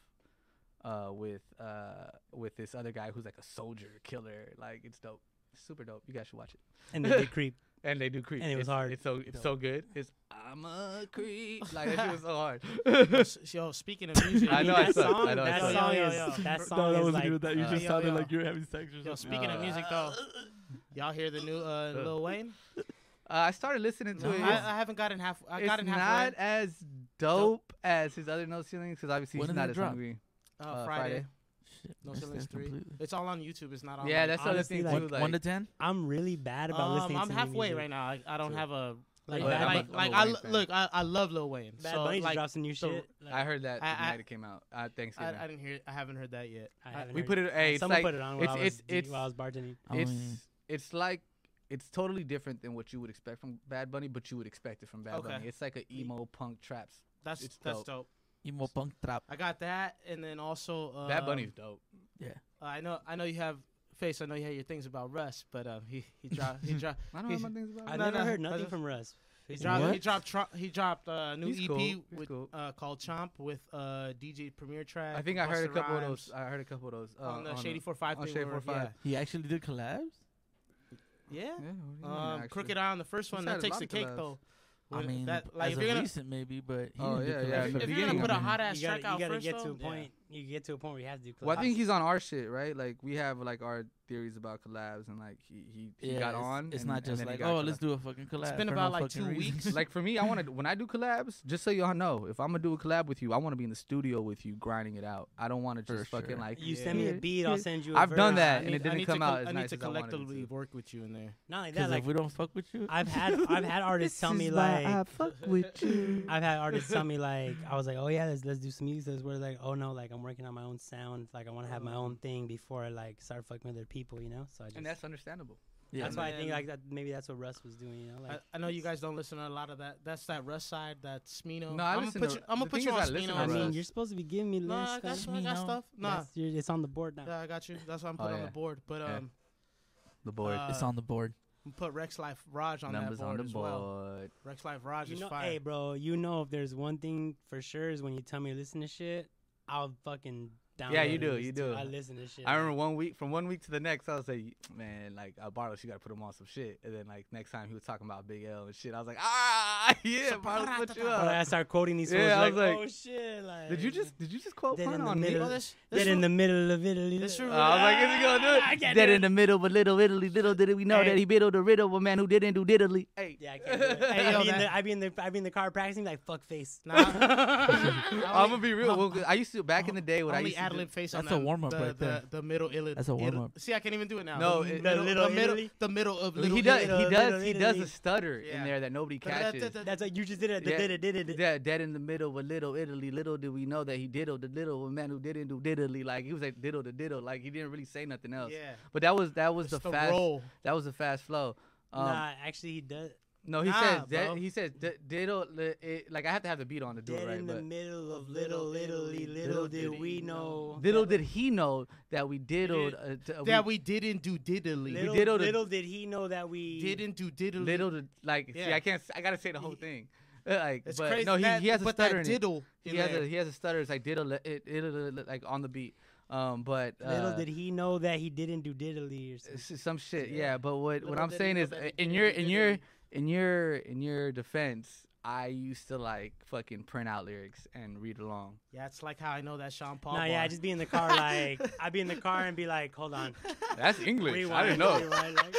S5: uh with uh with this other guy who's like a soldier killer. Like it's dope. Super dope. You guys should watch it.
S1: and they did creep.
S5: And they do creep.
S1: And it was
S5: It's-
S1: hard.
S5: It's so it's
S1: Dope.
S5: so good. It's I'm a creep. (laughs) Like that shit was so hard.
S2: (laughs)
S3: Yo, speaking of music,
S5: (laughs) I know
S1: that
S5: I suck.
S1: song.
S5: I know I
S1: that
S5: suck.
S1: song
S3: Yo, yo,
S1: is.
S3: yo.
S1: That
S3: (laughs)
S2: No,
S1: song is
S2: that wasn't
S1: like.
S2: good. That you
S5: uh,
S2: just
S3: yo,
S2: sounded
S3: yo.
S2: like you were having sex or
S3: Yo,
S2: something.
S3: speaking of
S5: Uh,
S3: music though, y'all hear the new uh, Lil Wayne?
S5: Uh, I started listening to
S3: No,
S5: it.
S3: I, I haven't gotten half. I
S5: it's
S3: gotten
S5: not
S3: halfway.
S5: as dope as his other no ceilings because obviously
S2: When
S5: he's
S2: did it
S5: not as
S2: drop?
S5: hungry.
S3: Uh,
S5: uh,
S3: Friday.
S5: Friday.
S2: Shit,
S3: No
S2: missed
S3: ceilings
S2: that
S3: three.
S2: completely.
S3: It's all on YouTube. It's not on.
S5: yeah,
S3: my-
S5: that's
S1: honestly,
S5: the other
S1: like-
S5: thing too. Like,
S2: One to ten.
S1: I'm really bad about listening
S3: um, I'm
S1: to new
S3: halfway
S1: music.
S3: right now. I, I don't
S5: Too.
S3: have a
S1: Like,
S3: like.
S5: But
S1: Bad,
S5: I'm a-
S3: like,
S5: I'm a
S3: like
S5: Wayne
S3: I l-
S5: fan.
S3: look, I, I love Lil Wayne.
S1: Bad
S3: so
S1: Bunny just
S3: like,
S1: dropped some new
S3: so-
S1: shit.
S5: I heard that
S3: I-
S5: the night
S3: I-
S5: it came out. Uh,
S3: I,
S5: Thanksgiving.
S3: I didn't hear. I haven't heard that yet.
S1: I
S3: I-
S1: haven't
S5: we
S1: heard
S5: put it. Hey, it's
S1: someone
S5: like
S1: put it on while, I
S5: it's-
S1: was,
S5: it's-
S1: de-
S5: it's-
S1: while I was bartending.
S2: I
S4: Oh,
S2: don't
S5: it's
S2: even-
S5: it's like it's totally different than what you would expect from Bad Bunny, but you would expect it from Bad
S3: Okay.
S5: Bunny. It's like an emo punk traps.
S3: That's
S5: It's
S3: that's
S5: dope.
S3: dope.
S2: emo punk trap.
S3: I got that, and then also uh,
S5: Bad Bunny's dope.
S3: I know I know you have face. I know you had your things about Russ, but uh, he he dropped he dropped
S5: I don't know
S3: he's-
S5: my things about.
S1: I've
S3: Oh, No,
S5: it.
S1: never
S3: no,
S1: heard
S3: I
S1: nothing
S3: just-
S1: from Russ.
S3: he
S1: Is
S3: dropped
S2: What?
S3: he dropped tro- he dropped a new
S5: He's
S3: EP
S5: cool. He's
S3: with,
S5: cool.
S3: uh, called Chomp with uh, DJ Premier Track.
S5: I think I heard a
S3: Busta
S5: couple of
S3: Rhymes
S5: those. I heard a couple of those uh,
S3: on the
S5: a-
S3: Shady Four Five
S5: on
S3: thing.
S5: Shady
S3: we were-
S5: 4-5.
S2: He actually did collabs.
S3: Yeah. yeah.
S5: Yeah, what do you mean,
S3: Um,
S5: actually?
S3: Crooked Eye on the first
S5: He's
S3: one
S5: had
S3: that
S5: a
S3: takes
S5: lot
S3: the
S5: of
S3: cake
S5: collabs.
S3: though.
S2: I
S3: When
S2: mean,
S3: that, like
S2: as
S3: if you're
S2: of
S3: gonna
S2: recent maybe, but he
S5: Oh,
S2: didn't do
S5: yeah, yeah,
S2: collabs.
S5: in the
S3: if you're gonna
S5: beginning,
S3: put
S5: I
S3: a
S5: mean,
S3: hot ass
S1: you gotta,
S3: track out
S1: you gotta
S3: first
S1: get
S3: though,
S1: to a point.
S3: Yeah.
S1: You get to a point where you have to do.
S5: Well, I think
S1: collabs.
S5: he's on our shit, right? Like we have like our theories about collabs, and like he he, he
S2: Yeah,
S5: got
S2: it's-
S5: on.
S2: It's
S5: and-
S2: not
S5: and
S2: just
S5: then he
S2: like
S5: got
S2: oh,
S5: collabed.
S2: let's do a fucking collab.
S3: been
S2: for no
S3: about, like,
S2: fucking
S3: two
S2: reason.
S3: weeks.
S5: like for me, I want to when I do collabs. Just so y'all know, if I'm gonna do a collab with you, I want to be in the studio with you, grinding it out. I don't want to
S2: For
S5: just fucking
S2: sure.
S5: like
S1: You send me a
S5: Yeah.
S1: beat, I'll send you. i
S5: I've done that,
S3: I
S5: and
S3: need-
S5: it
S3: I
S5: didn't
S3: need to
S5: come
S3: col-
S5: out as
S3: I need
S5: nice
S3: to
S5: as I wanted it
S3: collectively
S5: to.
S3: work with you in there.
S1: Not like that.
S2: Because
S1: Like
S2: if we don't fuck with you,
S1: I've had, I've
S5: (laughs)
S1: had artists tell me like,
S2: I fuck with you.
S1: I've had artists tell me like, I was like, oh yeah, let's let's do some music. Where like, oh no, like I'm working on my own sound. Like I want to have my own thing before I like start fucking with other people, you know. So I just,
S5: Oh. and that's understandable.
S1: (laughs)
S2: Yeah.
S1: that's why I think
S3: And-
S1: like that maybe that's what Russ was doing, you know. Like
S3: I, I know you guys don't listen to a lot of that. That's that Russ side. That's Smino.
S5: No, I
S3: am gonna
S5: listen
S3: put
S5: to-
S3: you. I'm
S5: the
S3: gonna put
S5: thing
S3: you
S5: is
S3: on
S5: I listen
S3: Smino.
S5: to
S1: I
S5: Russ.
S1: mean,
S3: Russ.
S1: you're supposed to be giving me
S3: no, I
S1: lists.
S3: got,
S1: fam.
S3: you, I got
S2: Smino.
S3: stuff. Nah,
S1: That's- you're- it's on the board now.
S3: yeah, I got you. That's what I'm
S5: Oh,
S3: putting on
S5: yeah.
S3: the board. But
S5: Yeah.
S3: um,
S5: The board.
S3: uh,
S2: it's on the board.
S3: put Rex Life Raj on
S5: Numbers
S3: that
S5: on
S3: board
S5: the
S3: as
S5: board.
S3: well. Rex Life Raj
S1: You
S3: is
S1: know,
S3: fire.
S1: hey, bro, you know if there's one thing for sure is when you tell me to listen to shit, I'll fucking download.
S5: Yeah,
S1: it
S5: you
S1: and
S5: do,
S1: listen
S5: you
S1: to it.
S5: do.
S1: I listen to shit.
S5: I remember one week from one week to the next, I was like, man, like Barlos, you gotta put him on some shit. And then like next time he was talking about Big L and shit, I was like, ah, (laughs) yeah, Barlos, put you
S1: Or I
S5: up.
S1: start quoting these.
S5: Yeah,
S1: fools,
S5: I was
S1: like,
S5: like,
S1: oh shit. Like,
S5: Did you just did you just quote
S1: Then
S5: pun
S1: in the
S5: on me?
S1: middle-
S3: Oh, this, this
S1: Dead in
S3: one-
S1: the middle of Italy.
S3: this
S1: Ah,
S3: room-
S5: Oh, (laughs) I was like, is he gonna do it?
S1: I can't
S5: Dead
S1: do
S5: in the middle, but little Italy, little did we know
S1: Hey.
S5: that he biddled the riddle, but man who didn't do diddly. Hey,
S1: Yeah, I can't do
S5: (laughs)
S1: it. Hey,
S3: yo,
S1: I, be in
S3: that-
S1: the, I be in the I be in the car practicing like fuck face.
S3: Nah, I only-
S5: I'm gonna be real. Well, I used to back in the day when I
S3: only
S5: used to
S3: ad
S5: do-
S3: lib face on
S2: That's a
S3: that-
S2: warm-up
S3: the,
S2: right
S3: the,
S2: there.
S3: The middle Italy.
S2: That's a warm-up.
S3: See, I can't even do it now.
S5: No,
S3: the
S5: it-
S3: middle,
S1: The Little
S3: the middle,
S1: Italy?
S3: the middle of little
S5: he does. He
S1: Italy,
S5: does. He
S1: Little
S5: does a
S1: Italy.
S5: stutter in
S3: Yeah.
S5: there that nobody catches.
S1: That's like you just did it.
S5: Yeah.
S1: Did it. Did it. Did it.
S5: Yeah, dead in the middle with little Italy. Little did we know that he diddled the little man who didn't do diddly. Like he was like diddle to diddle. Like he didn't really say nothing else.
S3: Yeah.
S5: But that was that was
S3: It's
S5: the, fast.
S3: roll.
S5: That was the fast flow. Um,
S1: Nah, actually, he does.
S5: No, he
S3: Nah,
S5: says
S3: bro.
S5: that, he says di- diddle. li- It, like I have to have the beat on to do
S1: Dead
S5: it right.
S1: in the
S5: But
S1: middle of little Italy. Little did we know.
S5: little did he know that we diddled. Uh, t- uh,
S3: That we didn't do diddly.
S1: Little,
S5: diddled the-
S1: little did he know that we
S3: didn't do diddly.
S5: little to, like. See,
S3: Yeah.
S5: I can't. s- I gotta say the whole thing. Uh, Like,
S3: It's
S5: but
S3: crazy.
S5: no, he,
S3: that,
S5: he has a
S3: but
S5: stutter
S3: that
S5: in it.
S3: diddle.
S5: he has a he has a stutter. It's like diddle it, it, it like on the beat. Um, but uh,
S1: Little did he know that he didn't do diddly or
S5: s-
S1: something.
S5: some shit.
S1: Yeah.
S5: Yeah, but what what
S3: Little
S5: I'm
S3: did he
S5: saying
S3: know
S5: is
S3: that
S5: uh,
S3: he
S5: in
S3: did
S5: your
S3: it,
S5: in
S3: did
S5: your
S3: he?
S5: in your in your defense, I used to like fucking print out lyrics and read along.
S3: Yeah, it's like how I know that Sean Paul.
S1: No, yeah, I just be in the (laughs) car like I'd be in the car and be like, hold on,
S5: That's
S3: (laughs)
S5: English.
S1: rewind,
S5: I didn't know.
S1: rewind, like-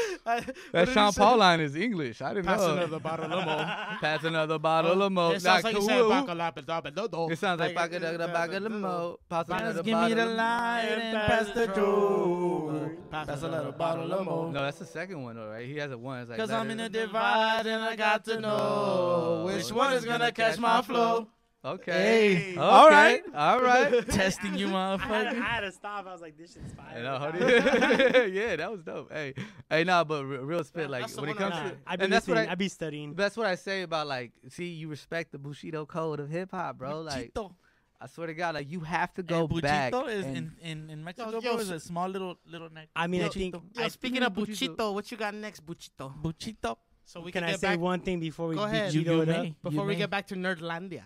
S5: That Sean Paul line is English. I didn't
S3: Pass
S5: know.
S3: another bottle of limo.
S5: (laughs) Pass another bottle of mo.
S3: It sounds like you said uh,
S5: who- who-
S3: bacalao,
S5: It sounds
S3: uh,
S5: like pack another bottle of mo. Pass another
S2: give me the
S5: bottle of-
S2: line and pass the
S3: Joe.
S2: Joe.
S3: Pass
S4: That's
S3: another
S4: another bottle of mo.
S5: No, that's the second one, though, right? He has a one. It's like,
S4: Cause I'm in
S5: better-
S4: a divide and I got to know which one is gonna catch my flow.
S5: Okay.
S4: Hey.
S5: All right. All right.
S3: (laughs)
S4: Testing you,
S1: I had, I
S4: motherfucker.
S1: had to stop. I was like, this shit's fire.
S5: Hey, no, hold it. (laughs) yeah, that was dope. Hey, hey, nah, but re- real spit. Like
S3: that's the
S5: when it
S3: one I
S5: comes to,
S3: like.
S5: (laughs)
S1: I be
S5: and that's what
S1: listening.
S5: I,
S1: I, be studying.
S5: that's what I say about like, see, you respect the Bushido code of hip hop, bro. Like,
S4: Chito.
S5: I swear to God, like you have to go
S4: And Buchito
S5: back.
S4: is
S5: and-
S4: in, in, in Mexico,
S3: Yo,
S4: bro,
S3: yo,
S4: is
S3: so-
S4: a small little little neck.
S1: I mean, I
S4: Buchito.
S1: think.
S3: Yo,
S1: I-
S3: speaking of
S5: Buchito.
S3: Buchito, what you got next, Buchito?
S4: Buchito.
S3: So we
S1: can
S3: can,
S1: I
S3: get
S1: say
S3: back
S1: one thing before we
S3: Go ahead.
S1: beat you,
S3: You
S1: it up?
S4: may.
S3: before
S4: You
S3: we
S4: may.
S3: get back to Nerdlandia.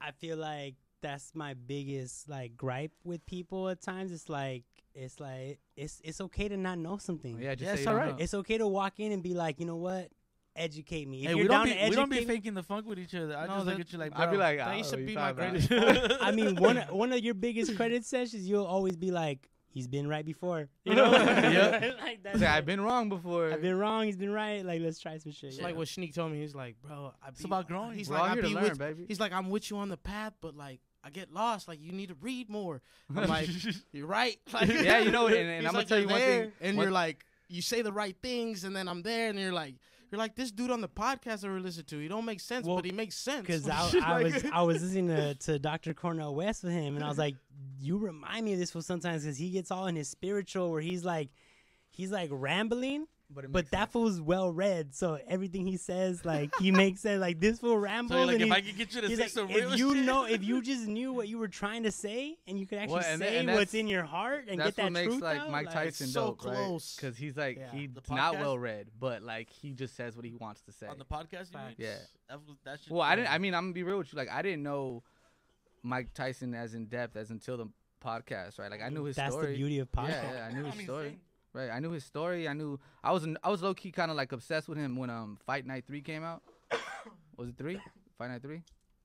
S1: I feel like that's my biggest like gripe with people at times. It's like it's like it's it's okay to not know something.
S5: (laughs) yeah, just
S4: Yeah,
S5: say
S4: it's
S5: you don't
S4: alright.
S5: know.
S1: It's okay to walk in and be like, you know what? Educate me. If
S4: Hey,
S1: you're
S4: we
S1: down
S4: don't, be,
S1: to educate
S4: we don't be
S1: me-
S4: faking the funk with each other. I
S3: No,
S4: just look
S3: that-
S4: at you like, bro.
S5: I'd be like,
S3: that
S5: I don't
S3: used
S5: know
S3: to
S5: what
S3: be
S5: you
S3: my
S5: talking about.
S3: greatest. (laughs)
S1: I mean, one one of your biggest credit sessions, you'll always be like, he's been right before. (laughs) You know?
S5: Yep.
S1: like that's
S5: Say,
S1: it.
S5: I've been wrong before.
S1: I've been wrong. He's been right. Like, let's try some shit.
S3: It's
S1: you
S3: like
S1: know?
S3: what Sneak told me. He's like, bro, I be-
S4: about growing.
S3: He's
S5: We're all
S3: like, I
S5: here to
S3: be
S5: learn,
S3: with,
S5: baby.
S3: He's like, I'm with you on the path, but like, I get lost. Like, you need to read more.
S5: (laughs)
S3: I'm like, you're right. Like,
S5: Yeah, you know, and- and
S3: he's
S5: I'ma
S3: like,
S5: tell you
S3: "You're
S5: one thing-
S3: there," And
S5: one-
S3: you're like, you say the right things, and then I'm there, and you're like, you're like this dude on the podcast that we listen to. He don't make sense,
S1: Well,
S3: but he makes
S1: (laughs)
S3: sense.
S1: Cause I, I was I was listening (laughs) to, to Dr. Cornell West with him, and I was like, "You remind me of this one sometimes, cause he gets all in his spiritual, where he's like, he's like rambling,
S5: But, it
S1: but
S5: makes
S1: that
S5: sense.
S1: fool's well read, so everything he says, like he makes sense. Like this fool
S4: (laughs) so
S1: rambles,
S4: you're like,
S1: and
S4: if
S1: he-
S4: I could get you to
S1: he's
S4: say
S1: like,
S4: some real
S1: if you
S4: shit.
S1: know, if you
S5: (laughs)
S1: just knew what you were trying to say, and you could actually
S5: and tha-
S1: say
S5: and
S1: what's
S5: that's-
S1: in your heart and
S5: that's
S1: get that
S5: what makes
S1: truth
S5: like
S1: out,
S5: Mike
S3: it's
S5: Tyson
S3: so
S5: dope,
S3: close.
S5: Because he's like
S3: Yeah.
S5: he's
S4: The
S5: not
S4: podcast?
S5: well read, but like he just says what he wants to say.
S4: on the podcast, you mean?
S3: Facts.
S5: Yeah.
S4: That was- that shit-
S5: Well, I didn't. I mean, I'm gonna be real with you. Like, I didn't know Mike Tyson as in depth as until the podcast, right? Like, I knew his
S1: That's
S5: story.
S1: the beauty of podcast.
S5: Yeah, yeah, I knew
S4: I
S5: his
S4: mean,
S5: story.
S4: same.
S5: Right, I knew his story. I knew I was I was low key kind of like obsessed with him when um Fight Night Three came out. (coughs) was it three? Fight Night Three,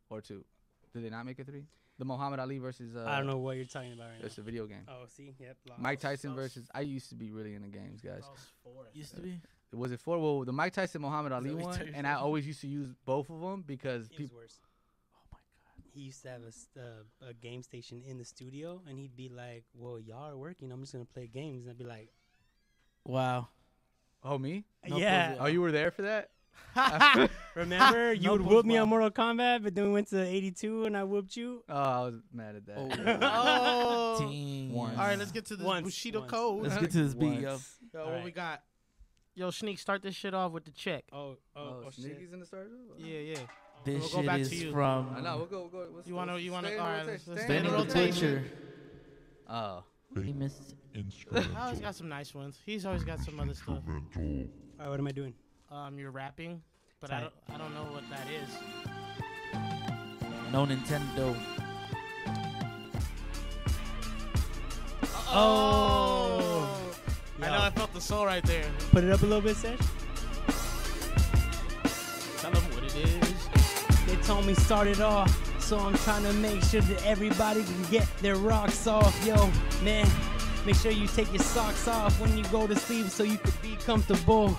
S5: or two? Did they not make it three? The Muhammad Ali versus uh,
S1: I don't know what you're talking about right
S5: It's a video game.
S1: now. Oh, see, yep. lost.
S5: Mike Tyson
S3: so-
S5: versus I used to be really into games, guys.
S1: Oh.
S4: Used to be.
S5: Was it four? Well, the Mike Tyson Muhammad
S4: that
S5: Ali
S4: what you
S5: one,
S4: told
S5: and I always used to use both of them because
S1: He was
S5: people.
S1: worse.
S5: Oh
S1: He used to have a, s- uh, a game station in the studio, and he'd be like, "Well, y'all are working. I'm just gonna play games." And I'd be like,
S4: (laughs) Wow.
S5: Oh me?
S4: No
S1: "Yeah,
S4: pussy.
S5: Oh, you were there for that?
S1: (laughs)
S5: (laughs)
S1: remember you
S3: No
S1: would
S3: puss,
S1: whoop me on
S3: wow.
S1: Mortal Kombat, but then we went to '82, and I whooped you."
S5: Oh, I was mad at (laughs) that.
S3: (laughs) oh.
S4: Damn.
S5: One.
S3: All right, let's get to this
S1: Once,
S3: Bushido
S1: once.
S3: code. (laughs)
S4: Let's get to this beat, yo.
S5: Once.
S3: Yo,
S1: All
S3: what
S1: right.
S3: we got? Yo, Sneak, start this shit off with the check.
S1: Oh, oh,
S5: Oh,
S1: oh shit.
S5: Sneaky's in the starter.
S3: Yeah, yeah.
S4: This
S3: We'll go
S4: shit
S3: back to
S4: is
S3: you.
S4: from
S5: I know. We'll go. We'll go. Let's
S3: You
S5: go.
S3: wanna- you wanna-
S5: Stay in
S3: all right,
S5: rotation,
S3: let's- let's
S5: stay in
S3: Benny
S4: Benny the
S3: rotation.
S4: Butcher.
S5: Oh,
S2: Famous
S3: I always got some nice ones. He's always got some other stuff.
S1: All right, what am I doing?
S3: Um, you're rapping, but I
S1: Tight.
S3: don't, I don't know what that is.
S4: No Nintendo.
S3: Oh. I
S1: Yo.
S3: know I felt the soul right there.
S1: Put it up a little bit, Sesh.
S3: Tell them what it is.
S1: They told me start it off, so I'm trying to make sure that everybody can get their rocks off. Yo, man, make sure you take your socks off when you go to sleep so you can be comfortable.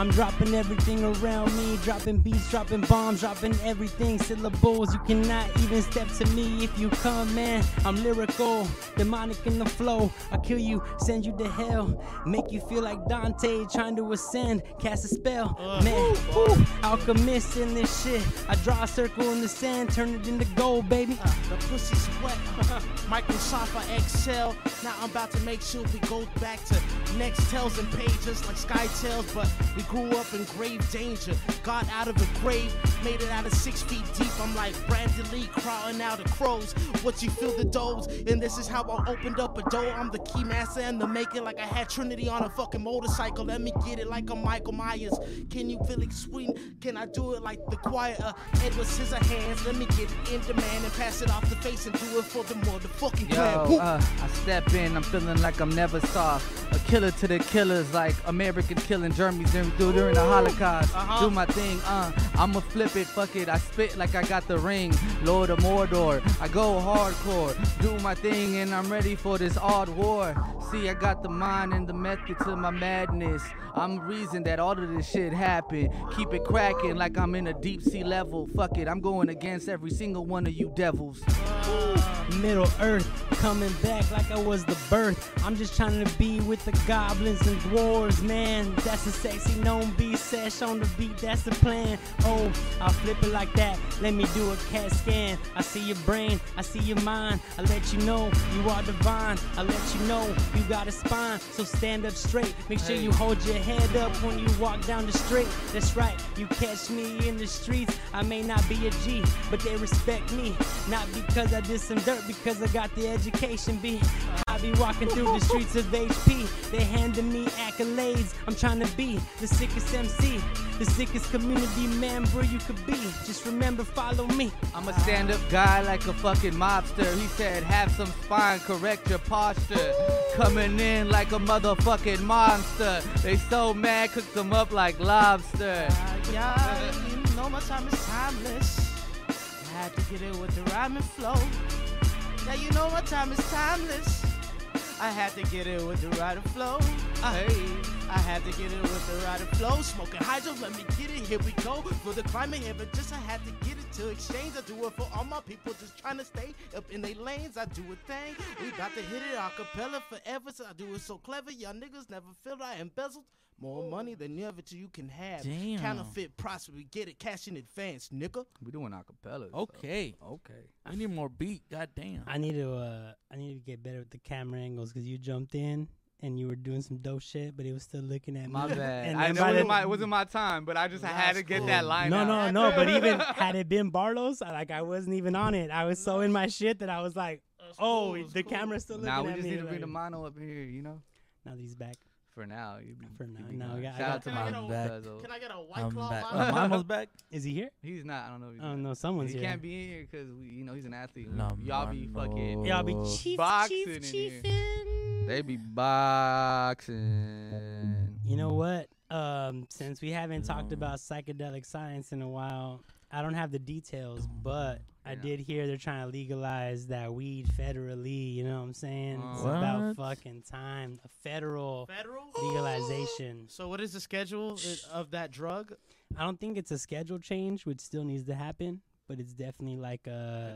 S1: I'm dropping everything around me, dropping beats, dropping bombs, dropping everything. Syllables, you cannot even step to me if you come, man. I'm lyrical, demonic in the flow. I kill you, send you to hell, make you feel like Dante trying to ascend, cast a spell,
S3: Ugh.
S1: man. Ooh, alchemist in this shit. I draw a circle in the sand, turn it into gold, baby.
S3: The pussy's wet. (laughs) Microsoft or Excel. Now I'm about to make sure we go back to Nextels and pages like SkyTales, but we grew up in grave danger. Got out of a grave, made it out of six feet deep. I'm like Brandon Lee crawling out of crows. What you feel the doves, and this is how I opened up a door. I'm the key master and the making like I had Trinity on a fucking motorcycle. Let me get it like a Michael Myers. Can you feel it sweet? Can I do it like the choir? Uh, Edward Scissorhands. Let me get it in demand and pass it off the face and do it for the motherfucking clan.
S5: Yo,
S3: Whoop.
S5: uh, I step in, I'm feeling like I'm never soft. A killer to the killers, like Americans killing Germans and do during the Holocaust.
S3: Uh-huh.
S5: Do my thing, uh. I'ma flip it, fuck it. I spit like I got the ring. Lord of Mordor, I go hardcore. Do my thing and I'm ready for this odd war. See, I got the mind and the method to my madness. I'm the reason that all of this shit happened. Keep it cracking like I'm in a deep sea level. Fuck it, I'm going against every single one of you devils.
S1: Middle Earth coming back like I was the birth. I'm just trying to be with the goblins and dwarves, man. That's a sexy known B sesh on the beat, that's the plan. Oh, I'll flip it like that. Let me do a CAT scan. I see your brain, I see your mind. I let you know you are divine. I let you know you got a spine, so stand up straight. Make sure you hold your head up when you walk down the street. That's right, you catch me in the streets. I may not be a G, but they respect me. Not because I did some dirt, because I got the education, B. I be walking through the streets of HP. They handing me accolades. I'm trying to be the sickest MC, the sickest community member you could be. Just remember, follow me.
S5: I'm a stand up guy like a fucking mobster. He said, have some spine, correct your posture. Coming in like a motherfucking monster. They so mad, cooked them up like lobster.
S3: yeah, you know my time is timeless. I had to get it with the rhyme and flow. Yeah, you know my time is timeless. I had to get it with the ride and flow. Ah, Hey, I had to get it with the ride and flow. Smoking hydro, let me get it. Here we go. For the climate here, but just I had to get it to exchange. I do it for all my people just trying to stay up in their lanes. I do a thing. We got to hit it a cappella forever. So I do it so clever. Y'all niggas never feel I embezzled. More money than ever till you can have.
S4: Damn.
S3: Counterfeit props, we get it cash in advance, nigga.
S5: We're doing acapellas. so-
S4: Okay.
S5: Okay.
S4: I need more beat. Goddamn.
S1: I need to uh I need to get better with the camera angles because you jumped in and you were doing some dope shit, but it was still looking at (laughs)
S5: My
S1: me.
S5: bad.
S1: And
S5: I,
S1: then
S5: it,
S1: by
S5: wasn't
S1: the-
S5: my, it wasn't my time, but I just had to get that line
S1: no,
S5: out.
S1: no,
S5: (laughs)
S1: no. But even had it been Barlow's, I- like I wasn't even on it. I was so in my shit that I was like,
S3: uh,
S1: oh, the camera's still looking
S5: Now we
S1: at
S5: just
S1: me.
S5: need to bring the
S1: like-
S5: mono up here, you know?
S1: now that he's back.
S5: For now. you'd be-
S1: For
S5: you'd
S1: now,
S5: be
S1: now we
S5: good.
S1: got- I
S5: Shout out to
S3: got-
S5: my
S3: Can I get
S4: a-
S5: Bezel.
S3: Can I get a white
S4: I'm
S3: claw?
S4: back.
S3: mama?
S5: (laughs)
S4: Uh, Mama's back.
S1: Is he here?
S5: He's not. I don't know. If he's
S1: Oh
S5: not.
S1: no, someone's
S5: He
S1: here.
S5: can't be in here because you know he's an athlete. We- Y'all be fucking.
S1: Y'all be
S2: Oh.
S1: chief,
S5: Boxing in
S1: chief,
S5: here.
S1: chiefing.
S5: They be boxing.
S1: You know what? Um, since we haven't
S5: Mm.
S1: talked about psychedelic science in a while, I don't have the details, but I
S5: Yeah.
S1: did hear they're trying to legalize that weed federally. You know what I'm saying? It's
S5: Uh,
S1: about
S2: What?
S1: fucking time. A federal
S3: Federal?
S1: legalization.
S3: So what is the schedule i- of that drug?
S1: I don't think it's a schedule change, which still needs to happen. But it's definitely like uh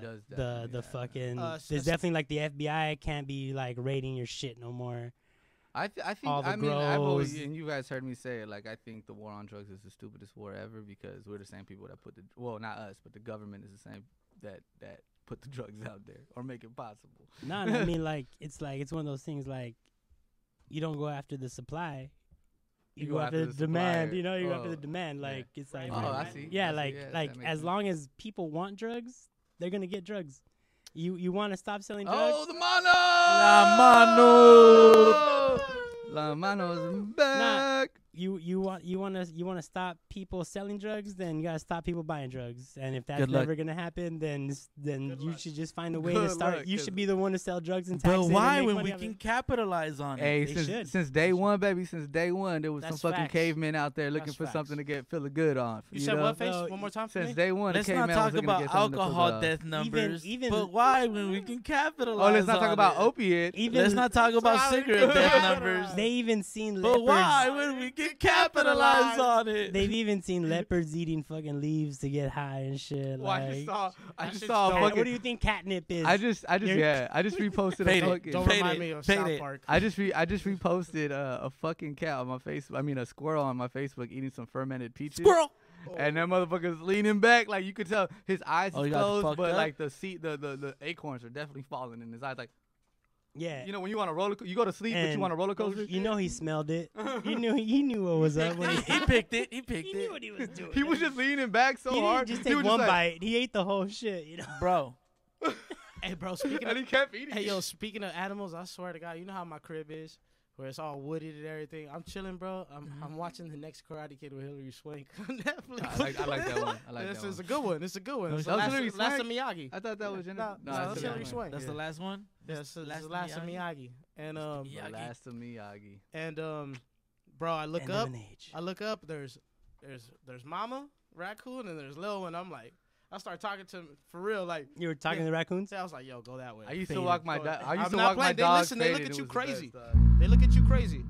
S5: does
S1: the
S5: definitely
S1: the
S5: happen.
S1: fucking.
S3: Uh, s-
S1: there's
S3: s-
S1: definitely like the FBI can't be like raiding your shit no more.
S5: I, th- I think
S1: All the
S5: I mean I've always
S1: grows.
S5: and you guys heard me say it, like I think the war on drugs is the stupidest war ever because we're the same people that put the well not us but the government is the same that that put the drugs out there or make it possible.
S1: No, I mean like it's like it's one of those things like you don't go after the supply. You, go, after, the, demand,
S5: supplier.
S1: you know. You go after
S5: Oh,
S1: the demand,
S5: yeah.
S1: like it's like,
S3: Oh, I
S1: like-
S5: see,
S1: yeah,
S5: I see,
S1: like
S5: yeah, that
S1: like
S5: makes
S1: as
S5: sense.
S1: long as people want drugs, they're gonna get drugs. You you want to stop selling drugs?
S5: Oh the mono La mano's back.
S1: you you want you want to you want to stop people selling drugs, then you gotta stop people buying drugs. And if that's
S4: Good luck.
S1: never gonna happen, then s- then
S3: Good
S1: you
S3: luck.
S1: should just find a way to
S5: Good
S1: start.
S5: luck,
S1: you
S5: 'cause-
S1: should be the one to sell drugs and taxes.
S4: But why when we can capitalize on it?
S5: Hey,
S1: They
S5: since,
S1: should.
S5: since day one, baby, since day one, there was
S3: That's
S5: some fucking
S3: facts.
S5: cavemen out there looking
S3: That's
S5: for
S3: facts.
S5: something to get feeling good on.
S3: You, said
S5: know?
S3: what face?
S1: Well,
S3: One more time for me.
S5: Since day one,
S4: Let's
S5: the
S4: not
S5: caveman was
S4: talk
S5: looking to
S4: about
S5: get something to feel good
S4: alcohol
S5: on.
S4: death numbers.
S1: even-
S4: but why when we can capitalize?
S5: Oh, let's not
S4: on
S5: talk about
S4: it?
S5: opiates.
S1: even
S4: Let's not talk about
S3: Sorry.
S4: cigarette death numbers.
S1: They even seen
S4: But
S1: leopards.
S4: why when we can capitalize on it?
S1: They've even seen leopards eating fucking leaves to get high and shit.
S5: Well, I just
S1: like-
S5: saw. I
S3: that
S5: just
S3: shit's
S5: saw.
S3: dope.
S5: A
S1: Cat- what do
S5: fucking,
S1: you think catnip is?
S5: I just. I just.
S1: You're-
S5: Yeah. I just reposted
S4: Fade
S5: a
S4: it.
S5: fucking.
S3: Don't
S4: Fade
S3: remind
S4: it.
S3: me of
S4: Fade
S3: South
S4: it.
S3: Park.
S5: I just. Re, I just reposted uh, a fucking cat on my Facebook. I mean, a squirrel on my Facebook eating some fermented peaches.
S4: Squirrel.
S5: And that motherfucker's leaning back, like you could tell his eyes
S4: Oh,
S5: is
S4: he got
S5: closed,
S4: fucked
S5: but
S4: up?
S5: like the seat, the, the the acorns are definitely falling in his eyes. Like
S1: yeah.
S5: you know, when you on a roller, co- you go to sleep, but
S1: And
S5: you on a roller coaster.
S1: You know he smelled it. (laughs) You knew he knew what was up. when
S4: he,
S1: he,
S4: he picked it. He picked
S1: he
S4: it.
S1: knew what he (laughs) was doing.
S5: he was just leaning back so
S1: He
S5: hard.
S1: didn't just take
S5: was
S1: one
S5: like-
S1: bite. He ate the whole shit. You know.
S4: Bro,
S3: Hey, bro. Speaking
S5: (laughs) and
S3: of,
S5: he kept eating.
S3: (laughs) hey,
S5: it.
S3: yo. Speaking of animals, I swear to God, you know how my crib is, where it's all wooded and everything. I'm chilling, bro. I'm I'm watching the next Karate Kid with Hillary Swank (laughs) on Netflix.
S5: I like- I like that one. I like
S3: this
S5: that
S3: is a
S5: one.
S3: good one. It's a good one. It's
S5: that
S3: the
S5: was
S3: last,
S5: Hilary
S3: last of
S5: Swank?
S3: Miyagi.
S5: I thought that was Jennifer.
S3: No, no,
S5: that's
S3: that's
S5: Jennifer.
S3: Hilary Swank.
S4: that's the
S5: Yeah.
S4: last one.
S3: Yes, it's
S4: Last
S3: the
S4: of
S3: last of Miyagi. And um,
S5: The
S4: Miyagi.
S5: last of Miyagi.
S3: and um, bro, I look
S1: End
S3: up.
S1: of an age.
S3: I look up. There's there's there's Mama Raccoon and there's Lil and I'm like, I start talking to him for real. Like, (laughs)
S1: You were talking to raccoons?
S3: so I was like, yo, go that way.
S5: I used to
S1: Faded.
S5: walk my
S3: Go
S5: dog.
S3: that-
S5: I used
S3: I'm
S5: to
S3: not
S5: walk my
S3: playing. They
S5: dog.
S3: listen, they look
S5: faded.
S3: at
S5: It
S3: you
S5: was the
S3: crazy.
S5: best, dog.
S3: They look at you crazy.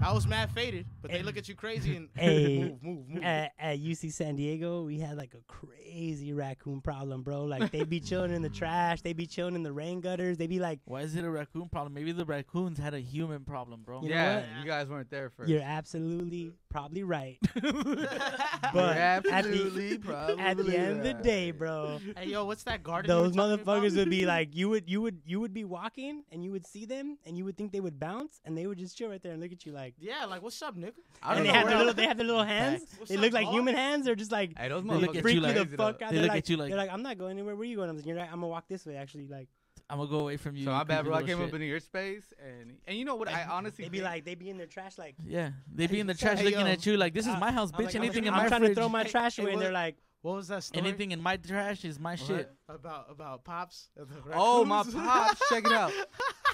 S3: I was mad faded, but they look at you crazy and
S1: (laughs) Hey.
S3: (laughs) move, move,
S5: Mm-hmm.
S3: move.
S1: At, at UC San Diego, we had like a crazy raccoon problem, bro. Like they be chilling
S5: (laughs)
S1: in the trash, they be chilling in the rain gutters, they be like,
S2: Why is it a raccoon problem? Maybe the raccoons had a human problem, bro.
S1: You know
S5: yeah,
S1: what?
S5: you guys weren't there first.
S1: "You're absolutely probably
S5: (laughs)
S1: right."
S5: You're
S1: But at the-
S5: absolutely,
S1: (laughs)
S5: probably
S1: At the end of the day,
S5: right. (laughs)
S1: bro,
S3: hey, yo, what's that garden? you
S1: those
S3: were talking
S1: motherfuckers
S3: about?
S1: would be like, you would, you would, you would be walking, and you would see them, and you would think they would bounce, and they would just chill right there and look at you like.
S3: (laughs) Yeah, like what's up, nigga?
S5: I don't
S1: and they had
S5: know
S1: their
S5: where I
S1: little,
S5: was-
S1: they had their
S5: (laughs)
S1: little hands.
S3: What's
S1: They
S3: up,
S1: look like
S3: dog?
S1: human hands. They're just like
S5: Hey, those
S2: They look
S5: motherfuckers
S2: at
S1: freak
S2: you
S1: you
S2: like-
S1: the
S5: crazy,
S1: fuck
S5: though.
S1: out.
S2: They
S1: They're
S2: look
S1: like,
S2: at you like-
S1: they're like, I'm not going anywhere. Where you going? I'm like, you're like, I'm gonna walk this way. Actually, like
S2: I'm gonna go away from you.
S5: So
S2: you
S5: my bad,
S2: creepy
S5: bro. I
S2: little
S5: came
S2: shit.
S5: up into your space, and and you know what? I honestly
S1: they be
S5: think-
S1: like, they be in their trash. Like
S2: Yeah, they be in the
S1: Hey,
S2: trash
S3: yo.
S2: looking at you like this is
S1: Uh,
S2: my house,
S1: I'm like,
S2: bitch. Anything in
S1: I'm,
S2: my
S1: I'm trying
S2: fridge,
S1: to
S2: (laughs)
S1: throw my
S3: Hey,
S1: trash
S3: hey,
S1: away, and
S3: what-
S1: they're like,
S3: What was that story?
S2: anything in my trash is my shit.
S3: about about pops? and the
S5: Oh my
S3: raccoons?
S5: pops, check it out.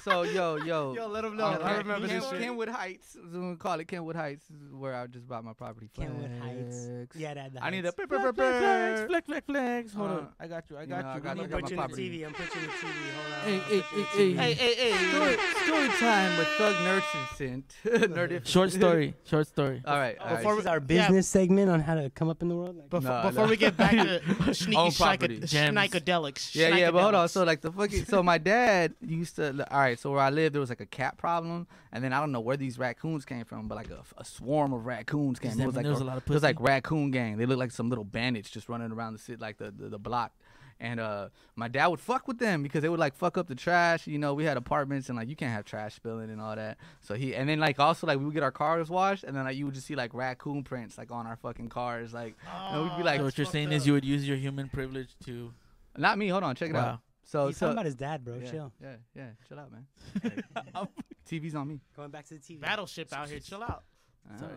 S5: So yo yo.
S3: Yo, let them know.
S5: No,
S3: I remember this
S5: Ken,
S3: shit.
S5: Kenwood Heights. That's what we call it Kenwood Heights. This is where I just bought my property.
S1: Kenwood Heights.
S5: Flex.
S1: yeah, that.
S5: I need a.
S1: a.
S5: Brr, brr, brr,
S2: Flex, flex,
S5: brr.
S2: flex, flex, flex. Hold
S5: Uh,
S2: on, I got you. I
S5: you
S2: got
S5: know, I
S2: you.
S5: got-
S2: Let
S1: I'm
S2: me
S5: I got
S2: put
S1: putting
S2: you
S1: the
S2: in
S5: property.
S1: TV. I'm putting the TV. Hold on.
S2: Hey,
S1: I'm
S2: hey,
S1: putting the
S2: hey,
S1: TV.
S2: hey.
S3: Hey, hey,
S2: Story,
S3: hey.
S2: story time with Thug Nerd. (laughs)
S5: Nerd Nerd. (laughs)
S2: Short story, short story.
S5: All right. All
S3: Before
S5: right.
S1: This is our
S3: yeah.
S1: business segment on how to come up in the world. Like,
S3: Before,
S5: Nah,
S3: before
S5: nah.
S3: we get back to
S5: (laughs) Own
S3: sneaky
S5: property.
S3: psycho-
S2: Gems.
S3: psychedelics.
S5: Yeah, yeah, but hold on.
S3: Psychedelics.
S5: So like the fucking so my dad used to all right. So where I lived, there was like a cat problem, and then I don't know where these raccoons came from, but like a, a swarm of raccoons came.
S2: Does that
S5: It was
S2: mean
S5: like
S2: there was a
S5: a-
S2: lot of
S5: it was like
S2: pussy?
S5: raccoon gang. They looked like some little bandits just running around the city, like the the, the block. And uh, my dad would fuck with them because they would like fuck up the trash. You know, we had apartments and like you can't have trash spilling and all that. So he and then like also like we would get our cars washed and then like you would just see like raccoon prints like on our fucking cars like and we'd be like
S2: So what you're
S3: fucked
S2: saying
S3: up.
S2: is you would use your human privilege to.
S5: not me. Hold on, check it out.
S2: Wow.
S5: So
S1: he's
S5: so
S1: talking about his dad, bro.
S5: yeah,
S1: Chill.
S5: Yeah, yeah, chill
S2: (laughs)
S5: out, man. TV's on me.
S1: Going back to the TV.
S3: Battleship out here. Chill
S5: (laughs)
S3: out.
S2: Sorry.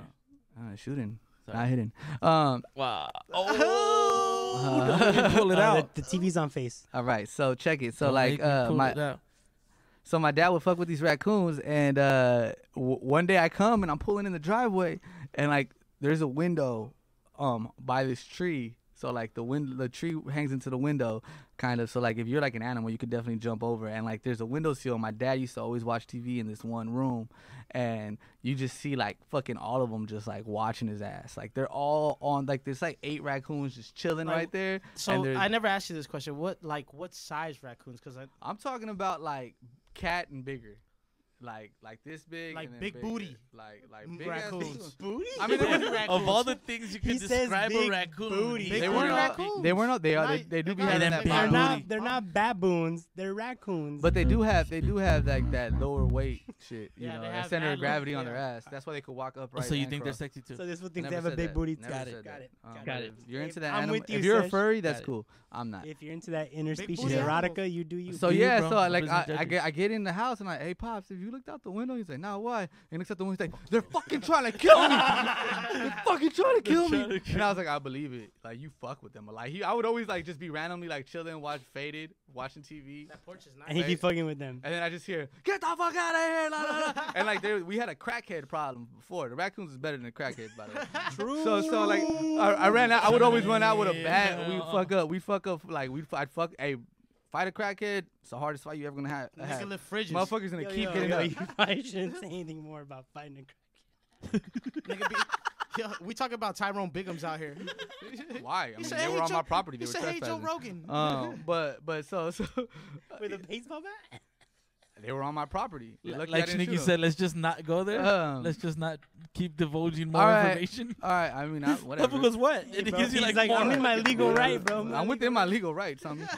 S5: Uh, shooting.
S2: Sorry.
S5: Not hidden. Um,
S2: Wow. (laughs) Oh.
S5: Uh,
S2: Don't pull it
S1: Oh,
S2: out.
S1: the, the TV's on face.
S5: all right, so check it. So
S2: Don't
S5: like
S2: make me
S5: uh
S2: pull
S5: my
S2: it out.
S5: so my dad would fuck with these raccoons and uh w- one day I come and I'm pulling in the driveway and like there's a window um by this tree. So like the wind the tree hangs into the window kind of so like if you're like an animal you could definitely jump over and like there's a window seal. My dad used to always watch TV in this one room and you just see like fucking all of them just like watching his ass. Like they're all on like there's like eight raccoons just chilling
S3: Like,
S5: right there. and
S3: (laughs) So
S5: there's-
S3: I never asked you this question. What like what size raccoons? Because I
S5: I'm talking about like cat and bigger, like like this big,
S3: Like
S5: and then
S3: big
S5: bigger.
S3: booty.
S5: like
S3: M-
S5: like big
S3: raccoons. (laughs)
S5: raccoons.
S3: Booty.
S5: I mean, there was-
S2: (laughs)
S3: raccoons.
S2: Of all the things you
S1: He
S2: can
S1: says
S2: describe
S1: big
S2: a raccoon,
S1: booty.
S2: he-
S3: Big
S5: They
S3: booty
S5: weren't all-
S3: raccoons.
S5: They were not. They are. They,
S3: Nah,
S5: they do
S3: they
S5: be
S3: got
S5: having
S2: them
S5: that.
S2: big
S1: They're
S2: Booty.
S5: vibe.
S1: not. They're not baboons. They're raccoons.
S5: But they do have. They do have like that lower weight shit. You
S3: Yeah,
S5: know,
S3: they
S5: that
S3: have
S5: center
S3: mad
S5: of
S3: look,
S5: gravity on
S3: yeah.
S5: their ass. That's why they could walk upright.
S2: Oh, so you
S5: and
S2: think they're
S5: cross.
S2: sexy too?
S1: so this one thinks they
S5: Never
S1: have a
S5: said
S1: big
S5: that.
S1: booty.
S5: Never
S1: Got
S5: said
S1: it. Got
S5: that.
S1: it.
S5: Um,
S1: Got it.
S5: If you're into that
S1: I'm
S5: animal,
S1: with you,
S5: if you're a
S1: Sesh.
S5: furry, that's
S2: Got it.
S5: cool. I'm
S2: Uh.
S5: not.
S1: If you're into that inner
S3: Big
S1: species
S2: booty
S1: erotica, you do you.
S5: So
S2: Do you,
S5: yeah,
S2: bro?
S5: so I,
S2: I'm
S5: like
S2: busy
S5: I, I
S2: judging.
S5: get I get in the house and I hey pops, if you looked out the window, he's like, nah, why? And looks out the window, he's like, they're fucking trying to kill (laughs) me. they're fucking trying to kill me. And I was like, I believe it. Like you fuck with them. But, Like he, I would always like just be randomly like chilling, watch faded, watching TV.
S3: That porch is
S5: (laughs)
S3: nice.
S1: and he be fucking with them.
S5: And then I just hear, get the fuck out of here, la la (laughs) la. And like there, we had a crackhead problem before. The raccoons is better than the crackheads, by the way.
S1: True.
S5: So so like I, I ran out. I would always run out with a bat. We
S2: Yeah.
S5: fuck up. We fuck up. Like we I'd fuck. Hey, fight a crackhead. It's the hardest fight you ever gonna have.
S3: Nigga
S5: have.
S3: live fridges. (laughs)
S5: Motherfuckers gonna
S1: Yo,
S5: keep
S1: yo,
S5: getting
S1: yo,
S5: up.
S1: (laughs) You probably shouldn't say anything more about fighting a crack.
S3: Nigga be, yeah, we talking about Tyrone Biggums out
S5: (laughs)
S3: here.
S5: Why? I mean,
S3: said,
S5: they
S3: "Hey,
S5: were on
S3: Joe-
S5: my property. They
S3: You
S5: were
S3: said, "Hey, Joe Rogan."
S5: trespassing. (laughs) Um, but but so (laughs) so
S1: With a baseball bat?
S5: they were on my property. They're
S2: Like
S5: lucky I
S2: like
S5: didn't shoot
S2: Sneaky
S5: 'em.
S2: said, let's just not go there.
S5: Um,
S2: let's just not keep divulging more
S5: all
S4: (laughs)
S5: right.
S2: information.
S5: All right. I mean, I, whatever.
S2: Level goes what? And it
S1: bro.
S2: gives you
S1: He's
S2: like,
S1: like,
S2: more.
S1: I'm in
S4: (laughs)
S1: my legal right, bro. My
S5: I'm
S1: legal
S5: within my legal rights. I mean,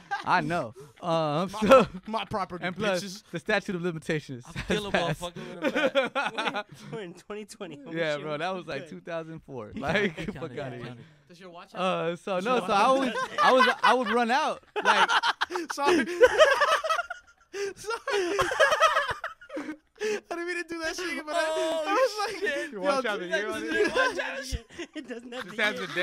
S3: (laughs)
S5: I know. Um,
S3: My-
S5: so,
S3: My property.
S5: and plus,
S3: bitches.
S5: the statute of
S3: (laughs)
S5: limitations.
S2: I'll
S1: (laughs)
S2: kill a
S5: has
S2: motherfucker with a bat.
S5: passed.
S1: right. (laughs) We're in 2020. homie.
S5: (laughs) yeah,
S1: Shit,
S5: bro, that was like
S1: good.
S3: (laughs)
S5: 2004.
S2: He
S5: Like,
S2: counted, he
S5: fuck
S2: counted,
S5: out
S2: he
S5: of here.
S2: counted.
S3: Does your watch? (laughs) out?
S5: Uh, so
S3: Did
S5: no,
S3: you
S5: so
S3: wanna-
S5: I always, I was, I would run out.
S3: (laughs)
S5: Like,
S3: Sorry. Sorry. I didn't mean to do that shit, but
S4: (laughs) Oh,
S3: I, I was like,
S4: shit.
S3: yo,
S6: Watch out
S3: do
S6: the
S3: that-
S6: year on
S3: do
S6: it.
S1: (laughs)
S3: that-
S1: it doesn't have
S6: Just
S1: to
S6: has
S1: be
S6: a
S1: (laughs)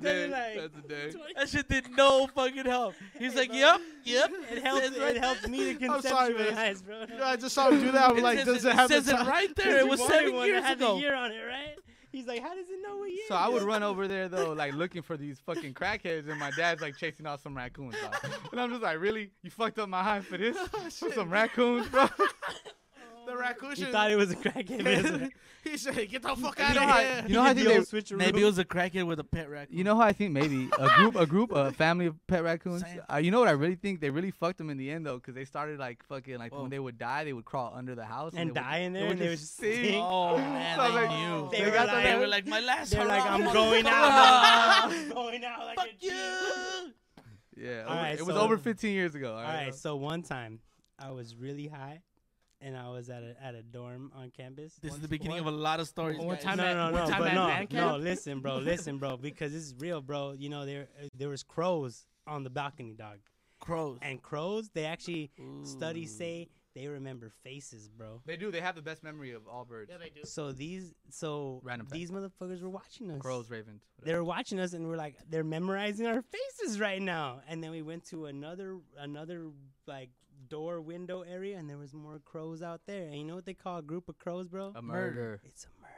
S1: Like,
S3: (laughs)
S6: day. Just has a
S1: look at it
S6: day.
S1: like-
S6: That's a day.
S4: That shit did no fucking help. He's
S1: Hey,
S4: like,
S1: bro.
S4: yep,
S1: (laughs)
S4: yep.
S1: It helps.
S4: says right
S1: It helps me to
S3: I'm sorry, man.
S1: conceptualize, bro.
S3: Yo, I just saw him do that. I'm
S4: It
S3: like,
S4: says
S3: does
S4: it,
S3: it have
S4: says
S3: the
S4: it
S3: time?
S4: right there. It was seven
S1: one
S4: years
S1: that had
S4: ago.
S1: the year on it, right? He's like, how does it know what year?
S5: So I
S1: it
S5: would
S1: is?
S5: run over there though, like looking for these fucking crackheads, and my dad's like chasing out some raccoons. (laughs) dog. And I'm just like, really? You fucked up my high for (laughs) this? for some raccoons, bro?
S3: (laughs) The raccoon
S1: He
S3: should-
S1: thought it was a crackhead. man.
S3: he said, get the fuck
S5: You
S1: (laughs)
S3: out
S5: know
S3: of
S5: how-
S3: here.
S5: you know how I
S1: Did
S5: think
S1: the
S5: they-
S1: old switcheroo.
S4: Maybe it was a crackhead with a pet raccoon.
S5: (laughs) You know how I think maybe a group, a group, a family of pet raccoons.
S4: Same.
S5: Uh, you know what I really think? They really fucked them in the end though, because they started like fucking like
S4: Whoa.
S5: when they would die, they would crawl under the house
S1: and
S5: they would-
S1: die in there, and they would
S5: sing.
S1: sing. (laughs)
S4: Oh man,
S5: So,
S4: they
S5: like,
S4: knew.
S1: They
S4: They,
S1: were
S4: got
S1: like-
S4: they were like, my last.
S1: They're like,
S4: hurrah,
S1: I'm
S4: motherfucker."
S1: going out. I'm going out like
S4: Fuck
S1: a
S4: you.
S1: G.
S5: Yeah,
S1: All
S5: over-
S1: right,
S5: it was
S1: so-
S5: over 15 years ago.
S1: All right, so one time I was really high, and I was at a at a dorm on campus.
S4: (laughs) This is the beginning of a lot of stories.
S3: One
S4: guys.
S3: time
S1: no,
S3: at-
S1: no,
S3: one
S1: no,
S3: time
S1: but
S3: at
S1: no,
S3: man
S1: no.
S3: camp?
S1: Listen,
S3: (laughs)
S1: bro, listen, bro, because it's real, bro. You know there uh, there was crows on the balcony, dog,
S4: crows.
S1: and crows they actually studies say they remember faces, bro.
S5: they do. They have the best memory of all birds.
S1: So these, so
S5: Random fact.
S1: these motherfuckers were watching us.
S5: Crows, ravens.
S1: They were watching us, and we're like, they're memorizing our faces right now. And then we went to another another like door window area, and there was more crows out there. And you know what they call a group of crows, bro?
S5: A murder.
S1: it's a murder.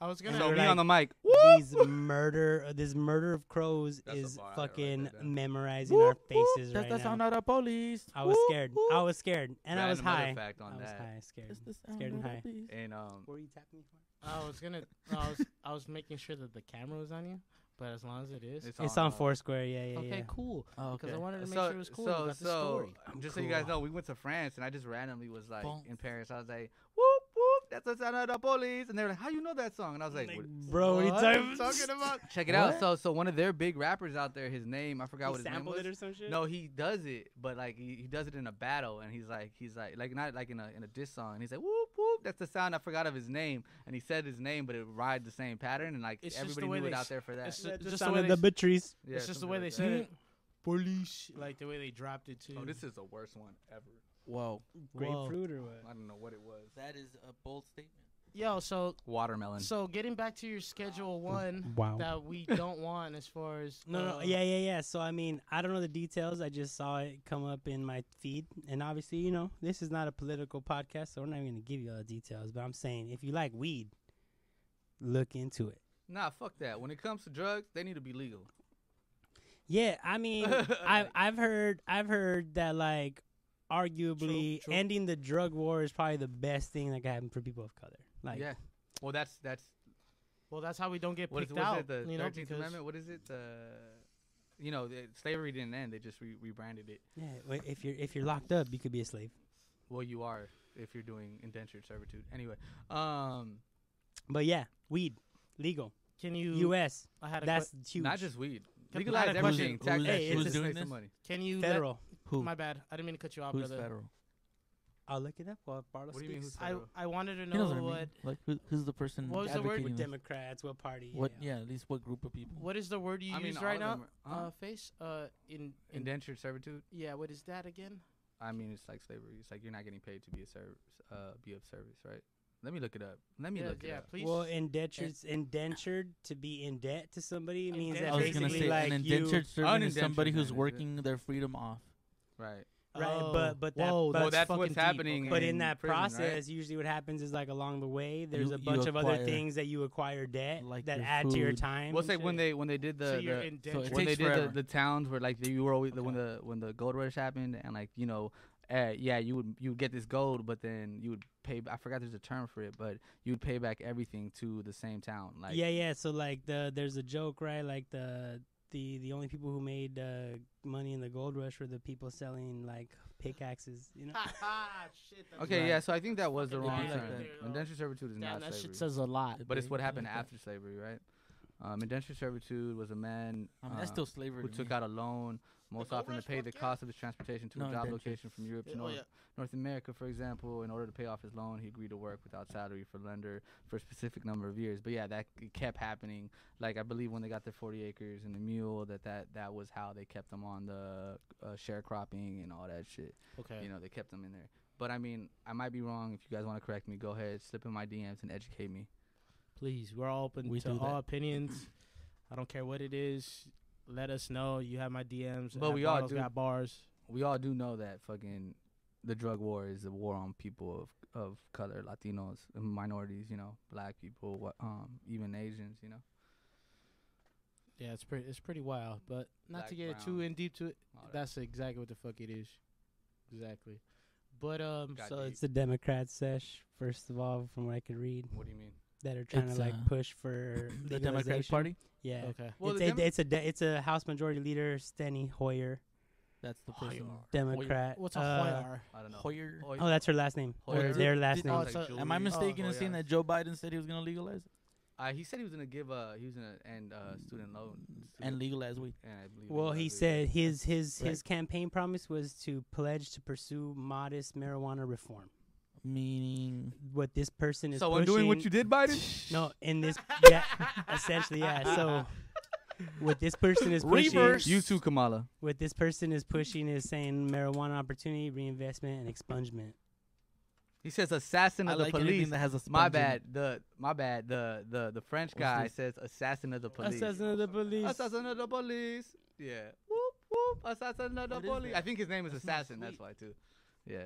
S3: I was
S1: And
S3: gonna.
S5: So
S1: they're
S5: me on the mic.
S1: These murder, uh, this murder of crows
S5: That's a
S1: is
S5: bar right
S1: fucking
S5: there, then.
S1: memorizing our faces right
S2: That's the
S1: now.
S2: sound of the police.
S1: I was
S2: Whoop,
S1: scared.
S2: whoop.
S1: I was scared, and I was
S5: Random other
S1: high.
S5: fact on
S1: I was
S5: that.
S1: high, scared,
S2: That's the sound
S1: scared and
S2: of the
S1: high.
S2: police.
S5: And um,
S1: What were you tapping me for?
S3: I was gonna. no, I was. I was making sure that the camera was on you, but as long as it is.
S1: It's on
S5: uh,
S1: Foursquare. Yeah, yeah,
S3: okay,
S1: yeah.
S3: cool.
S2: Oh,
S3: Because
S2: okay.
S3: I wanted to make
S5: so,
S3: sure it was cool.
S5: So,
S3: I got the
S5: so,
S3: story.
S5: um, just so you
S1: cool.
S5: guys know, we went to France and I just randomly was like
S2: Bon.
S5: in Paris. I was like, whoop, whoop, that's the sound of the police. And they were like, how you know that song? And I was like,
S1: Like,
S5: "What-
S1: bro, what are (laughs) you talking
S3: about? (laughs)
S5: check it out. So, so one of their big rappers out there, his name, I forgot
S1: He
S5: what his name
S1: sampled
S5: was.
S1: it or some shit.
S5: No, he does it, but like he, he does it in a battle, and he's like he's like like not like in a in a diss song. And he's like whoop whoop. That's the sound I forgot of his name, and he said his name, but it ride the same pattern, and like
S3: It's just the
S5: everybody
S3: way
S5: knew it
S3: they
S5: out
S3: s-
S5: there for that.
S3: it's-
S1: That's
S3: just the
S1: the sound
S3: way
S1: of
S3: they
S1: the batteries.
S5: yeah,
S3: it's just the
S5: something
S3: way
S5: like
S3: they
S5: that.
S3: said it. Police, like the way they dropped it too.
S5: Oh, this is the worst one ever.
S4: Whoa.
S1: Grapefruit or what?
S5: I don't know what it was.
S4: That is a bold statement.
S3: Yo, so
S5: Watermelon.
S3: so getting back to your
S5: Mm.
S3: schedule one
S1: Wow.
S3: that
S5: (laughs)
S3: we don't want as far as
S1: No, no,
S3: uh,
S1: yeah, yeah, yeah. So I mean, I don't know the details. I just saw it come up in my feed, and obviously, you know, this is not a political podcast, so we're not even gonna give you all the details. But I'm saying, if you like weed, look into it.
S5: Nah, fuck that. When it comes to drugs, they need to be legal.
S1: Yeah, I
S3: (laughs)
S1: mean, I,
S5: Like-
S1: I've heard, I've heard that like, arguably,
S3: true.
S1: ending the drug war is probably the best thing that can happen for people of color. Like,
S5: yeah. Well, that's that's
S3: Well, that's how we don't get
S5: what is
S3: picked
S5: what is
S3: out.
S5: it? The
S3: you know,
S5: Thirteenth
S3: because-
S5: Amendment. What is it? The you know, the, slavery didn't end. They just re- rebranded it.
S1: yeah. w- If you're if you're locked up, you could be a slave.
S5: Well, you are if you're doing indentured servitude. Anyway, um,
S1: But yeah, weed legal,
S3: Can you?
S1: U.S.
S3: I had a
S1: That's huge.
S5: not just weed.
S3: I
S5: Legalize
S3: had a question.
S5: everything. Tax
S1: Who's-
S5: that
S1: Hey,
S5: shit.
S1: who's
S5: Just
S2: doing
S5: make some
S2: this?
S5: money.
S3: que- can you? let-
S1: federal.
S2: Who?
S3: my bad. I didn't mean to cut you off,
S2: Who's
S3: brother.
S2: federal?
S1: I'll look it up while Barlow
S5: What do you mean
S1: speaks.
S5: who's
S3: I
S5: federal?
S3: I wanted to
S2: He knows what
S3: know
S2: I
S3: what
S2: mean. Like who, who's the person
S3: What was the word?
S2: advocating
S1: what
S2: this?
S1: Democrats, what party?
S2: What? Yeah. at least what group of people?
S3: what is the word you
S5: I mean,
S3: use
S5: all
S3: right
S5: of
S3: now?
S5: them are- huh?
S3: Uh, face. Uh, in, in
S5: Indentured servitude.
S3: yeah. What is that again?
S5: I mean, it's like slavery. It's like you're not getting paid to be a service, uh, be of service, right? Let me look it up. Let me
S3: yeah,
S5: look it
S3: yeah.
S5: up.
S3: Please.
S1: Well, indentured, indentured to be in debt to somebody means
S3: Yeah,
S1: that
S2: I was gonna
S1: basically
S2: say
S1: like
S2: an indentured servant is
S5: Unindentured
S2: somebody who's
S5: man, is it?
S2: working their freedom off.
S5: Right.
S1: you, right?
S2: Oh.
S1: but but that,
S3: Whoa,
S1: but,
S5: Well, that's
S3: fucking
S5: what's
S3: deep,
S5: happening.
S1: but in that
S5: prison, right?
S1: process, usually what happens is like along the way, there's
S2: You-
S1: a
S2: you
S1: bunch of other
S2: acquire,
S1: things that you acquire debt
S2: like
S1: that
S2: your
S1: add to your
S2: food.
S1: time.
S5: Well,
S1: and
S5: say when
S1: shit.
S5: they when they did the,
S3: so
S5: the
S3: you're
S2: so
S3: indentured.
S2: it
S3: (laughs)
S5: when they
S2: takes
S5: did the,
S2: forever.
S5: the towns where like they, you were always when the when the gold rush happened and like you know uh, yeah you would you would get this gold but then you would pay I forgot there's a term for it but you would pay back everything to the same town like
S1: yeah, yeah. So like the there's a joke, right? Like the the the only people who made uh, money in the gold rush were the people selling like pickaxes, you know.
S3: Ah, Shit, that's
S5: okay
S3: right.
S5: yeah so I think that was the
S3: Fucking
S5: wrong
S2: lies
S5: term
S2: right
S3: there, though.
S5: indentured servitude is
S3: Damn,
S5: not
S3: that
S5: slavery
S3: shit says a lot.
S5: but it's what happened
S2: Like that.
S5: after slavery right um, indentured servitude was a man
S2: I mean, that's
S5: uh,
S2: still slavery.
S5: who
S2: to
S5: took
S2: me.
S5: out a loan most
S3: gold
S5: often to
S3: rush
S5: pay the
S3: fuck yeah.
S5: cost of his transportation to
S2: No,
S5: a job
S2: indentured.
S5: location from Europe to
S3: Oh,
S5: North
S3: yeah.
S5: North America, for example, in order to pay off his loan, he agreed to work without salary for lender for a specific number of years. But yeah, that c- kept happening. Like I believe when they got their 40 acres and the mule, that that, that was how they kept them on the uh, sharecropping and all that shit.
S3: Okay.
S5: You know, they kept them in there. But I mean, I might be wrong. If you guys want to correct me, go ahead. Slip in my DMs and educate me.
S3: Please, we're all open
S1: We
S3: to
S1: do
S3: all
S1: that.
S3: opinions. I don't care what it is. Let us know. You have my DMs.
S5: But
S3: at
S5: we all
S3: Bottles
S5: do-
S3: got bars.
S5: We all do know that fucking the drug war is a war on people of of color, Latinos, and minorities. You know, black people, what, um, even Asians. You know,
S3: Yeah, it's pretty. It's pretty wild. But not to
S5: Black,
S3: get
S5: brown,
S3: too in deep to it.
S5: all that.
S3: That's exactly what the fuck it is. Exactly. But um,
S5: Got
S3: so
S5: deep.
S3: it's
S1: It's the Democrat sesh, first of all, from what I could read,
S5: What do you mean?
S1: that are trying
S2: It's,
S1: to like
S2: uh,
S1: push
S4: (clears throat)
S1: for
S2: The Democratic
S1: legalization.
S2: Party.
S1: Yeah.
S3: okay.
S5: Well,
S1: it's,
S5: the
S1: a,
S5: Dem-
S1: it's a de- it's a House Majority Leader Steny Hoyer,
S2: That's the person.
S1: Oh, Democrat.
S3: What's a
S1: Uh,
S3: Hoyer?
S5: I don't know.
S2: Hoyer.
S5: Hoy-
S1: Oh, that's her last name. Or
S5: Hoyer?
S1: their last
S2: Did-
S1: name.
S3: oh, it's a-
S4: Am I
S5: Julie-
S4: mistaken
S5: Oh,
S4: in saying
S5: yeah.
S4: that Joe Biden said he was going to legalize it
S5: Uh, he said he was gonna give uh he was gonna end uh student loan
S4: and legalize weed?
S5: and I believe
S1: Well, he
S5: legally.
S1: said his his
S4: Right.
S1: his campaign promise was to pledge to pursue modest marijuana reform.
S2: Meaning.
S1: What this person is
S5: So I'm doing what you
S1: pushing-
S5: did, Biden. (laughs)
S1: no in this yeah, essentially yeah. So what this person is pushing
S2: Reverse.
S5: You too, Kamala.
S1: what this person is pushing is saying marijuana opportunity reinvestment and expungement.
S5: He says assassin
S2: I
S5: of the
S2: like anything
S5: police.
S2: that has a
S5: My
S2: sponge in it.
S5: bad. The my bad. The the the French guy says assassin of the police.
S3: Assassin of the police.
S5: Assassin of the police. Yeah. Whoop whoop. Assassin of the
S2: What is
S5: police. I
S2: that?
S5: think his name is
S2: That's not
S5: assassin. That's
S2: sweet.
S5: why too. Yeah.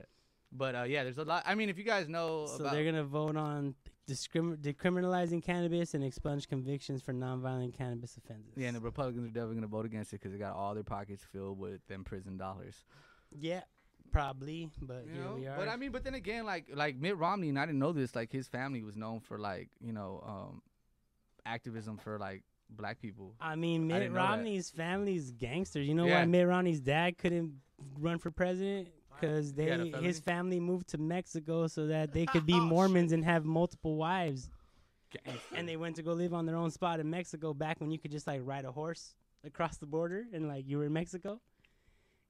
S5: But uh, yeah, there's a lot. I mean, if you guys know
S1: So
S5: about
S1: they're gonna vote on discrim- decriminalizing cannabis and expunge convictions for nonviolent cannabis offenses.
S5: yeah, and the Republicans are definitely gonna vote against it because they got all their pockets filled with them prison dollars.
S1: yeah, probably. But
S5: You
S1: here
S5: know?
S1: we are.
S5: But I mean, but then again, like like Mitt Romney, and I didn't know this. Like his family was known for like you know um, activism for like black people.
S1: I mean, Mitt
S5: didn't know that.
S1: Romney's family's gangsters. You know
S5: Yeah.
S1: why Mitt Romney's dad couldn't run for president? Because
S5: He had a
S1: they
S5: felony?
S1: his family moved to Mexico so that they
S5: (laughs)
S1: could be
S5: Oh,
S1: Mormons and have multiple wives.
S5: Gangster.
S1: And they went to go live on their own spot in Mexico back when you could just like ride a horse across the border and like you were in Mexico.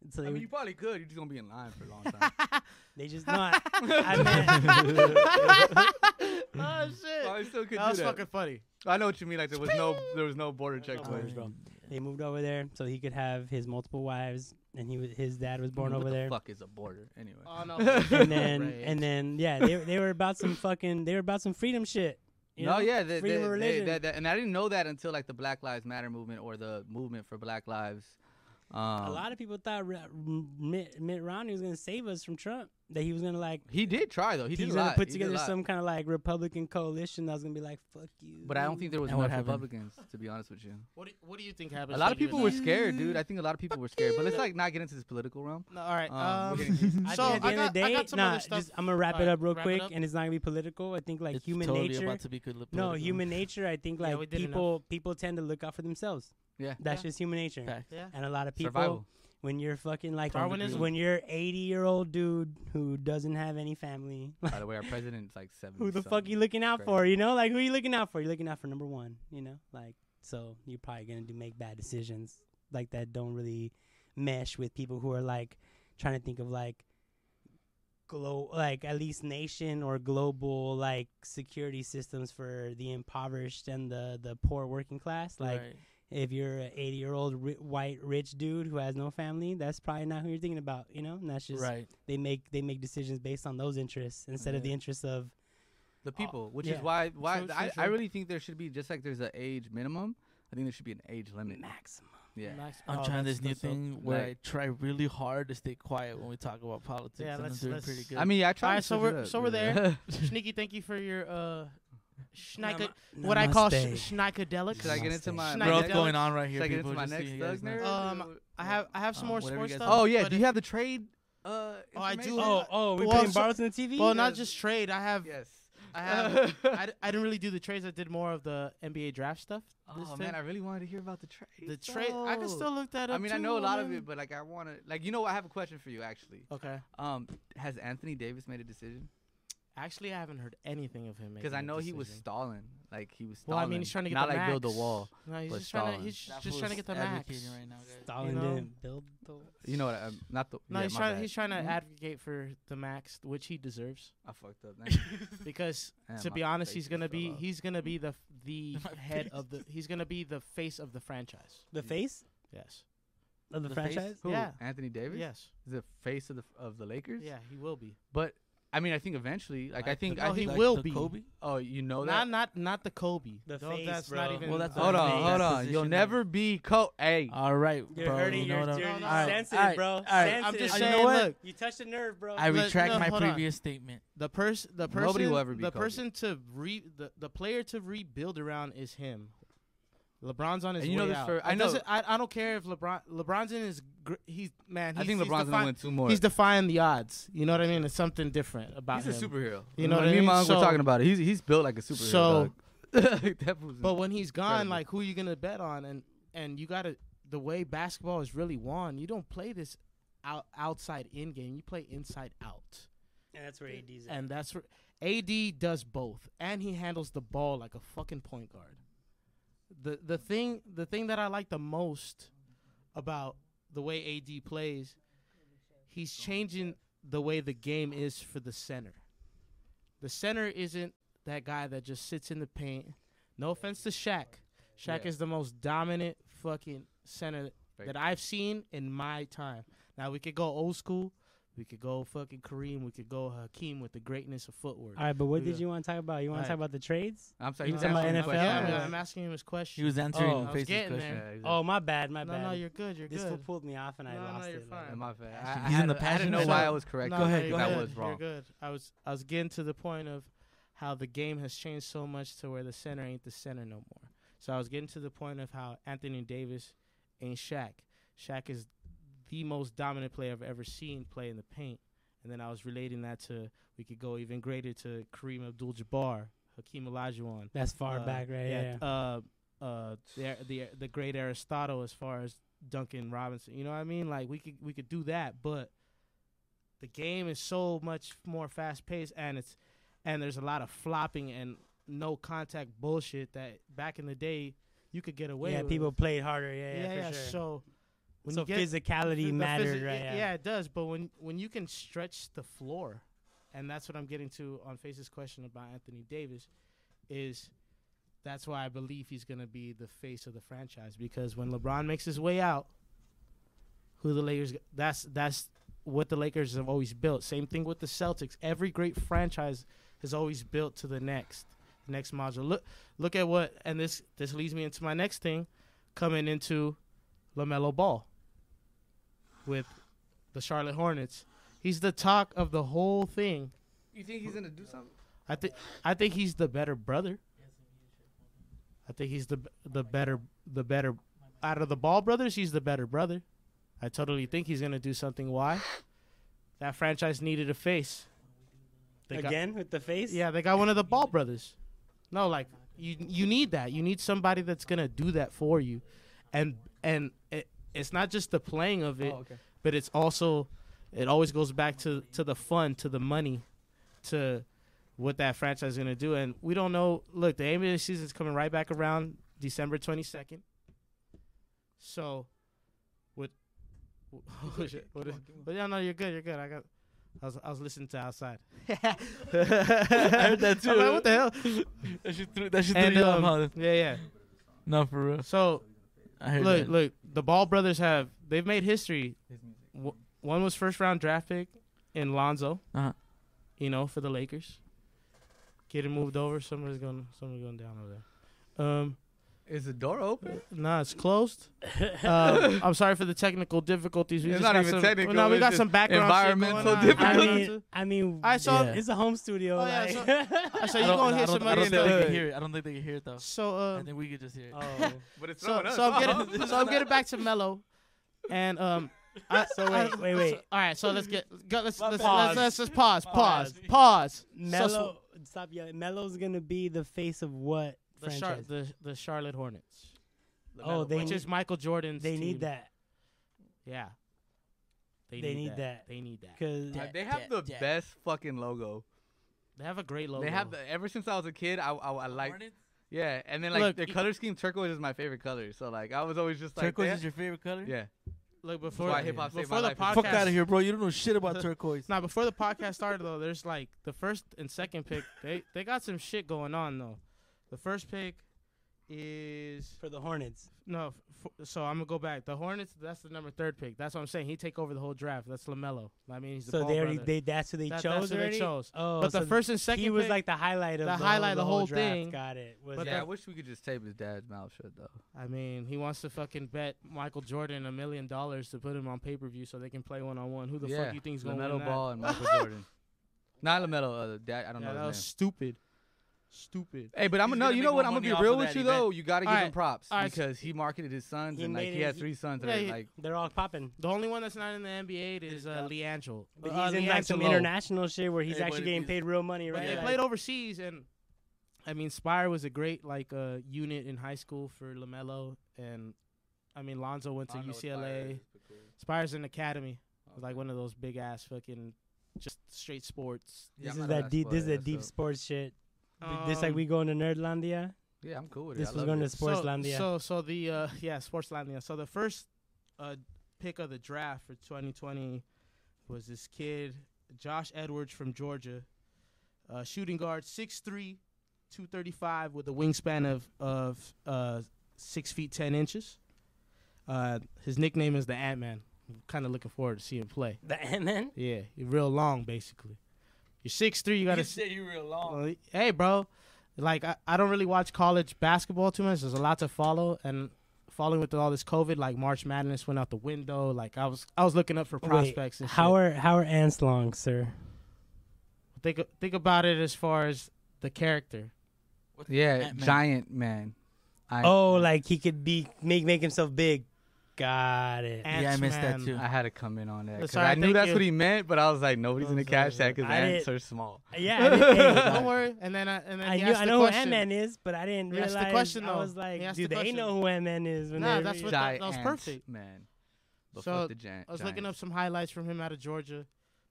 S1: And so they,
S5: I mean,
S1: would-
S5: you probably could. You're just gonna be in line for a long time. (laughs)
S1: they just not. I meant,
S3: oh shit.
S5: I still could
S3: that
S5: do
S3: was
S5: that.
S3: fucking funny.
S5: I know what you mean. Like there was no there was no border checkpoints,
S1: worries,
S5: bro.
S1: bro. They moved over there so he could have his multiple wives, and he was his dad was born
S5: what
S1: over
S5: the
S1: there. Uh,
S5: Fuck is a border anyway.
S3: Oh no.
S5: (laughs)
S1: and then and then yeah, they they were about some fucking they were about some freedom shit. you
S5: no,
S1: know?
S5: yeah, they,
S1: freedom
S5: they-
S1: of
S5: they-
S1: religion.
S5: that- that- and I didn't know that until like the Black Lives Matter movement or the movement for Black Lives. Um,
S1: a lot of people thought Ra- M- Mitt, Mitt Romney was gonna save us from Trump. That he was gonna like
S5: he did try though. He,
S1: he,
S5: did
S1: was
S5: a
S1: gonna
S5: lot.
S1: put
S5: He did a
S1: together
S5: lot.
S1: some kind of like Republican coalition that was gonna be like fuck you.
S5: But I don't think there was
S2: And what
S5: enough
S2: happened?
S5: Republicans, to be honest with you.
S3: What do, what do you think happened?
S5: A lot of people were scared, dude. I think a lot of people were scared. But let's like not get into this political realm.
S3: No, all right.
S5: Um,
S3: Um,
S5: (laughs) we're getting-
S1: I
S3: so
S1: think at the
S3: I
S1: end
S3: got,
S1: of the day,
S3: I got some
S1: nah,
S3: other stuff.
S1: just I'm gonna wrap it
S3: Alright,
S1: up real
S3: wrap it
S1: quick,
S3: up.
S1: and it's not gonna be political. I think like
S2: It's
S1: human
S2: totally
S1: nature.
S2: About to be good li-
S1: No,
S2: political.
S1: human nature. I think
S3: Yeah,
S1: like
S3: we did
S1: people people tend to look out for themselves.
S5: Yeah.
S1: that's
S3: Yeah.
S1: just human nature.
S2: Fact.
S3: yeah.
S1: And a lot of people,
S5: Survival.
S1: when you're fucking like
S3: Darwinism.
S1: when you're 80 year old dude who doesn't have any family, (laughs)
S5: By the way, our president's like seven.
S1: who the fuck you looking out
S5: Crazy.
S1: for? You know, like who you looking out for? You're looking out for number one. You know, like so you're probably gonna do make bad decisions like that don't really mesh with people who are like trying to think of like glo like at least nation or global like security systems for the impoverished and the the poor working class like
S2: Right.
S1: if you're an 80 year old ri- white rich dude who has no family that's probably not who you're thinking about you know and that's just
S2: right.
S1: they make they make decisions based on those interests instead of the
S2: Yeah.
S1: interests of
S5: The people, which
S1: Oh, yeah.
S5: is why why
S2: True,
S5: I,
S2: true, true.
S5: I really think there should be just like there's an age minimum. I think there should be an age limit.
S1: maximum
S5: Yeah.
S2: I'm
S3: Oh,
S2: trying
S3: that's-
S2: this new
S3: that's so-
S2: thing where
S5: Like-
S2: I try really hard to stay quiet when we talk about politics.
S3: Yeah,
S2: and
S3: let's-
S2: I'm doing
S3: let's-
S2: pretty good.
S5: I mean, yeah, I tried.
S3: Alright,
S5: to
S3: so
S5: switch
S3: we're-
S5: it up.
S3: so we're
S5: Yeah.
S3: Sneaky, thank you for your uh, schnica,
S1: Nama-
S3: what I call
S1: namaste.
S3: sh- schnicadelic.
S5: Should I get into
S1: Namaste.
S5: my
S3: Should
S5: my
S3: I
S2: growth
S3: get-
S5: next-
S2: going on right here.
S5: Should I get
S2: people,
S5: into my
S2: just so
S5: next
S2: you guys
S5: thug
S2: know.
S5: nerd?
S3: Um, I have I have some
S2: Uh,
S3: more
S2: whatever you
S3: sports
S2: guys
S3: stuff.
S2: want.
S5: Oh yeah,
S3: but
S5: do
S3: it-
S5: you have the trade? Uh,
S3: Oh, I do.
S5: information?
S3: Oh,
S1: oh oh we
S3: Well,
S1: putting
S3: so-
S1: bars on the tv
S3: Well, not just trade. I have
S5: yes.
S3: I
S5: (laughs)
S3: have I, d- I didn't really do the trades. I did more of the NBA draft stuff. this
S5: oh
S3: time.
S5: man, I really wanted to hear about the trade.
S3: the trade I can still look that up.
S5: I mean, I know a
S3: too,
S5: lot of
S3: man.
S5: it, but like, I want to like you know, I have a question for you actually.
S3: Okay.
S5: Um, has Anthony Davis made a decision?
S3: Actually, I haven't heard anything of him.
S5: Because I
S3: making a
S5: know he was
S3: decision.
S5: stalling. Like he was
S3: Well,
S5: stalling.
S3: I mean, he's trying to get
S5: not
S3: the
S5: like
S3: max.
S5: build the wall.
S3: No, he's
S5: but
S3: just trying
S5: stalling.
S3: to. He's
S2: That
S3: just
S2: fool's
S3: trying to get the max.
S2: advocating right now, guys.
S1: Stalin
S3: you know?
S1: didn't build the
S5: You know what? I'm not the.
S3: No,
S5: yeah,
S3: he's
S5: my
S3: trying.
S5: bad. Mm-hmm.
S3: He's trying to advocate for the max, which he
S5: (laughs)
S3: deserves.
S5: I fucked
S3: (laughs)
S5: up. Thank you.
S3: Because
S5: Damn,
S3: to
S5: my
S3: be honest,
S5: face
S3: he's
S5: just
S3: gonna
S5: fell
S3: be
S5: off.
S3: he's gonna
S5: Mm-hmm.
S3: be the f- the
S2: My
S5: (laughs)
S3: head
S2: face.
S3: of the. He's gonna be the face of the franchise.
S1: the face
S3: Yes.
S1: of the,
S2: The face?
S1: franchise?
S5: Who?
S3: Yeah.
S5: Anthony Davis?
S3: Yes.
S5: Is the face of the of the Lakers?
S3: Yeah, he will be.
S5: But I mean, I think eventually, like I
S2: Like the-
S5: think,
S3: Oh,
S5: I
S3: he
S5: think,
S2: Like
S3: will
S2: the
S3: be.
S2: Kobe?
S5: oh, you know
S3: Not
S5: that.
S3: not not the Kobe.
S1: The
S3: No,
S1: face,
S3: that's not
S1: bro.
S3: even.
S2: Well, that's
S5: hold
S2: the
S5: on,
S2: thing.
S5: hold
S2: That's
S5: on. You'll
S2: positioning.
S5: never be Cole. Hey,
S2: All right,
S1: You're
S2: bro.
S1: hurting
S2: You know
S1: your,
S2: what I'm-
S1: you're
S3: No, no.
S1: you're
S3: Alright,
S1: sensitive,
S2: alright,
S1: bro.
S2: alright.
S1: sensitive.
S3: I'm just
S2: You know
S3: saying.
S2: what?
S3: Look,
S1: You touched a nerve, bro.
S2: I
S3: Look,
S2: retract
S3: no,
S2: my
S3: hold on.
S2: previous statement.
S3: the person, the person,
S5: Nobody will ever be
S3: the
S5: Kobe.
S3: person to re, the, the player to rebuild around is him. LeBron's on his
S5: And you know
S3: way
S5: this
S3: out.
S5: for-
S3: It
S5: I know-
S3: doesn't- I, I don't care if LeBron LeBron's in his. Gr- he's man.
S5: I
S3: He's,
S5: think
S3: he's
S5: LeBron's gonna
S3: defi-
S5: win two more.
S3: He's defying the odds. You know what I mean? It's something different about
S5: He's a
S3: him.
S5: superhero.
S3: You know what
S5: Me
S3: I
S5: and my
S3: mean?
S5: uncle
S3: So-
S5: were talking about it. He's he's built like a superhero.
S3: So-
S5: dog. That fool's-
S3: But when he's gone,
S5: Incredible.
S3: like who you gonna bet on? And and you gotta the way basketball is really won. You don't play this out, outside in game. You play inside out,
S1: and that's where AD's at.
S3: and that's where AD does both, and he handles the ball like a fucking point guard. the The thing the thing that I like the most about the way AD plays, he's changing the way the game is for the center. The center isn't that guy that just sits in the paint. No offense to Shaq. Shaq
S5: Yeah.
S3: is the most dominant fucking center
S5: Right.
S3: that I've seen in my time. Now we could go old school. We could go fucking Kareem. We could go Hakeem with the greatness of footwork.
S1: All right, but what
S3: Yeah.
S1: did you want to talk about? You want
S3: Alright.
S1: to talk about the trades?
S5: I'm sorry.
S1: You
S5: he's
S1: talking about
S5: asking
S1: NFL?
S5: questions.
S3: yeah,
S1: yeah.
S3: I'm, I'm asking him his
S2: He
S3: question.
S2: was answering
S1: Oh, I
S3: was
S2: Face's
S3: getting
S2: question.
S3: there.
S5: he's-
S1: Oh, my bad, my
S3: No,
S1: bad.
S3: no, you're good. You're
S1: this fool
S3: good.
S1: pulled me off and I
S3: No, no,
S1: lost
S3: you're
S1: it.
S3: fine.
S1: like-
S5: And my bad. I, I
S2: He's in
S5: had-
S2: the
S5: I didn't
S2: passion
S5: know
S2: zone.
S5: why I was correct.
S3: No,
S2: Go
S3: no,
S2: ahead,
S3: you're
S2: go
S5: That
S3: good.
S2: ahead.
S5: was wrong.
S3: You're good. I was I was getting to the point of how the game has changed so much to where the center ain't the center no more. So I was getting to the point of how Anthony Davis ain't Shaq. Shaq is the most dominant player I've ever seen play in the paint. And then I was relating that to we could go even greater to Kareem Abdul-Jabbar, Hakeem Olajuwon,
S1: That's far
S3: uh,
S1: back, right? Yeah.
S3: Uh, uh, the the the great Aristotle as far as Duncan Robinson. You know what I mean? Like we could we could do that, but the game is so much more fast paced, and it's and there's a lot of flopping and no contact bullshit that back in the day you could get away.
S1: yeah,
S3: with.
S1: people played harder. Yeah,
S3: Yeah,
S1: yeah,
S3: yeah.
S1: for sure.
S3: So when
S1: so
S3: you get
S1: physicality
S3: the
S1: mattered,
S3: physi-
S1: right?
S3: Yeah, yeah, it does. But when when you can stretch the floor, and that's what I'm getting to on Face's question about Anthony Davis, is that's why I believe he's going to be the face of the franchise because when LeBron makes his way out, who the Lakers? That's that's what the Lakers have always built. Same thing with the Celtics. Every great franchise has always built to the next the next module. Look look at what and this this leads me into my next thing, coming into Lamelo Ball with the Charlotte Hornets. He's the talk of the whole thing.
S5: You think he's gonna do something?
S3: I think I think he's the better brother. I think he's the b- the better the better out of the Ball brothers. He's the better brother. I totally think he's gonna do something. Why? That franchise needed a face. They got-
S1: Again with the face.
S3: yeah, they got one of the Ball brothers. No, like you you need that. You need somebody that's gonna do that for you, and and it, it's not just the playing of it,
S5: okay.
S3: but it's also it always goes back to to the fun, to the money, to what that franchise is gonna do. And we don't know. Look, the NBA season's coming right back around December twenty second. So, with (laughs) what is, but yeah, no, you're good. You're good. I got. I was, I was listening
S2: (laughs)
S3: to outside. I heard
S2: that
S3: (laughs) I'm
S2: too.
S3: like, what the hell?
S2: That should threw, that should
S3: And,
S2: threw you off,
S3: um,
S2: Holland.
S3: yeah, yeah.
S2: No, for real.
S3: So
S2: I heard
S3: look,
S2: that.
S3: look. The Ball brothers have they've made history. W- one was first round draft pick in Lonzo.
S2: Uh-huh.
S3: You know, for the Lakers. Getting moved over. Somebody's going. Somebody's going down over there. Um,
S5: Is the door open?
S3: nah, it's
S2: (laughs)
S3: closed. um, I'm sorry for the technical difficulties. We
S5: It's
S3: just
S5: not
S3: got
S5: even
S3: some,
S5: technical,
S3: No, we
S5: it's
S3: got
S5: just
S3: some background shit going on. (laughs)
S5: environmental
S1: I
S5: difficulties.
S2: (laughs)
S3: Environmental-
S1: mean, I mean,
S3: I saw-
S1: it's a home studio.
S3: Oh, yeah,
S1: like. (laughs)
S3: I
S2: I
S3: said you
S2: don't-
S3: gonna
S2: I
S3: hear
S2: don't-
S3: somebody
S2: I don't
S3: in
S2: think they
S3: the
S2: can hear it. I don't think they can hear it though.
S3: So
S2: I
S3: um,
S2: think we could just hear it.
S1: oh.
S5: But it's
S3: so, so I'm
S5: (laughs)
S3: getting so I'm getting back to Mello, and um. I,
S1: So wait, (laughs) wait, wait.
S3: all right, Um, so let's get go, let's,
S1: My
S3: let's,
S1: pause.
S3: let's let's just pause, pause,
S1: Pause.
S3: pause.
S1: Mello, stop yelling. Melo's gonna be the face of what
S3: the, Char-
S1: franchise?
S3: the the Charlotte Hornets,
S1: oh, they
S3: which
S1: need,
S3: is Michael Jordan's.
S1: they
S3: team.
S1: need that
S3: Yeah,
S1: They need that.
S3: They need that.
S1: because
S2: Yeah.
S5: They have
S2: Yeah,
S5: the
S2: yeah.
S5: best fucking logo.
S3: They have a great logo.
S5: They have the. Ever since I was a kid, I I, I like.
S2: Hornets?
S5: Yeah, and then like
S3: Look,
S5: their
S3: y-
S5: color scheme, turquoise is my favorite color. So like I was always just like.
S2: turquoise
S5: they-
S2: is your favorite color?
S5: yeah.
S3: look before
S5: why hip-hop saved
S3: before
S5: my
S3: the
S5: life.
S3: podcast.
S5: Fuck
S2: Fuck out of here, bro. You don't know shit about turquoise.
S3: Now before the podcast started though, there's like the first and second pick. They they got some shit going on though. The first pick is
S1: for the Hornets.
S3: no. f- f so I'm gonna go back. The Hornets. That's the number third pick. That's what I'm saying. He take over the whole draft. That's Lamelo. I mean, he's the
S1: So
S3: ball
S1: they already
S3: brother.
S1: they that's who they
S3: That- that's
S1: chose.
S3: who they
S1: already?
S3: chose.
S1: Oh,
S3: but
S1: so
S3: the first and second
S1: he was
S3: pick-
S1: like the highlight of
S3: the
S1: the,
S3: highlight of the
S1: whole,
S3: whole
S1: draft.
S3: thing.
S1: Got it. Was
S3: But
S5: yeah,
S1: that-
S5: I
S3: that-
S5: wish we could just tape his dad's mouth shut though.
S3: I mean, he wants to fucking bet Michael Jordan a million dollars to put him on pay per view so they can play one on one. Who the
S5: yeah,
S3: fuck you think's gonna win
S5: Lamelo
S3: that?
S5: Ball and Michael Jordan. Not Lamelo. Uh, dad, I don't
S3: Yeah,
S5: know
S3: that was
S5: his name.
S3: stupid. Stupid.
S5: Hey, but I'm
S4: He's
S5: gonna no.
S4: gonna
S5: You
S4: make
S5: know what?
S4: more
S5: I'm gonna
S4: money
S5: be
S4: off
S5: real
S4: of
S5: with
S4: that
S5: you
S4: event.
S5: though. You gotta give
S3: All
S5: him
S3: right.
S5: props
S3: All right.
S5: because he marketed his sons
S1: He
S5: and like
S1: made
S5: he
S1: it-
S5: had
S1: he-
S5: three sons
S3: Yeah,
S5: that are
S3: he-
S5: like
S1: they're all popping.
S3: The only one that's not in the NBA is uh, Leangelo.
S1: But
S3: uh,
S1: he's in like some
S3: Leangelo.
S1: international shit where he's
S4: Hey,
S1: actually
S4: but
S1: getting
S4: he's-
S1: paid real money,
S3: But
S1: right?
S3: they
S1: Like,
S3: played overseas, and I mean, Spire was a great like uh, unit in high school for Lamelo, and I mean, Lonzo went to UCLA. Spire's an academy, It's like one of those big ass fucking just straight sports.
S5: Yeah,
S1: this
S5: I'm
S1: is
S5: not a
S1: that deep. This is that
S5: basketball guy,
S1: deep
S5: so-
S1: sports shit. Th- this like
S3: Um,
S1: we going to Nerdlandia.
S5: Yeah, I'm cool with it.
S1: This
S5: I
S1: was
S5: love
S1: going to
S5: it.
S1: Sportslandia.
S3: So, so, so the uh, (laughs) yeah, Sportslandia. So the first uh, pick of the draft for 2020 was this kid, Josh Edwards from Georgia, uh, shooting guard, 6'3", 235, with a wingspan of of uh, six feet ten inches. Uh, his nickname is the Ant Man. Kind of looking forward to see him play.
S1: the Ant Man.
S3: Yeah, he real long basically. You're six three. You got
S4: You
S3: to
S4: say you real long.
S3: well, hey, bro. Like, I, I don't really watch college basketball too much. There's a lot to follow, and following with all this COVID, like March Madness went out the window. Like, I was I was looking up for prospects.
S1: Wait,
S3: and
S1: how
S3: shit.
S1: are how are ants long, sir?
S3: think think about it as far as the character.
S5: Yeah,
S3: (laughs)
S4: Ant-Man.
S5: giant man. I,
S1: Oh, like he could be make make himself big. Got it.
S2: I
S3: Ants,
S2: missed that
S3: man.
S2: too.
S5: I had to come in on that. 'cause
S3: Sorry,
S5: I knew
S3: thank
S5: that's
S3: you.
S5: what he meant, but I was like, nobody's gonna
S3: Sorry,
S5: catch that
S3: sorry.
S5: because
S1: I
S5: ants
S1: didn't-
S5: are small.
S3: (laughs)
S1: Yeah, I, didn't- hey,
S3: (laughs) Don't worry. (laughs) And then I, and then
S1: I,
S3: he
S1: knew,
S3: asked
S1: I
S3: the
S1: know who
S3: question.
S1: Ant Man is, but I didn't
S3: He asked the
S1: realize.
S3: question,
S1: I
S3: though.
S1: was like,
S3: He asked
S1: do
S3: the
S1: they
S3: question.
S1: know who Ant Man is? When
S3: Nah,
S1: they
S3: that's
S1: read-
S3: what that-
S5: giant
S3: that was perfect.
S5: man. But
S3: So,
S5: fuck the giant.
S3: I was looking up
S5: Giants.
S3: some highlights from him out of Georgia.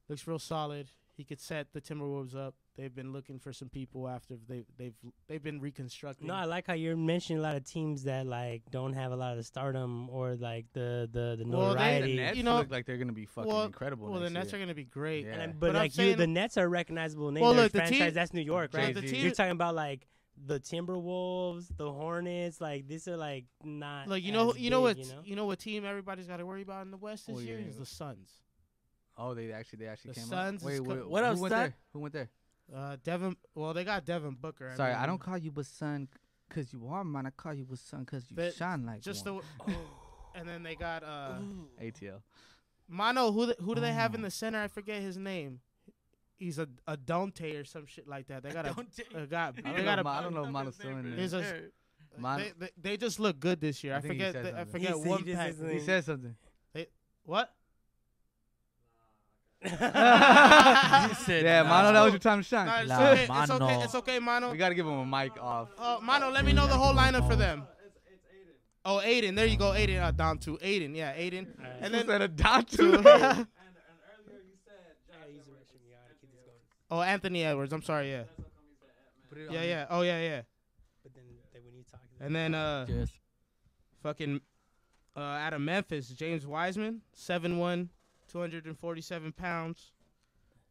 S3: Looks real solid. He could set the Timberwolves up. They've been looking for some people after they they've they've been reconstructing.
S1: (laughs) No, I like how you're mentioning a lot of teams that like don't have a lot of the stardom or like the the the
S3: Well, they-
S5: The
S1: notoriety.
S5: Nets
S3: you know-
S5: look like they're gonna be fucking
S3: well,
S5: incredible.
S3: well, the
S5: next
S3: Nets
S5: year.
S3: are gonna be great.
S5: Yeah.
S1: and then,
S5: But
S1: but
S3: I'm
S1: like you,
S3: saying-
S1: the Nets are recognizable names.
S3: Well,
S1: They're
S3: look,
S1: a
S3: the team-
S1: franchise that's New York, right?
S3: So the
S5: Jay-Z.
S3: team,
S1: You're talking about like the Timberwolves, the Hornets. Like these are like not.
S3: Look, you know,
S1: as
S3: you know
S1: big,
S3: what,
S1: You
S3: (laughs)
S1: know?
S3: you know what team everybody's got to worry about in the West this
S5: Oh,
S3: year
S5: yeah.
S3: is the Suns.
S5: Oh, they actually they actually
S3: The
S5: came
S3: Suns
S5: up. Wait,
S3: is co-
S5: wait,
S2: What
S5: who
S2: up,
S5: went
S2: son?
S5: there? Who went there?
S3: Uh, Devin, well, they got Devin Booker. I
S5: Sorry, I
S3: mean,
S5: don't call you but son because you are mine. I call you but son because you
S3: But
S5: shine
S3: (laughs)
S5: like
S3: just
S5: one.
S3: the.
S1: Oh.
S3: oh, and then they got uh,
S5: ATL.
S3: Mono. Who the, who do they have in
S5: Oh.
S3: the center? I forget his name. He's a a Dante or some shit like that. They got a,
S4: Don't take-
S3: a got
S5: I
S3: they
S5: don't, know,
S3: got
S5: if Ma- I
S3: a.
S5: don't know if
S4: Remember
S5: Mano's
S4: his
S5: still in
S4: name,
S5: there.
S3: There's a
S5: Mono-
S3: they, they, they just look good this year.
S5: I
S3: I,
S5: think he
S3: forget.
S5: said
S3: The, I
S5: something.
S1: He
S3: forget
S1: said- he
S3: one
S1: just
S3: pack.
S1: said (laughs)
S3: (laughs)
S5: He said something. (laughs)
S3: What?
S4: He said
S5: yeah,
S4: no.
S5: Mono, that was your time to shine.
S3: No, it's,
S2: La
S3: (laughs) okay. it's okay.
S2: mano.
S3: It's okay, Mono.
S5: We gotta give him a mic off.
S3: Uh, Mono, let me know the whole lineup for them. Oh, Aiden. There you go, Aiden. Uh, down to Aiden. Yeah, Aiden. (laughs) And then (laughs)
S5: a dot
S3: oh, Anthony Edwards. I'm sorry. Yeah. Yeah, yeah. Oh, yeah, yeah.
S1: But then then when you talk,
S3: And then uh, fucking uh, out of Memphis, James Wiseman, 7'1", 247 pounds.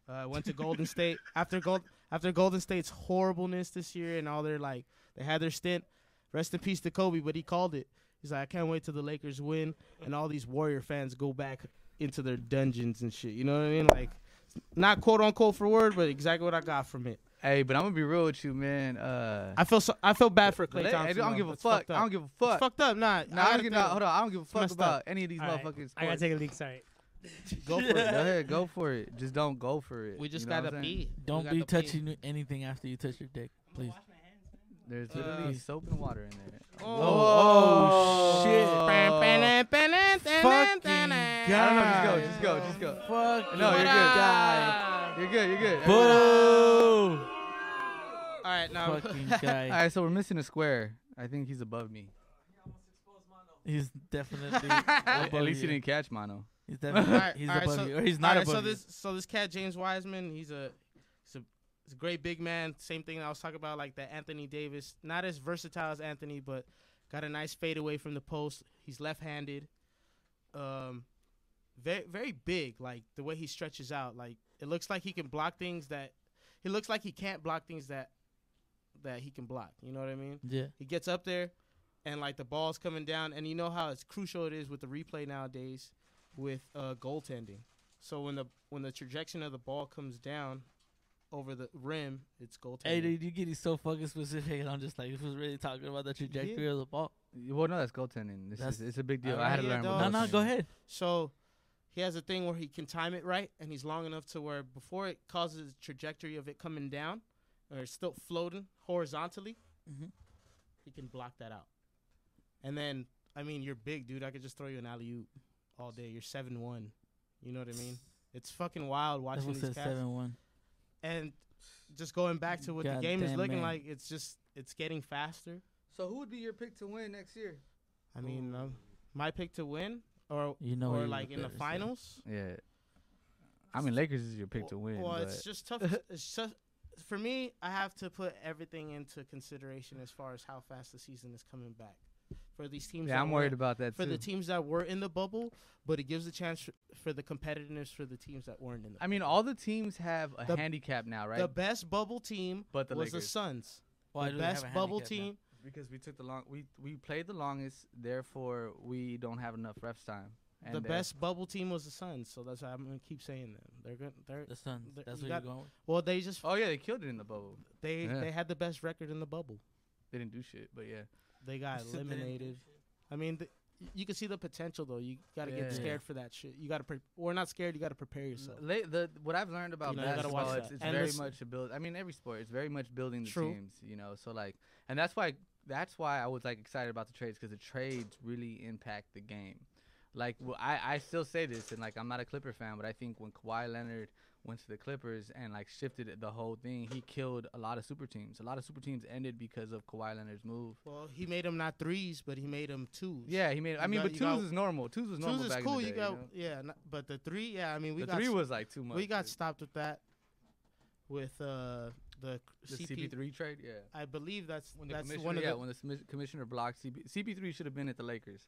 S3: Uh, went to
S5: (laughs)
S3: Golden State after gold after Golden State's horribleness this year and all their like they had their stint. Rest in peace to Kobe, but he called it. He's like, I can't wait till the Lakers win and all these Warrior fans go back into their dungeons and shit. You know what I mean? Like, not quote unquote for word, but exactly what I got from it.
S5: Hey, but I'm gonna be real with you, man. Uh,
S3: I feel so, I feel bad for Clay
S5: Clay-
S3: Thompson.
S5: I don't
S3: though.
S5: give a
S3: It's
S5: fuck.
S3: fucked
S5: I
S3: up.
S5: don't give a
S3: It's
S5: fuck.
S3: fucked up. Nah,
S5: Nah, I
S3: gotta
S5: don't give,
S3: think-
S5: nah, hold on, I don't give a fuck
S3: messed up.
S5: about any of these
S1: All right,
S5: motherfuckers.
S1: I gotta take a leak. Sorry.
S3: Go for it.
S5: Go ahead, go for it. Just don't go for it.
S3: We just
S5: You know what
S3: gotta
S5: I'm saying?
S3: pee.
S2: Don't be touching anything after you touch your dick, please.
S5: There's
S3: Uh,
S5: literally soap and water in there.
S3: Oh.
S2: Oh,
S5: I don't know. Just go. Just go. Just go.
S2: Fuck
S5: No,
S2: you,
S5: you're good.
S2: guy.
S5: You're good. You're good.
S2: Boo!
S3: (laughs) All right,
S2: (laughs)
S3: now.
S2: Fucking
S5: All
S2: guy.
S5: right, so we're missing a square. I think he's above me.
S2: He's (laughs) definitely.
S5: At
S2: above
S5: least he
S2: you.
S5: didn't catch mono.
S2: He's definitely.
S3: Alright,
S2: he's
S3: alright,
S2: above
S3: so-
S2: you, or he's not
S3: alright,
S2: above
S3: so
S2: you.
S3: this so this cat James Wiseman, he's a he's a, he's a great big man. Same thing I was talking about, like that Anthony Davis, not as versatile as Anthony, but got a nice fadeaway from the post. He's left-handed, um, very very big. Like the way he stretches out, like it looks like he can block things that he looks like he can't block things that that he can block. You know what I mean?
S2: Yeah.
S3: He gets up there, and like the ball's coming down, and you know how it's crucial it is with the replay nowadays, with uh, goaltending. So when the when the trajectory of the ball comes down over the rim, it's goaltending.
S2: Hey, dude, you getting so fucking specific. I'm just like, if was really talking about the trajectory of the ball.
S5: Well, no, that's goaltending. This
S2: That's-
S5: is, it's a big deal.
S3: All
S5: I had
S3: right,
S5: to
S3: yeah,
S5: learn.
S3: dog.
S2: No,
S5: what
S2: no,
S5: goaltending
S2: go
S5: is.
S2: ahead.
S3: So he has a thing where he can time it right, and he's long enough to where before it causes trajectory of it coming down, or it's still floating horizontally,
S2: Mhm.
S3: he can block that out. And then, I mean, you're big, dude. I could just throw you an alley oop all day. You're seven one. You know what I mean? It's fucking wild
S2: That's
S3: watching
S2: what
S3: these
S2: said
S3: cats.
S2: seven one.
S3: And just going back to what the
S2: God
S3: game is
S2: damn,
S3: looking
S2: man.
S3: like, it's just it's getting faster.
S5: So who would be your pick to win next year?
S3: I mean, um, my pick to win, or
S2: You know,
S3: or
S2: you
S3: like
S2: look
S3: in the
S2: better, so.
S3: finals.
S5: Yeah. I mean, Lakers is your pick
S3: Well-
S5: to win.
S3: Well,
S5: but
S3: it's just tough. it's- it's tough. For me, I have to put everything into consideration as far as how fast the season is coming back. For these teams,
S5: yeah,
S3: that
S5: I'm
S3: were-
S5: worried about that
S3: for
S5: too.
S3: the teams that were in the bubble, but it gives a chance for, for the competitiveness for the teams that weren't in the.
S5: I mean, all the teams have a
S3: The-
S5: handicap now, right?
S3: The best bubble team
S5: but the
S3: was
S5: Lakers,
S3: the Suns.
S2: Why
S3: the
S2: do they have
S3: best
S2: a
S3: bubble
S2: handicap now?
S3: team.
S5: because we took the long, we we played the longest, therefore we don't have enough reps time. And
S3: the
S5: uh, they're-
S3: best bubble team was the Suns, so that's why I'm gonna keep saying them. They're good. They're
S2: The Suns.
S3: Th-
S2: That's
S3: you
S2: what you're
S3: got-
S2: going with.
S3: well. They just
S5: Oh yeah, they killed it in the bubble.
S3: they
S5: yeah.
S3: they had the best record in the bubble.
S5: They didn't do shit, but yeah.
S3: They got
S2: They didn't do
S3: eliminated. I mean, th- you can see the potential though. You gotta
S5: Yeah.
S3: get scared for that shit. You gotta, pre- or not scared. You gotta prepare yourself.
S5: La- the what I've learned about
S3: You know, you gotta watch
S5: basketball, it's,
S3: that.
S5: it's
S3: And
S5: very
S3: this-
S5: much a build. I mean, every sport, it's very much building the
S3: True.
S5: teams. You know, so like, and that's why that's why I was like excited about the trades because the trades really impact the game. Like, well, I I still say this, and like, I'm not a Clipper fan, but I think when Kawhi Leonard went to the Clippers and like shifted the whole thing, he killed a lot of super teams. A lot of super teams ended because of Kawhi Leonard's move.
S3: Well, he made them not threes, but he made them twos.
S5: Yeah, he made. I
S3: You
S5: mean,
S3: got-
S5: but
S3: you
S5: twos
S3: got-
S5: is normal. Twos was normal
S3: twos is
S5: back
S3: cool.
S5: in the
S3: you
S5: day,
S3: got
S5: you know?
S3: yeah, no- but the three, yeah. I mean, we
S5: the
S3: got
S5: three
S3: s-
S5: was like too much.
S3: we got
S5: dude.
S3: stopped with that with uh the,
S5: the
S3: CP.
S5: CP3 trade. Yeah.
S3: I believe that's
S5: When the
S3: that's
S5: commissioner,
S3: one of
S5: yeah,
S3: the.
S5: when the smi- commissioner blocked CP, CP3 should have been at the Lakers,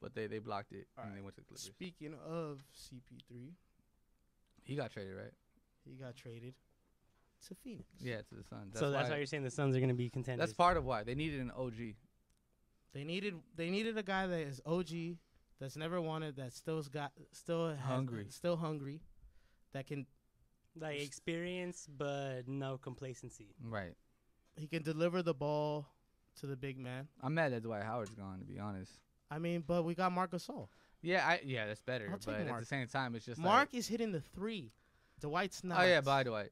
S5: but they they blocked it and they went to the Clippers.
S3: Speaking of CP3,
S5: He got traded, right?
S3: he got traded to Phoenix.
S5: Yeah, to the Suns.
S1: so that's why you're saying the Suns are going to be contenders.
S5: that's part of why they needed an OG.
S3: They needed they needed a guy that is OG, that's never wanted, that still's got still has,
S5: Hungry.
S3: still hungry, that can
S1: like experience, but no complacency.
S5: Right.
S3: he can deliver the ball to the big man.
S5: I'm mad that Dwight Howard's gone. To be honest.
S3: I mean, but we got Marc Gasol.
S5: Yeah, I yeah that's better.
S3: I'll take
S5: but at
S3: Mark.
S5: the same time, it's just
S3: Mark is hitting the three. Dwight's
S5: Like,
S3: not.
S5: oh yeah, bye Dwight.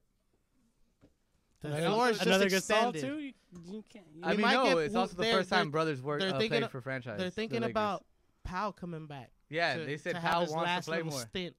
S3: The
S1: Another-
S3: floor is just
S1: another
S3: extended.
S1: Gasol too. You, you can't. you-
S5: I mean,
S3: might
S5: no,
S3: get-
S5: it's
S3: well,
S5: also the
S3: they're-
S5: first time
S3: they're-
S5: brothers were
S3: they're
S5: uh,
S3: thinking
S5: played
S3: of-
S5: for franchise.
S3: They're
S5: the
S3: thinking
S5: Lakers.
S3: about Powell coming back.
S5: yeah.
S3: to-
S5: they said
S3: to have
S5: Powell
S3: his
S5: wants
S3: last
S5: to play
S3: little
S5: more.
S3: Stint,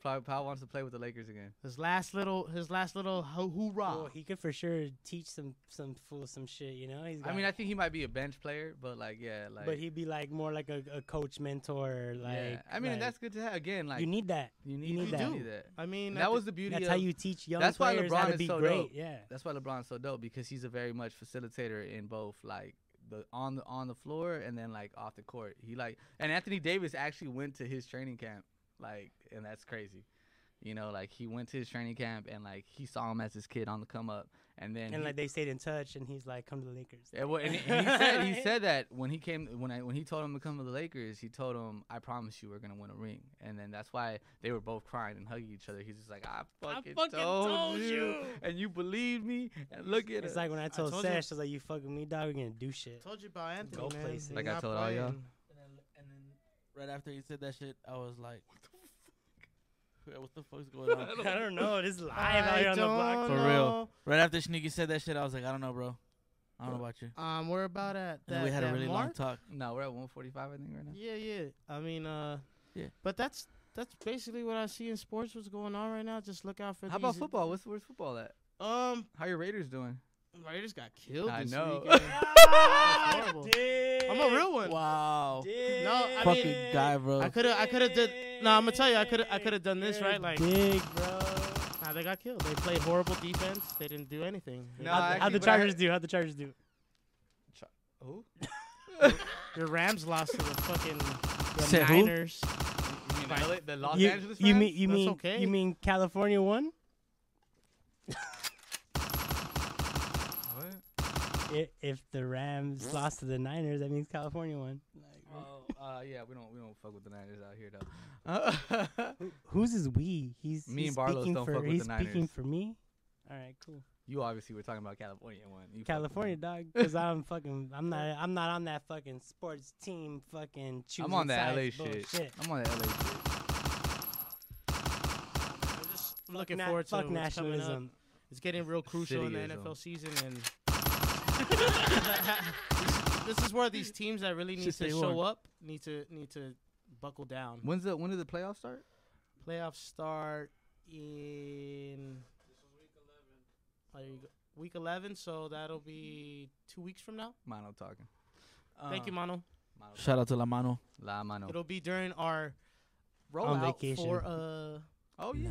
S5: Powell, Powell wants to play with the Lakers again.
S3: his last little, his last little ho- hoorah.
S5: Oh,
S1: well, he could for sure teach some some fool some shit. You know, he's.
S5: I
S1: got-
S5: mean, I think he might be a bench player, but like yeah, like
S1: but he'd be like more like a, a coach mentor. Like
S5: yeah. I mean,
S1: like,
S5: that's good to have. Again, like
S1: you need that.
S5: You need,
S1: You
S5: you
S1: need
S5: that.
S1: that.
S5: Need that.
S3: I mean,
S5: that
S3: I
S5: was the beauty.
S1: That's
S5: of,
S1: how you teach young
S5: that's why
S1: players how
S5: LeBron
S1: to
S5: is
S1: be
S5: so
S1: great.
S5: dope.
S1: Yeah.
S5: That's why LeBron's so dope because he's a very much facilitator in both like the on the on the floor and then like off the court. He like and Anthony Davis actually went to his training camp like and that's crazy. You know, like he went to his training camp and like he saw him as his kid on the come up, and then
S1: And,
S5: he-
S1: like they stayed in touch, and he's like, "Come to the Lakers."
S5: Yeah, well, and he, and he said
S1: (laughs)
S5: he said that when he came when I when he told him to come to the Lakers, he told him, "I promise you, we're gonna win a ring." And then that's why they were both crying and hugging each other. He's just like, "I fucking, told, you, and you believed me." And look at
S1: It's
S5: us.
S1: like when I told,
S3: told you-
S1: Sash, I was like, "You fucking me, dog. We're gonna do
S3: (laughs)
S1: shit."
S3: told you about Anthony,
S1: Go
S3: man.
S1: places.
S3: He's
S5: Like I
S3: not
S5: told all y'all.
S3: playing.
S2: And then, and then right after he said that shit, I was like,
S4: (laughs)
S2: "Yeah, what the fuck's (laughs) going on?
S1: I don't know. This is live out
S3: I
S1: here on the block. (laughs)
S3: don't
S2: For real.
S3: know.
S2: Right after Sneaky said that shit, I was like, I don't know, bro. I don't know about you.
S3: Um, we're about at
S2: And then
S3: that.
S2: we had a
S3: that
S2: really long
S3: mark.
S2: talk.
S5: no, we're at 145, I think, right now.
S3: Yeah, yeah. I mean, uh,
S2: Yeah.
S3: But that's that's basically what I see in sports. What's going on right now? Just look out for.
S5: How
S3: these-
S5: about football? What's where's football at?
S3: Um,
S5: How your Raiders doing?
S3: Raiders got killed.
S5: I
S3: this
S5: know. (laughs)
S3: weekend. That's horrible. I'm a real one.
S2: Wow.
S3: No, I
S2: Fucking
S3: mean,
S2: guy, bro.
S3: I could have, I could have did. No, I'm gonna tell you, I could, I could have done this right. Like,
S1: big, bro.
S3: nah, they got killed. They played horrible defense. They didn't do anything. They
S5: No,
S3: got-
S5: I-
S1: How'd the
S5: Actually, what I-
S1: Chargers do? How'd the Chargers do?
S5: Who?
S3: your Rams lost to the fucking the
S2: Said who?
S3: Niners.
S5: You mean LA, the Los
S1: you,
S5: Angeles?
S1: you
S5: Rams?
S1: mean you
S3: That's
S1: mean
S3: okay.
S1: you mean California won?
S5: What?
S1: i- if the Rams lost to the Niners, that means California won. Like,
S5: Oh, uh, yeah, we don't we don't fuck with the Niners out here though.
S1: (laughs) who- who's his we? He's
S5: Me
S1: he's
S5: and Barlos
S1: speaking
S5: don't
S1: for,
S5: fuck with
S1: he's
S5: the
S1: speaking
S5: Niners.
S1: for me. All right, cool.
S5: You obviously were talking about California one. You fuck with
S1: California
S5: them.
S1: dog, because
S5: (laughs)
S1: I'm fucking. I'm not. I'm not on that fucking sports team. Fucking.
S5: I'm
S1: choosing
S5: on that LA
S1: sides
S5: shit.
S1: bullshit.
S5: I'm on that LA shit.
S3: I'm looking
S1: Na-
S3: forward to
S1: fuck
S3: what's coming up.
S1: nationalism.
S3: It's getting real crucial in the
S5: Cityism.
S3: NFL season,
S1: (laughs)
S3: and this, this is where these teams that really need
S5: Should
S3: to
S5: say
S3: show
S5: one.
S3: up need to need to buckle down.
S5: When's the when do the playoffs start?
S3: Playoffs start in There you go. week 11, so that'll be two weeks from now.
S5: Mono talking.
S3: Thank
S1: Uh.
S3: you, Mano.
S5: Mono talking.
S4: Shout out to La Mano.
S5: La mano.
S3: It'll be during our
S1: On
S3: rollout
S1: vacation.
S3: for uh.
S5: Oh yeah.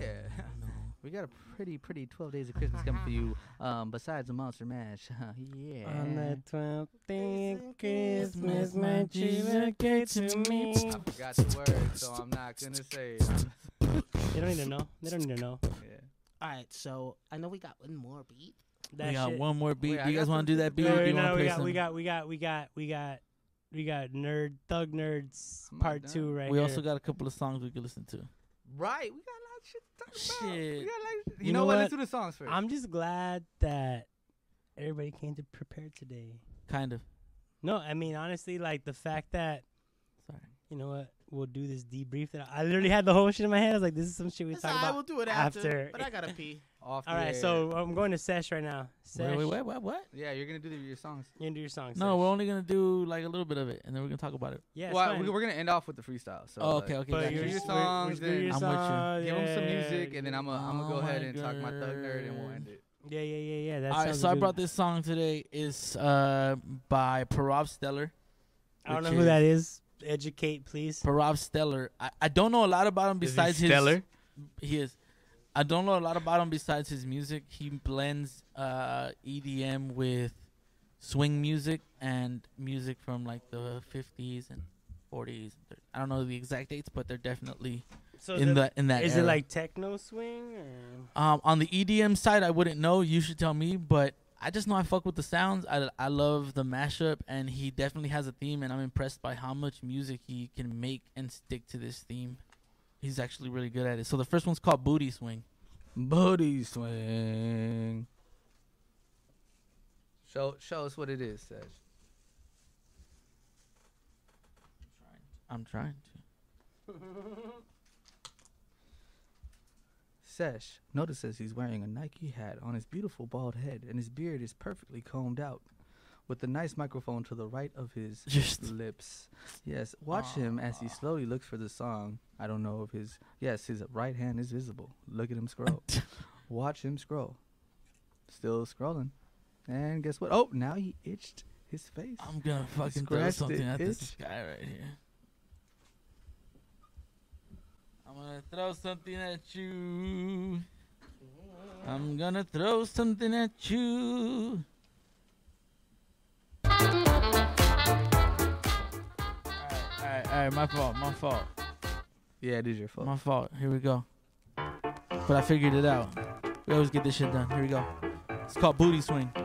S5: (laughs) we got a pretty pretty 12 days of Christmas coming
S1: (laughs)
S5: for you. Um, besides the monster mash. (laughs) yeah.
S1: On the twelfth day
S3: Isn't
S1: of Christmas,
S3: Christmas
S1: my
S3: magic
S1: Jesus gave to me. They
S5: I forgot the word, so I'm not gonna say.
S1: (laughs)
S5: It. I'm-
S1: don't even know. They don't even know.
S5: yeah.
S3: All right, so I know we got one more beat.
S1: That
S4: we got
S1: shit.
S4: one more beat.
S5: Wait, I
S4: do you
S5: got
S4: guys want to do that beat?
S1: No,
S4: Do
S1: no,
S4: you
S1: no,
S4: wanna
S1: we
S4: play
S1: got, we
S4: some-
S1: got, we got, we got, we got, we got nerd thug nerds
S5: I'm not
S1: part
S5: done.
S1: two right
S4: we
S1: here.
S4: also got a couple of songs we could listen to.
S5: Right. We got a lot of shit to talk about. We
S4: Shit.
S5: got a lot of shit. You,
S1: You
S5: know,
S1: know
S5: what?
S1: what?
S5: Let's do the songs 1st
S1: I'm just glad that everybody came to prepare today.
S4: Kind of.
S1: No, I mean honestly, like the fact that
S4: Sorry.
S1: you know what we'll do this debrief. That I literally had the whole shit in my head. I was like, this is some shit we
S3: That's
S1: talk
S3: all right,
S1: about.
S3: we'll do it
S1: after.
S3: but I gotta pee.
S5: Off
S1: All
S5: the
S1: right,
S5: air.
S1: so I'm going to sesh right now. Sesh,
S4: Wait, wait, wait, what? what?
S5: yeah, you're gonna do the, your songs.
S1: you gonna do your song.
S4: No,
S1: Sesh.
S4: we're only gonna do like a little bit of it, and then we're gonna talk about it.
S1: yeah, it's
S5: well,
S1: fine.
S5: we, we're gonna end off with the freestyle. So
S4: oh,
S5: uh,
S4: okay, okay.
S1: But
S4: gotcha.
S5: do
S1: you're
S5: your
S1: just
S5: songs,
S1: do your
S4: then-
S1: song,
S5: Give them some
S1: yeah,
S5: music, and then I'm gonna I'm gonna
S4: Oh
S5: go
S4: my
S5: ahead and talk my thug nerd, and we'll
S4: God.
S5: end it.
S1: Yeah, yeah, yeah, yeah. That
S4: All right,
S1: sounds
S4: so I
S1: good.
S4: brought this song today. It's uh, by Parab Stellar.
S1: I don't know
S4: which
S1: who that is. Educate, please.
S4: Parab Stellar. I, I don't know a lot about him besides his. He is. I don't know a lot about him besides his music. He blends uh, EDM with swing music and music from like the 50s and 40s. I don't know the exact dates, but they're definitely
S1: So
S4: in that in that.
S1: is it
S4: era.
S1: like techno swing or?
S4: Um, on the EDM side, I wouldn't know. You should tell me, but I just know I fuck with the sounds. I, I love the mashup, and he definitely has a theme, and I'm impressed by how much music he can make and stick to this theme. He's actually really good at it. So the first one's called Booty Swing.
S5: Booty swing. Show show us what it is, Saj.
S4: I'm trying to.
S5: Sesh notices he's wearing a Nike hat on his beautiful bald head, and his beard is perfectly combed out, with a nice microphone to the right of (laughs) his
S4: Just
S5: lips. Yes, watch him as he slowly looks for the song. I don't know if his yes, his right hand is visible. Look at him (laughs) scroll. watch him scroll. Still scrolling. And guess what? Oh, now he itched his face.
S4: I'm gonna fucking throw
S5: Scratch the
S4: something at this
S5: itch.
S4: guy right here. I'm gonna throw something at you. I'm gonna throw something at you. Alright, alright, alright, my fault, my fault,
S5: yeah, it is your fault.
S4: my fault. Here we go. But I figured it out. We always get this shit done. Here we go. It's called Booty Swing.
S6: They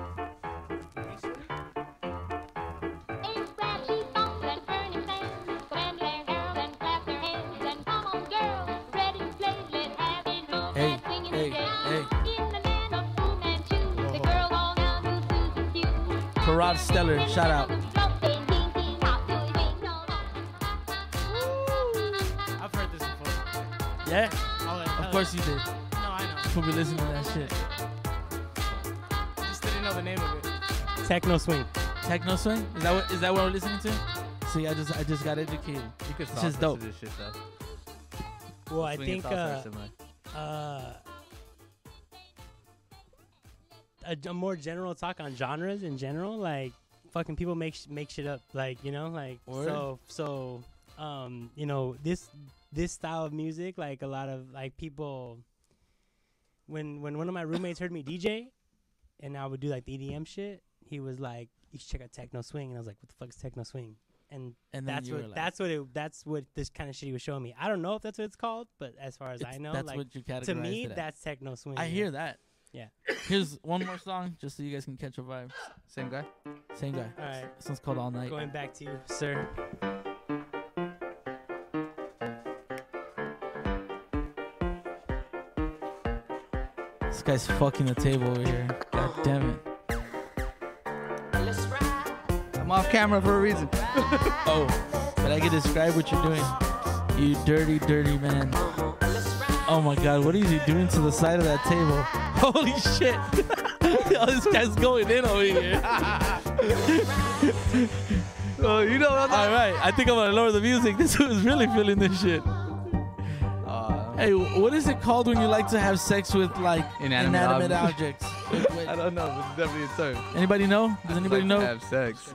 S6: scratch and bump and turn and bend, bend their girls and clap their hands and come on, girls, ready to play. Let's have it, no
S4: Hey,
S6: bad swinging
S4: hey,
S6: today.
S4: hey.
S6: In the land of Fu Manchu, the girls all now do Susie Q.
S4: Parad Stellar, shout out.
S6: Floating, ding, ding, hop, doing, ding, dong, dong.
S3: I've heard this before.
S4: Yeah?
S3: Oh,
S4: Of course you did.
S3: No, I know.
S4: Before we listen to that shit.
S3: Just didn't know the name of it.
S1: Techno swing.
S4: Techno swing? Is that what is that what we're listening to? See, I just I just got educated.
S5: You could
S4: This
S5: sauce
S4: is
S5: us to
S4: dope.
S5: This shit, though.
S1: Well, I
S5: Swing and
S1: think
S5: sauce
S1: uh,
S5: us in my-
S1: uh, a, a more general talk on genres in general, like fucking people make sh- make shit up, like you know, like
S4: Word.
S1: so so um you know this this style of music, like a lot of like people. When when one of my roommates heard me DJ, and I would do like the EDM shit, he was like, "You should check out techno swing," and I was like, "What the fuck is techno swing?" And
S4: And then
S1: that's
S4: you
S1: what
S4: were like,
S1: that's what it that's what this kind of shit he was showing me. I don't know if that's what it's called, but as far as I
S4: it's-
S1: know,
S4: that's
S1: like
S4: what you categorize
S1: to me
S4: it as.
S1: that's techno swing.
S4: I hear that. (laughs) Here's one more song, just so you guys can catch a vibe.
S5: Same guy.
S4: Same guy.
S1: All right,
S4: This one's called All Night.
S1: going back to you, sir.
S4: This guy's fucking the table over here. God damn it.
S5: I'm off camera for a reason.
S4: Oh, but I can describe what you're doing. You dirty, dirty man. Oh my god, what is he doing to the side of that table? (laughs) Holy shit! (laughs) Yo, this guy's going in over here. (laughs)
S5: Oh, you know (laughs) what I'm
S4: Alright, I think I'm gonna lower the music. (laughs) This was really feeling this shit.
S5: talking
S4: Hey, what is it called when you like to have sex with like
S5: Inanimate
S4: inanimate
S5: objects.
S4: objects? Wait,
S5: I
S4: wait.
S5: don't know, but it's definitely a term.
S4: Anybody know? Does anybody
S5: Like to
S4: know?
S5: Have sex.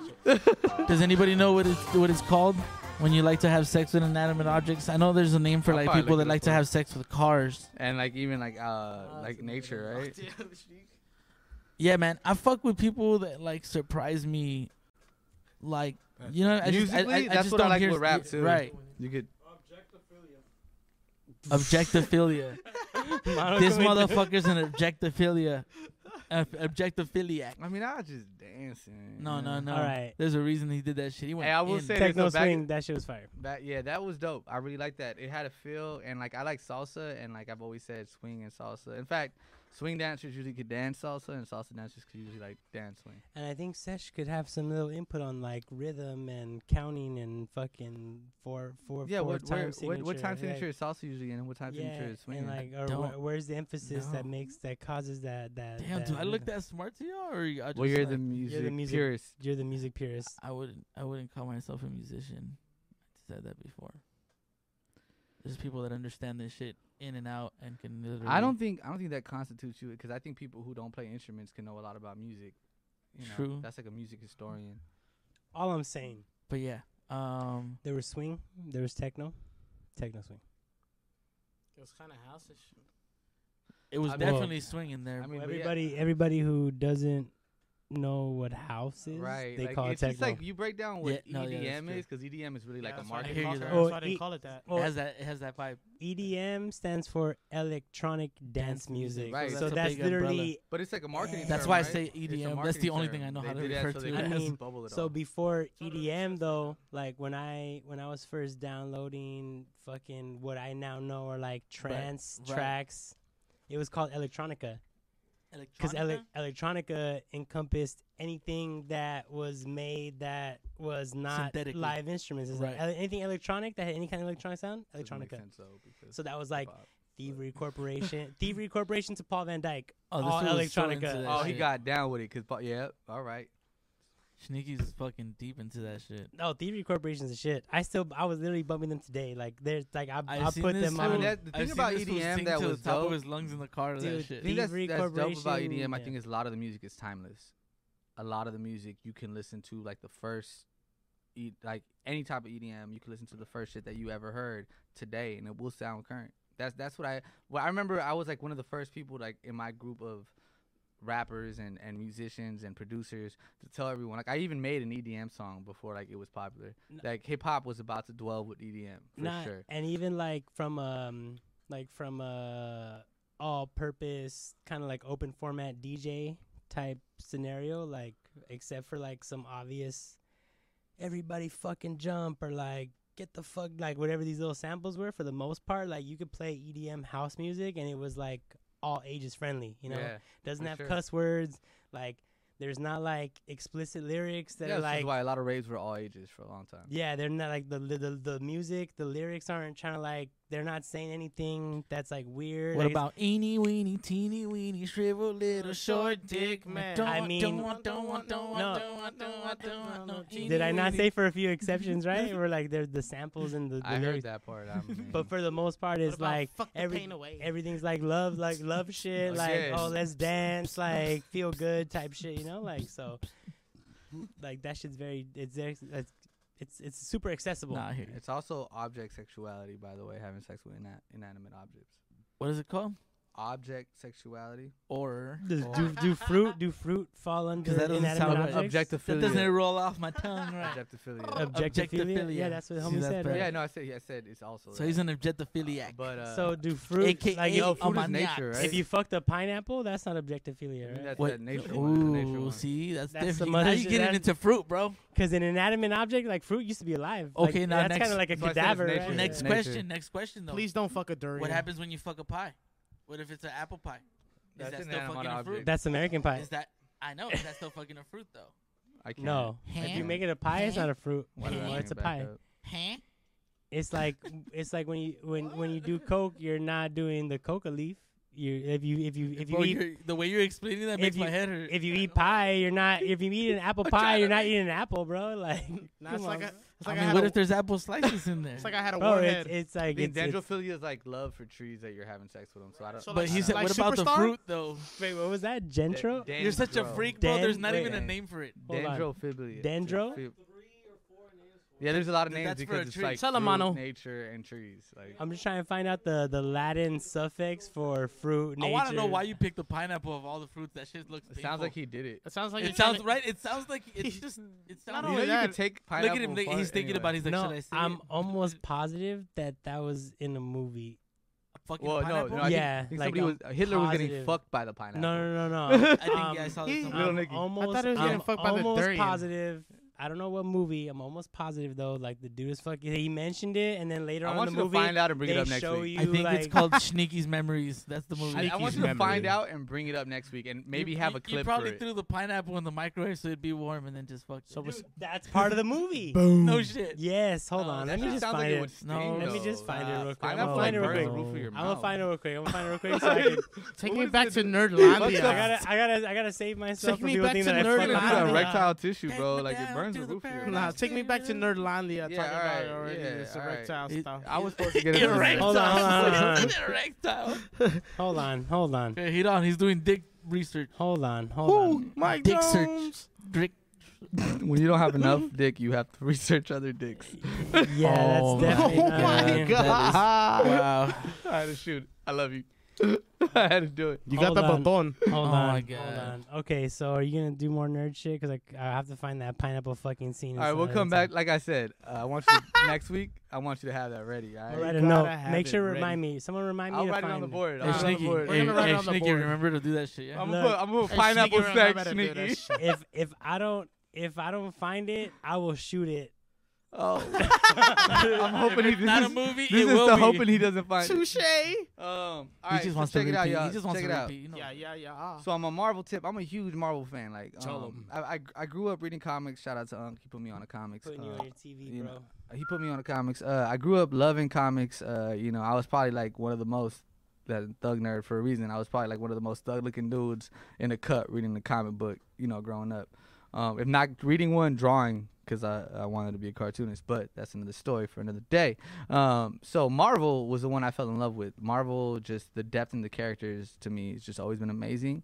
S4: Does anybody know what it's what it's called when you like to have sex with inanimate objects? I know there's a name for
S5: I'll
S4: like
S5: probably
S4: people
S5: look
S4: that like
S5: it up
S4: to
S5: for
S4: have sex with cars.
S5: And like even like uh like nature, right?
S4: Yeah, man, I fuck with people that like surprise me, like you know. I just, I,
S5: Musically,
S4: I- I
S5: that's
S4: just
S5: what I
S4: don't
S5: like
S4: hear,
S5: with rap, too.
S4: Right,
S5: You could
S1: (laughs)
S5: (laughs)
S4: objectophilia. this motherfucker's an objectophilia, Ob- objectophiliac.
S5: I mean I was just dancing.
S4: No,
S5: you
S4: no,
S5: know?
S4: no.
S1: All right.
S4: there's a reason he did that shit. He went.
S5: Hey, I will
S4: in.
S5: say- Hey, there's
S1: Techno
S5: no back-
S1: swing, that shit was fire.
S5: That yeah, that was dope. I really like that. It had a feel, and like I like salsa, and like I've always said, swing and salsa. In fact, swing dancers usually could dance salsa, and salsa dancers could usually like dance swing.
S1: And I think Sesh could have some little input on like rhythm and counting and fucking four four
S5: yeah,
S1: four
S5: what,
S1: time
S5: where, what what time
S1: yeah.
S5: signature is salsa usually, and what time
S1: yeah,
S5: signature is swing?
S1: and like, or
S4: Don't-
S1: where, where's the emphasis that
S4: No.
S1: makes that causes that that?
S4: Damn,
S1: that
S4: dude, I look
S1: rhythm?
S4: that smart to you, or you- I just
S5: well, you're
S4: like,
S5: the music,
S1: music-
S5: purist.
S1: You're the music purist.
S4: I wouldn't. I wouldn't call myself a musician. I said that before. There's people that understand this shit in and out and can. Literally
S5: I don't think I don't think that constitutes you, because I think people who don't play instruments can know a lot about music. You know,
S4: True.
S5: That's like a music historian.
S1: All I'm saying,
S4: But yeah. Um.
S1: there was swing, there was techno, techno swing.
S3: It was kind of houseish.
S4: It was
S5: I mean-
S4: definitely swinging there.
S5: I mean, but yeah,
S1: everybody, everybody who doesn't know what house is,
S5: right?
S1: they
S5: like,
S1: call it
S5: it's just
S1: techno.
S5: like you break down what
S4: Yeah, no, yeah, that's
S5: EDM
S4: true.
S5: is, because EDM is really like a
S3: that's why I
S5: market.
S3: didn't
S4: hear
S3: call
S4: you
S3: it-
S4: though.
S3: That's why I
S1: Oh,
S3: didn't call it that.
S4: it
S1: well,
S4: has that. It has that vibe.
S1: EDM E stands for electronic dance
S4: Dance music,
S1: music.
S5: right,
S1: So,
S5: so
S4: that's a
S1: that's
S4: big umbrella.
S1: literally.
S5: But it's like a marketing.
S4: That's
S5: term,
S4: why I
S5: right?
S4: say
S5: It's a
S4: EDM. That's
S5: marketing
S4: the only
S5: term.
S4: thing I know
S5: They
S4: how to
S5: do that
S4: refer
S5: so
S4: to
S5: they
S4: it
S5: can
S1: I
S4: as.
S1: mean,
S5: bubble it
S1: So
S5: all.
S1: before EDM though, like when I when I was first downloading fucking what I now know are like trance
S4: right.
S1: tracks, it was called electronica because
S4: Electronica?
S1: electronica encompassed anything that was made that was not
S4: Synthetically.
S1: live instruments. It's like
S4: Right.
S1: ele- anything electronic that had any kind of electronic sound,
S5: Doesn't make
S1: electronica.
S5: sense, though, because
S1: So that was like
S5: hip-hop.
S4: (laughs)
S1: Thievery Corporation, Thievery Corporation to Paul Van Dyke.
S4: Oh, this
S1: all
S4: dude was so into
S1: electronica.
S4: that
S5: Oh, he
S4: shit.
S5: got down with it because yeah, all right.
S4: Sneaky's fucking deep into that shit.
S1: No, Oh, Thievery Corporation's the shit. I still, I was literally bumping them today. Like, there's like, I, I
S4: I've seen
S1: put
S4: this
S1: them
S4: dude-
S5: I mean,
S1: on.
S5: that, the
S4: I've
S5: thing
S4: seen
S5: about
S4: this fool
S5: EDM
S4: sing
S5: that
S4: to
S5: was
S4: the top
S5: dope.
S4: of his lungs in the car to
S1: Dude,
S4: that
S5: the
S4: shit.
S5: thing that's,
S1: Thievery
S5: that's dope about
S1: Corporation,
S5: EDM, I
S1: yeah.
S5: think, is a lot of the music is timeless. A lot of the music you can listen to, like the first, e- like any type of EDM, you can listen to the first shit that you ever heard today, and it will sound current. That's that's what I. Well, I remember I was like one of the first people, like in my group of rappers and and musicians and producers to tell everyone like i even made an edm song before like it was popular
S1: N-
S5: like hip-hop was about to dwell with edm for
S1: Not-
S5: sure
S1: And even like from um, like from a all-purpose kind of like open format DJ type scenario, like except for like some obvious, everybody fucking jump or like get the fuck like whatever these little samples were. For the most part, like you could play EDM house music and it was like all ages friendly, you know.
S5: yeah
S1: doesn't
S5: For
S1: have
S5: sure.
S1: cuss words like there's not like explicit lyrics that
S5: yeah,
S1: are
S5: this
S1: like
S5: is why a lot of raves were all ages for a long time
S1: yeah they're not like the, the the the music the lyrics aren't trying to like they're not saying anything that's like weird
S4: What
S1: Like,
S4: about eeny weeny teeny weeny shriveled little short dick man? Don't,
S1: I
S4: don't
S1: mean-
S4: want, don't want, don't want,
S1: No.
S4: don't want, don't want, don't want, no
S1: it's-
S4: teeny
S1: (laughs) did i not
S4: weeny-
S1: say for a few exceptions right or like there's the samples and the, the
S5: I heard
S1: lyrics (laughs)
S5: that part. I mean,
S1: but for the most part it's like
S3: fuck the
S1: every-
S3: pain away.
S1: everything's like love like love shit like
S5: Okay.
S1: oh let's dance like feel good type shit you know like so like that shit's very it's it's it's, it's super accessible
S4: Nah, I hear you.
S5: it's also object sexuality, by the way, having sex with ina- inanimate objects.
S4: What is it called?
S5: object sexuality?
S2: Or
S1: Does do do fruit do fruit fall under
S2: 'Cause that doesn't
S1: inanimate
S2: sound right.
S1: objects?
S2: that
S5: Objectophilia.
S2: doesn't roll off my tongue, right?
S5: Objectophilia.
S1: Objectophilia.
S2: Objectophilia.
S1: Yeah, that's what
S2: See,
S1: homie
S2: that's
S1: said.
S2: better.
S1: Right?
S5: Yeah, no, I said, yeah, I said it's also.
S2: So
S5: that.
S2: he's an objectophiliac.
S5: But uh,
S1: so do fruit
S2: AKA
S1: like
S5: yo,
S1: if,
S5: fruit is
S2: Amaniac.
S5: nature,
S4: um,
S5: right?
S1: if you fucked a pineapple, that's not objectophilia,
S5: I mean,
S1: right?
S5: that's
S2: what?
S5: that nature one. the nature
S2: Ooh,
S5: one.
S2: see, that's,
S1: That's
S2: different.
S1: some
S2: Now
S1: other
S2: you
S1: shit.
S2: getting
S1: That-
S2: into fruit, bro.
S1: Because an inanimate object like fruit used to be alive. Like,
S2: Okay, now
S1: that's
S2: next-
S1: kind of like a
S5: So I said it's
S1: cadaver.
S5: nature.
S1: right?
S2: Next
S5: Nature.
S2: question. Next question, though.
S3: Please don't fuck a durian.
S2: What happens when you fuck a pie? What if it's an apple pie? Is
S5: That's
S2: that
S5: an
S2: still
S5: animal
S2: fucking a
S5: object.
S2: fruit?
S1: That's American pie.
S2: Is that I know? Is that still fucking a fruit though?
S5: I can't.
S1: No,
S2: Ham?
S1: if you make it a pie, it's not a fruit (laughs)
S5: Why did I
S1: anymore.
S5: bring
S1: It's a
S5: it back
S1: pie.
S5: up?
S2: Huh?
S1: It's like it's like when you when when you do coke, you're not doing the coca leaf. You if you if you if you
S2: Bro,
S1: eat
S2: you're- the way you're explaining that
S1: if
S2: makes my
S1: you-
S2: head hurt.
S1: if you eat pie, you're not. If you eat an apple
S2: I'm
S1: pie,
S2: trying
S1: you're
S2: to
S1: not
S2: make-
S1: eating an apple, bro. (laughs) Like,
S3: Nah, it's
S1: come
S3: like
S1: on,
S3: a,
S1: bro.
S3: it's like I,
S2: I mean,
S3: had
S2: what
S3: a,
S2: if there's apple slices in there?
S3: it's like I had a
S1: bro.
S3: warhead.
S1: It's, it's like
S5: The
S1: it's, it's,
S5: dendrophilia is like love for trees that you're having sex with them. So I don't.
S3: So,
S2: but he
S3: like-
S2: said,
S3: like
S2: what about the
S3: Superstar?
S2: fruit though?
S1: wait, what was that?
S5: Da-
S1: Gentro,
S2: You're such a
S5: dendro.
S2: freak, bro. There's
S1: Den-
S2: not
S1: wait.
S2: even a name for it.
S1: Hold on.
S5: Dendrophilia.
S1: Dendro?
S5: Dendrophi- Yeah, there's a lot of
S2: Th-
S5: names
S2: that's for a
S5: because it's
S2: tree.
S5: like
S3: Salamano.
S5: fruit, nature and trees. Like
S1: I'm just trying to find out the the Latin suffix for fruit.
S2: I want to know
S1: nature.
S2: why you picked the pineapple of all the fruits. That shit looks.
S5: it sounds
S2: painful.
S5: like he did it.
S3: it sounds like
S2: It
S3: you're
S2: sounds
S3: trying
S2: right. It sounds like it's just. It sounds.
S3: Not
S5: You know
S3: only
S2: Look
S5: you
S3: that-
S5: can take
S2: at
S5: pineapple.
S2: him.
S5: and
S2: like,
S5: fart
S2: He's thinking
S5: anyway.
S2: about. it, He's like,
S1: No,
S2: should I say
S1: I'm
S2: it?
S1: almost positive that that was in a movie.
S2: A fucking
S5: Well, no,
S2: pineapple?
S5: no. I think-
S1: Yeah,
S5: think
S1: like,
S5: somebody
S1: I'm
S5: was uh, Hitler was getting
S1: positive.
S5: fucked by the pineapple.
S1: No, no, no,
S5: (laughs)
S1: no.
S2: I think yeah, I
S1: Um,
S2: saw
S3: he-
S2: something.
S5: Little
S1: I'm
S5: nigga. I
S1: almost,
S3: thought he was
S1: I'm
S3: getting fucked by the
S1: almost
S3: durian.
S1: positive. I don't know what movie. I'm almost positive though. Like the dude is fucking. He mentioned it, and then later
S5: I
S1: on
S5: want
S1: in
S5: you
S1: the
S5: to
S1: movie,
S5: find out and bring it
S1: they
S5: up next
S1: show
S5: week.
S1: you
S2: I think
S1: like,
S2: it's called Sneaky's Memories. That's the movie.
S5: I, I
S3: Sneaky's
S5: want you to find
S3: memory.
S5: out and bring it up next week and maybe
S2: you,
S5: have
S2: you-
S5: a clip
S2: You probably
S5: for it.
S2: threw the pineapple in the microwave so it'd be warm, and then just fucked.
S3: So
S2: it.
S3: was-
S1: Dude, that's part of the movie.
S2: no shit.
S1: Yes, hold
S2: No,
S1: on.
S2: that
S1: Let me
S2: just
S1: just
S5: Oh, sounds
S1: find
S5: like
S1: it.
S5: would sting,
S2: No,
S1: Let me
S5: though.
S1: just find it
S2: nah,
S1: real quick. I'm
S5: Pineapple
S1: gonna
S5: like
S1: find it real
S5: burns
S1: quick.
S5: the roof of your
S1: I'm gonna
S5: mouth.
S1: find it real quick. I'm gonna find it real quick. So
S5: (laughs)
S1: I, can,
S3: Take
S5: What
S3: me
S5: is
S3: back
S5: the-
S3: to
S1: I
S5: Yeah.
S3: Nerdlandia.
S1: gotta, I gotta, I gotta save myself
S3: Take
S1: from
S3: me
S1: people
S3: back
S1: thinking
S3: to
S1: that
S3: nerd
S1: I
S5: You're
S1: fucked my
S5: gonna do that
S1: mouth.
S5: erectile tissue,
S2: Take
S5: bro.
S2: me
S5: Like it
S2: down
S5: burns
S2: to
S5: the
S2: the
S5: roof of your
S2: paradise.
S3: Nah,
S5: mouth.
S3: take me back to Nerdlandia.
S5: Yeah,
S3: talking about it
S5: alright,
S3: already.
S5: yeah,
S3: It's erectile
S5: alright.
S3: stuff.
S5: I was supposed to get it. in
S2: Erectile.
S5: there.
S1: Hold on, hold on, hold on.
S2: Erectile.
S1: Hold on, hold on,
S2: Okay, he on. He's doing dick research.
S1: hold on, hold on.
S3: Mike
S2: Dick search.
S3: Jones.
S2: Dick.
S5: When you don't have enough dick, you have to research other dicks.
S1: Yeah,
S2: Oh
S1: that's
S4: (laughs)
S1: definitely
S3: my
S1: not right.
S2: God. Wow.
S5: I had to shoot. I love you. I had to do it.
S3: You
S1: Hold
S3: got the
S1: on.
S3: baton.
S1: Hold
S2: Oh
S1: on,
S2: my
S1: hold
S2: God.
S1: on. Okay, so are you gonna do more nerd shit? Cause I, I have to find that pineapple fucking scene.
S5: All right, we'll
S1: inside
S5: come
S1: of
S5: back.
S1: it.
S5: Like I said, uh, I want you to, next week. I want you to have that ready. All
S1: I'll
S5: right.
S1: write a
S3: gotta
S1: note.
S3: have
S1: Make
S3: it
S1: sure to
S3: ready.
S1: remind me. Someone remind me
S5: I'll
S1: to
S5: write it
S1: find
S5: on the
S1: it.
S5: board.
S2: Hey,
S5: I'll write it on the
S2: Sneaky. Hey,
S5: board.
S3: We're gonna write
S2: hey,
S3: it on the
S2: Sneaky,
S3: board.
S2: remember to do that shit, yeah?
S5: I'm
S1: Look.
S5: gonna put, I'm gonna put pineapple sex, sneaky.
S1: If if I don't if I don't find it, I will shoot it.
S5: Oh, (laughs) I'm hoping he. This
S2: Not a
S5: is,
S2: movie.
S5: this
S2: it
S5: is
S2: will
S5: the
S2: be.
S5: hoping he doesn't find. it.
S3: Touche.
S5: Um,
S2: He
S5: all right,
S2: just
S5: so
S2: wants to
S5: check
S2: repeat.
S5: it out, y'all.
S2: He just wants
S5: check
S2: to
S5: it out.
S2: repeat. You know.
S3: Yeah, yeah, yeah. ah.
S5: So I'm a Marvel tip. I'm a huge Marvel fan. Like,
S3: Tell
S5: um,
S3: 'em.
S5: I, I I grew up reading comics. Shout out to Unc. He put me on a comics.
S1: Putting you
S5: uh,
S1: on your TV,
S5: you
S1: bro.
S5: know, he put me on the comics. Uh, I grew up loving comics. Uh, you know, I was probably like one of the most that thug nerd for a reason. I was probably like one of the most thug looking dudes in the cut reading the comic book. You know, growing up. Um, if not reading one, drawing because I, I wanted to be a cartoonist. But that's another story for another day. Um, so Marvel was the one I fell in love with. Marvel, just the depth in the characters to me has just always been amazing.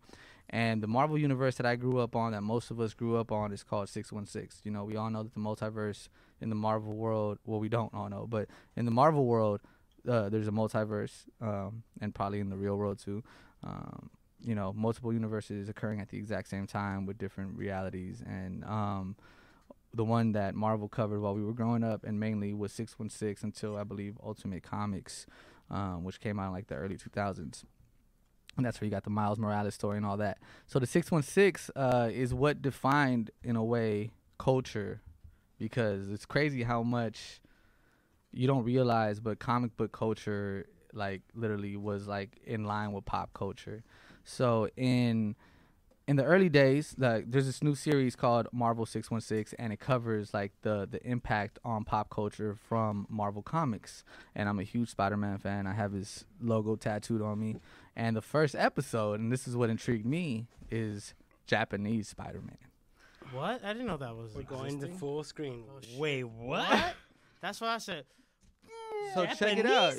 S5: And the Marvel universe that I grew up on, that most of us grew up on, is called 616. You know, we all know that the multiverse in the Marvel world, well, we don't all know, but in the Marvel world, uh, there's a multiverse, um, and probably in the real world too. Um, you know, multiple universes occurring at the exact same time with different realities. And um, the one that Marvel covered while we were growing up, and mainly was 616 until I believe Ultimate Comics, um, which came out in like the early 2000s. And that's where you got the Miles Morales story and all that. So the 616 uh, is what defined, in a way, culture because it's crazy how much you don't realize, but comic book culture, like, literally was like in line with pop culture. So in in the early days, like there's this new series called Marvel 616 and it covers like the the impact on pop culture from Marvel Comics. And I'm a huge Spider-Man fan. I have his logo tattooed on me. And the first episode, and this is what intrigued me, is Japanese Spider-Man.
S3: What? I didn't know that was.
S1: We're going to
S3: existing.
S1: full screen.
S3: Oh, shit.
S1: Wait, what?
S3: What? That's what I said.
S5: So check it out.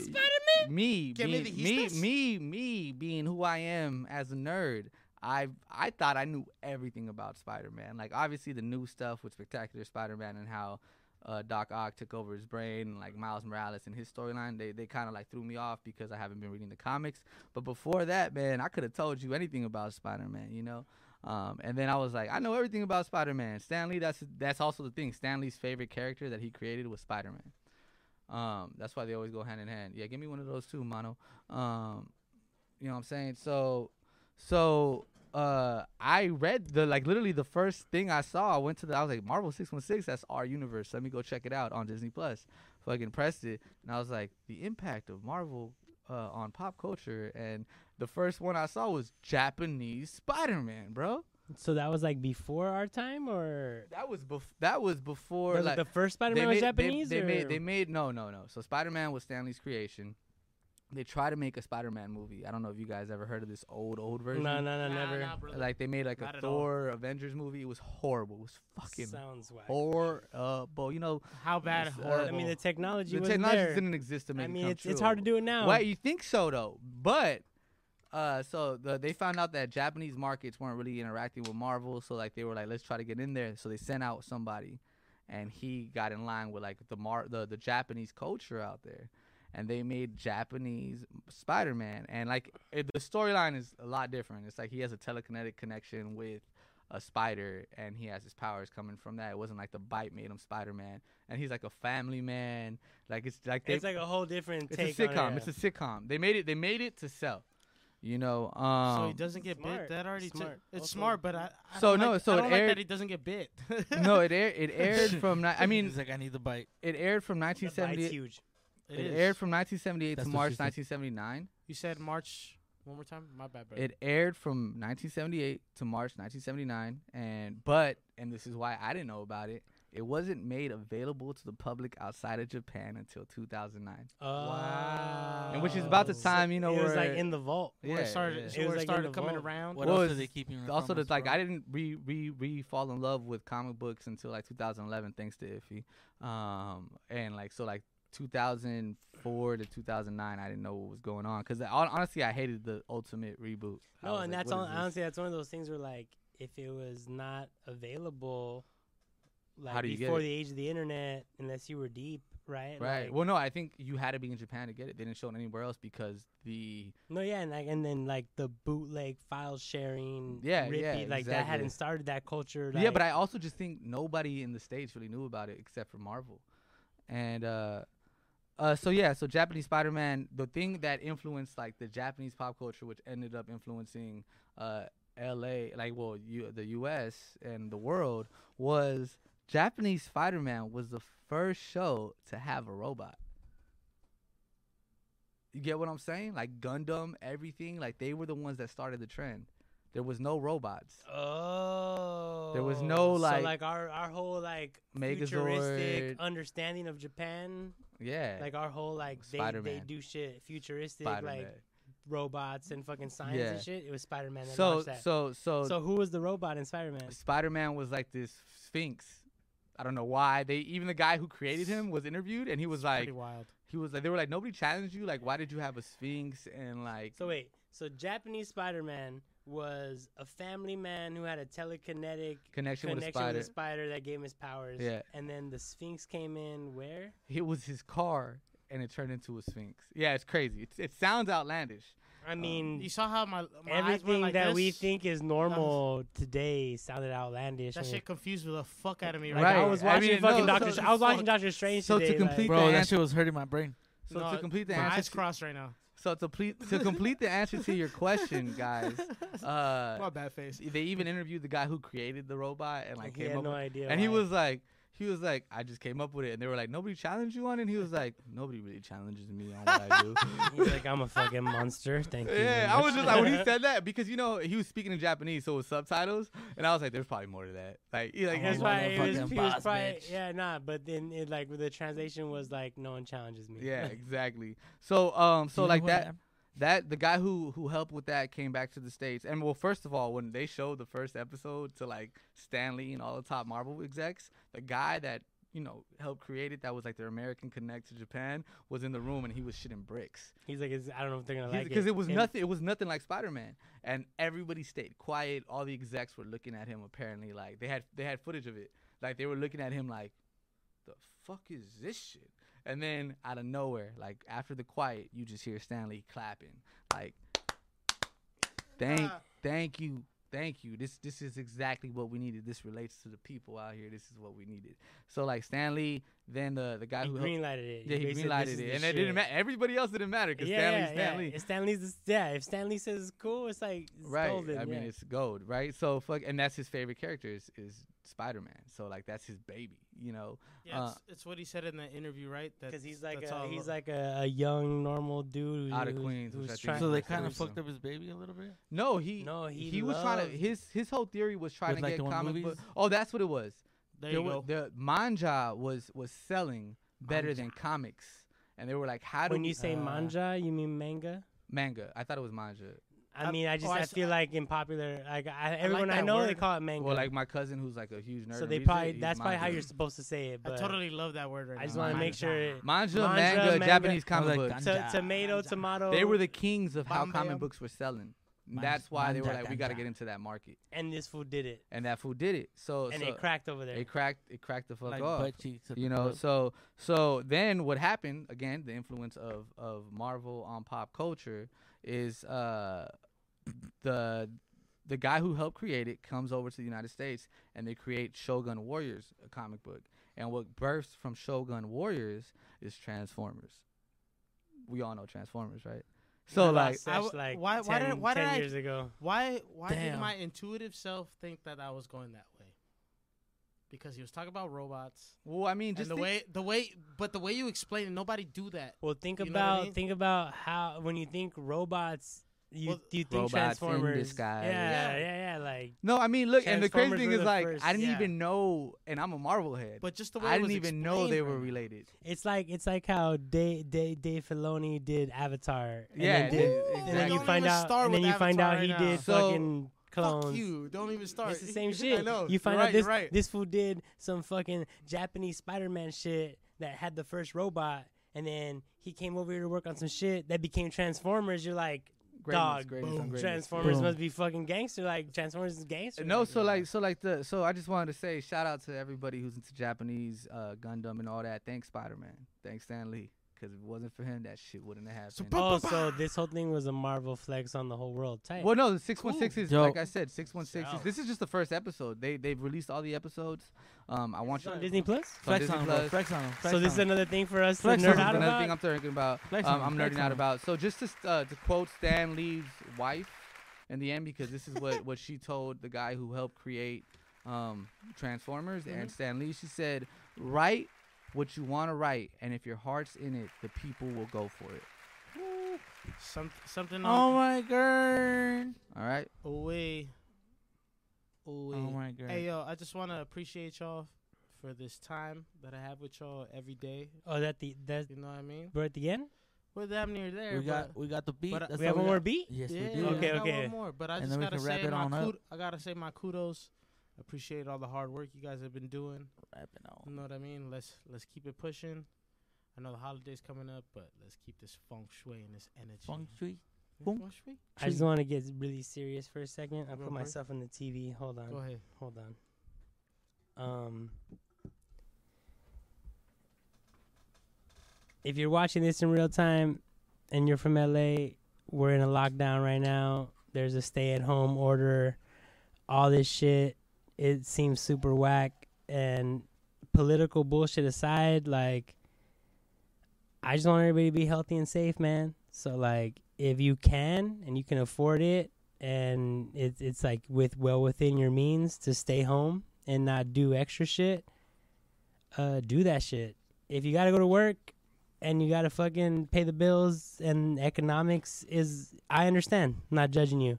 S5: Me,
S3: Give me
S5: being,
S3: the
S5: me,
S3: histas.
S5: me, me being who I am as a nerd. I I thought I knew everything about Spider-Man. Like obviously the new stuff with Spectacular Spider-Man and how uh, Doc Ock took over his brain, and, like Miles Morales and his storyline, they they kind of like threw me off because I haven't been reading the comics. But before that, man, I could have told you anything about Spider Man, you know. Um, and then I was like, I know everything about Spider Man. Stanley, that's that's also the thing. Stanley's favorite character that he created was Spider Man. Um, that's why they always go hand in hand. Yeah, give me one of those too, Mono. Um, you know what I'm saying? So, so uh, I read the like literally the first thing I saw. I went to the I was like Marvel 616. That's our universe. Let me go check it out on Disney Plus. Fucking pressed it, and I was like, the impact of Marvel uh, on pop culture. And the first one I saw was Japanese Spider Man, bro.
S1: So that was like before our time, or
S5: That was bef- that was before
S1: That was
S5: like
S1: the first Spider Man
S5: they
S1: was
S5: made- they-
S1: Japanese?
S5: They,
S1: or?
S5: made they made no no no. So Spider Man was Stanley's creation. They tried to make a Spider Man movie. I don't know if you guys ever heard of this old old version.
S1: no, no, no, never.
S5: Like they made like
S3: Not
S5: a
S3: at
S5: Thor Avengers movie. It was horrible. It was fucking
S1: Sounds whack.
S5: horrible. You know,
S3: How bad?
S5: It's, uh,
S3: horrible.
S1: I mean, the technology
S5: the
S1: wasn't
S5: technology
S1: there.
S5: didn't exist to make
S1: I
S5: it
S1: mean,
S5: come
S1: it's, it's
S5: true.
S1: hard to do it now.
S5: Why you think so though? But uh, so the, they found out that Japanese markets weren't really interacting with Marvel, so like they were like, let's try to get in there. So they sent out somebody, and he got in line with like the mar the, the Japanese culture out there, and they made Japanese Spider Man, and like it, the storyline is a lot different. It's like he has a telekinetic connection with. A spider, and he has his powers coming from that. It wasn't like the bite made him Spider Man, and he's like a family man. Like it's like they,
S1: it's like a whole different
S5: it's
S1: take
S5: a sitcom.
S1: on it.
S5: It's a sitcom. They made it. They made it to sell. You know. Um,
S3: so he doesn't get
S1: smart.
S3: bit. That already
S1: Smart.
S3: took. It's
S1: Also-
S3: smart, but I. I
S5: So
S3: don't
S5: no,
S3: like-
S5: so
S3: I
S5: it
S3: don't like
S5: aired-
S3: that he doesn't get bit.
S5: no, it aired. It aired from. ni- I
S4: (laughs)
S5: mean,
S2: He's like, I need the bite.
S5: it aired from
S1: The bite's
S5: 1978.
S1: huge.
S5: It,
S3: is.
S5: aired from 1978
S2: That's
S5: to
S2: what
S5: March
S2: she said.
S5: 1979.
S3: You said March. One more time. My bad, bro.
S5: It aired from 1978 to March 1979, and but and this is why I didn't know about it. It wasn't made available to the public outside of Japan until 2009,
S1: wow.
S5: and which is about the
S3: Oh.
S5: time you know
S1: it
S5: where
S1: was like in the vault.
S3: Where it started.
S5: yeah.
S3: so
S1: It was
S3: where it
S1: like in
S3: started
S1: the
S3: coming
S1: vault.
S3: around.
S2: What
S5: Well,
S2: else are
S5: it's-
S2: they keeping? her
S5: also
S2: from
S5: the,
S2: us,
S5: like
S2: bro?
S5: I didn't re re re fall in love with comic books until like 2011 thanks to Iffy, um and like so like 2004 to 2009 I didn't know what was going on because honestly I hated the Ultimate reboot. I
S1: No,
S5: was
S1: and
S5: like,
S1: that's
S5: "What
S1: on,
S5: is this?"
S1: honestly that's one of those things where like if it was not available, like
S5: do you get
S1: before
S5: it?
S1: the age of the internet, unless you were deep, right?
S5: Right.
S1: Like,
S5: well, no, I think you had to be in Japan to get it. They didn't show it anywhere else because the
S1: no, yeah, and like and then like the bootleg file sharing,
S5: Yeah,
S1: rippy,
S5: yeah,
S1: like that
S5: exactly.
S1: hadn't started that culture.
S5: yeah,
S1: like-
S5: but I also just think nobody in the states really knew about it except for Marvel, and uh, uh, so yeah, so Japanese Spider-Man, the thing that influenced like the Japanese pop culture, which ended up influencing uh, L.A. like well, U- the U.S. and the world was Japanese Spider-Man was the first show to have a robot. You get what I'm saying? Like Gundam, everything. Like they were the ones that started the trend. There was no robots.
S1: Oh.
S5: was no, like-
S1: so like our our whole like
S5: Megazord.
S1: futuristic understanding of Japan,
S5: Yeah.
S1: like our whole like they, they
S5: Spider-Man.
S1: do shit futuristic
S5: Spider-Man.
S1: like robots and fucking science
S5: Yeah.
S1: and shit. It was Spider Man that
S5: so,
S1: launched that.
S5: so so
S1: So who was the robot in Spider Man?
S5: Spider Man was like this sphinx. I don't know why they even the guy who created him was interviewed and he was like
S3: Pretty wild.
S5: he was like they were like nobody challenged you like why did you have a sphinx and like
S1: So wait, so Japanese Spider Man was a family man who had a telekinetic
S5: Connection with a
S1: with
S5: spider.
S1: a spider that gave him his powers.
S5: Yeah.
S1: And then the Sphinx came in where?
S5: it was his car and it turned into a sphinx. Yeah, it's crazy. It, it sounds outlandish.
S1: I mean,
S3: You saw how my, my eyes went
S1: everything
S3: like
S1: that
S3: this?
S1: we think is normal today sounded outlandish.
S3: That
S1: and-
S3: shit confused the fuck out of me.
S1: like,
S3: Right.
S1: I
S5: Right.
S1: was
S5: I
S1: watching
S5: mean,
S1: fucking
S5: no,
S1: Doctor.
S5: so-
S1: I was watching
S5: so-
S1: Doctor Strange
S5: so to
S1: today. like-
S5: complete-
S2: bro,
S5: the
S2: that
S5: answer-
S2: shit was hurting my brain.
S5: So
S3: No,
S5: to complete the
S3: my
S5: answer
S3: eyes
S5: to-
S3: crossed right now.
S5: so to ple- to complete the answer to your question, guys. Uh
S3: My bad face.
S5: they even interviewed the guy who created the robot and like
S1: he
S5: came
S1: had
S5: up
S1: no
S5: with-
S1: idea.
S5: and he
S1: why.
S5: was like he was like i just came up with it and they were like nobody challenged you on it and he was like nobody really challenges me on what i do
S1: He's like, I'm a fucking monster. Thank you. very
S5: yeah i was
S1: much."
S5: just like when he said that because you know he was speaking in japanese so it was subtitles and i was like there's probably more to that like, he, like
S1: That's
S5: he-
S1: why (laughs) he was,
S2: Motherfucking
S1: he was
S2: boss
S1: probably
S2: bitch.
S1: yeah nah. But then it like the translation was like no one challenges me.
S5: yeah exactly so um so
S2: You know
S5: like
S2: what?
S5: that that the guy who who helped with that came back to the states and well first of all when they showed the first episode to like stanley and all the top marvel execs the guy that you know helped create it that was like their american connect to japan was in the room and he was shitting bricks
S1: (laughs) He's like it's, I don't know if they're gonna like it
S5: because it was
S1: And-
S5: nothing. It was nothing like Spider Man, and everybody stayed quiet. All the execs were looking at him. Apparently, like they had they had footage of it. Like they were looking at him like, the fuck is this shit? And then out of nowhere, like after the quiet, you just hear Stanley clapping, like, thank, thank you, thank you. This, this is exactly what we needed. This relates to the people out here. This is what we needed. So like Stanley, then the the guy
S1: He
S5: who helped-
S1: greenlighted it.
S5: yeah, he
S1: basically said,
S5: greenlighted
S1: "This is
S5: it,
S1: the
S5: and it didn't
S1: shit."
S5: matter. Everybody else didn't matter because
S1: Yeah,
S5: Stanley,
S1: yeah,
S5: Stanley,
S1: Yeah. If Stanley's, yeah, if Stanley says it's cool, it's like it's
S5: right
S1: golden,
S5: i mean
S1: yeah.
S5: it's gold right so fuck and that's his favorite character is, is spider-man so like that's his baby you know
S3: Yeah,
S5: Uh,
S3: it's, it's what he said in that interview, right?
S1: because
S3: That's-
S1: he's like
S3: that's
S1: a,
S3: all-
S1: he's like a, a young normal dude
S5: Out of
S1: who's-
S5: Queens, which I
S1: who's
S5: think
S1: trying.
S2: So they
S5: That's
S2: kind of
S5: gruesome.
S2: fucked up his baby a little bit.
S5: no he
S1: No, he
S5: was trying to
S1: loved-
S5: his his whole theory was trying
S2: With,
S5: to
S2: like,
S5: get
S2: the one
S5: comic
S2: movies?
S5: book oh that's what it was
S3: there you go.
S5: was, the manja was was selling better than comics and they were like how do
S1: when
S5: we-
S1: you say
S5: uh,
S1: manja, you mean manga.
S5: manga i thought it was manja
S1: I
S3: I-
S1: mean, I just
S3: oh, I
S1: I,
S3: s-
S1: feel
S3: I-
S1: like in popular, like I, everyone I,
S3: that
S1: know, they
S3: word.
S1: call it manga.
S5: well like my cousin who's like a huge nerd
S1: so
S5: and
S1: they
S5: reads it,
S1: probably
S5: he's
S1: that's probably how
S5: manga.
S1: you're supposed to say it. But
S3: I totally love that word right
S1: I just
S3: now.
S1: want to
S3: Mine
S1: make
S3: is
S1: sure.
S5: manja,
S1: Manja,
S5: manga,
S1: manga,
S5: japanese comic
S2: like,
S5: book
S2: "Gan-
S1: To,
S2: Manja.
S1: tomato, tomato.
S5: They were the kings of how
S3: Bombay
S5: comic
S3: em.
S5: books were selling. And
S2: Manja-
S5: that's why they were
S2: manja
S5: like, we got to
S2: ganja.
S5: get into that market,
S1: and this fool did it,
S5: and that fool did it. So
S1: and
S5: so
S1: it cracked over there.
S5: It cracked. It cracked the fuck
S2: Like
S5: off.
S2: butt cheeks. at
S5: you
S2: the
S5: know,
S2: club.
S5: so so then what happened again? The influence of of Marvel on pop culture is uh the the guy who helped create it comes over to the United States and they create Shogun Warriors, a comic book. And what births from Shogun Warriors is Transformers. We all know Transformers, right? So
S1: About
S5: like
S1: such,
S3: I w-
S1: like
S3: why-
S1: 10,
S3: why did- why did
S1: 10
S3: I-
S1: years ago.
S3: Why why
S2: Damn.
S3: did my intuitive self think that I was going that way? Because he was talking about robots.
S5: Well, I mean,
S3: And
S5: just
S3: the
S5: think-
S3: way the way but the way you explain it, nobody do that.
S1: Well, think
S3: You know what I
S1: about
S3: mean?
S1: think about how when you think robots, you
S3: Well,
S1: you think
S5: Robots in
S1: Transformers.
S5: disguise.
S1: Yeah,
S3: Yeah.
S1: yeah, yeah. Like
S5: No, I mean, look, and the crazy
S1: Transformers
S5: thing
S1: were
S5: is,
S1: the
S5: like,
S1: first-
S5: I didn't
S3: yeah.
S5: even know, and I'm a Marvel head.
S3: But just the way
S5: I
S3: it was
S5: didn't even know
S3: explained
S5: they
S3: right
S5: were
S3: now.
S5: related.
S1: it's like it's like how Dave Dave, Dave Filoni did Avatar. and then
S5: Yeah,
S1: did-
S5: Ooh,
S1: and then you
S5: exactly.
S1: find
S3: Don't even
S1: out,
S3: start
S1: and then
S3: with
S1: you find
S3: Avatar
S1: out he
S3: right now.
S1: did
S5: So-
S1: fucking clones.
S3: Fuck you. Don't even start.
S1: It's the same
S3: (laughs) I
S1: shit.
S3: know.
S1: You find
S3: You're
S1: out
S3: right,
S1: this
S3: you're right.
S1: this fool did some fucking Japanese Spider Man shit that had the first robot, and then he came over here to work on some shit that became Transformers. You're like, dog,
S5: greatness on greatness.
S1: Transformers
S2: Boom.
S1: must be fucking gangster. Like Transformers is gangster.
S5: No, so like, so like the, so I just wanted to say, shout out to everybody who's into Japanese uh, Gundam and all that. Thanks, Spider Man. Thanks, Stan Lee. Because if it wasn't for him, that shit wouldn't have happened.
S1: Oh, so this whole thing was a Marvel flex on the whole world. Tight.
S5: well, no, the six one six is
S2: Yo.
S5: like I said, six one six is.
S1: Shout.
S5: This is just the first episode. They they've released all the episodes. Um, I want you.
S1: on Disney Plus.
S5: From
S2: Flex
S5: Disney
S2: on, bro.
S5: Plus.
S2: Flex on.
S1: So this is another thing for us to
S2: Flex
S1: nerd
S2: on
S1: out
S5: another
S1: about.
S5: thing I'm thinking about.
S2: Flex
S5: um,
S2: on,
S5: I'm
S2: flex
S5: nerding out
S2: on.
S5: about. So just to, uh, to quote Stan Lee's wife in the end, because this
S2: (laughs)
S5: is what, what she told the guy who helped create um, Transformers
S2: Mm-hmm.
S5: and Stan Lee. She said, "Write what you want to write, and if your heart's in it, the people will go for it."
S3: Some, something
S2: Oh
S3: on
S2: my god.
S5: All right.
S3: away.
S2: Oh
S3: Away.
S5: Oh
S2: my god.
S3: Hey yo, I just want to appreciate y'all for this time that I have with y'all every day.
S1: Oh, that the that
S3: You know what I mean?
S1: we're at the end.
S3: We're damn near there.
S2: we
S3: but-
S2: got we got the beat.
S3: but I-
S2: That's
S1: we have
S2: all
S1: one more
S2: got.
S1: beat.
S2: Yes,
S3: yeah,
S2: we do.
S1: Okay,
S3: I got
S1: okay.
S3: One more, but I
S2: And
S3: just
S2: then we
S3: gotta
S2: can wrap
S3: say
S2: it
S3: my
S2: on up.
S3: kud- I gotta say my kudos. Appreciate all the hard work you guys have been doing.
S2: Wrapping on.
S3: You know what I mean? Let's let's keep it pushing. I know the holidays coming up, but let's keep this feng shui and this energy.
S2: Feng Shui.
S3: Feng shui?
S1: I just want to get really serious for a second. I
S3: Real
S1: put
S3: quick.
S1: myself on the TV. Hold on.
S3: Go ahead.
S1: Hold on. Um, if you're watching this in real time and you're from LA, we're in a lockdown right now. There's a stay at home order. All this shit, it seems super whack. And political bullshit aside, like, I just want everybody to be healthy and safe, man. So, like, if you can and you can afford it, and it's it's like with well within your means to stay home and not do extra shit. Uh, do that shit. If you gotta go to work and you gotta fucking pay the bills and economics is, I understand. I'm not judging you.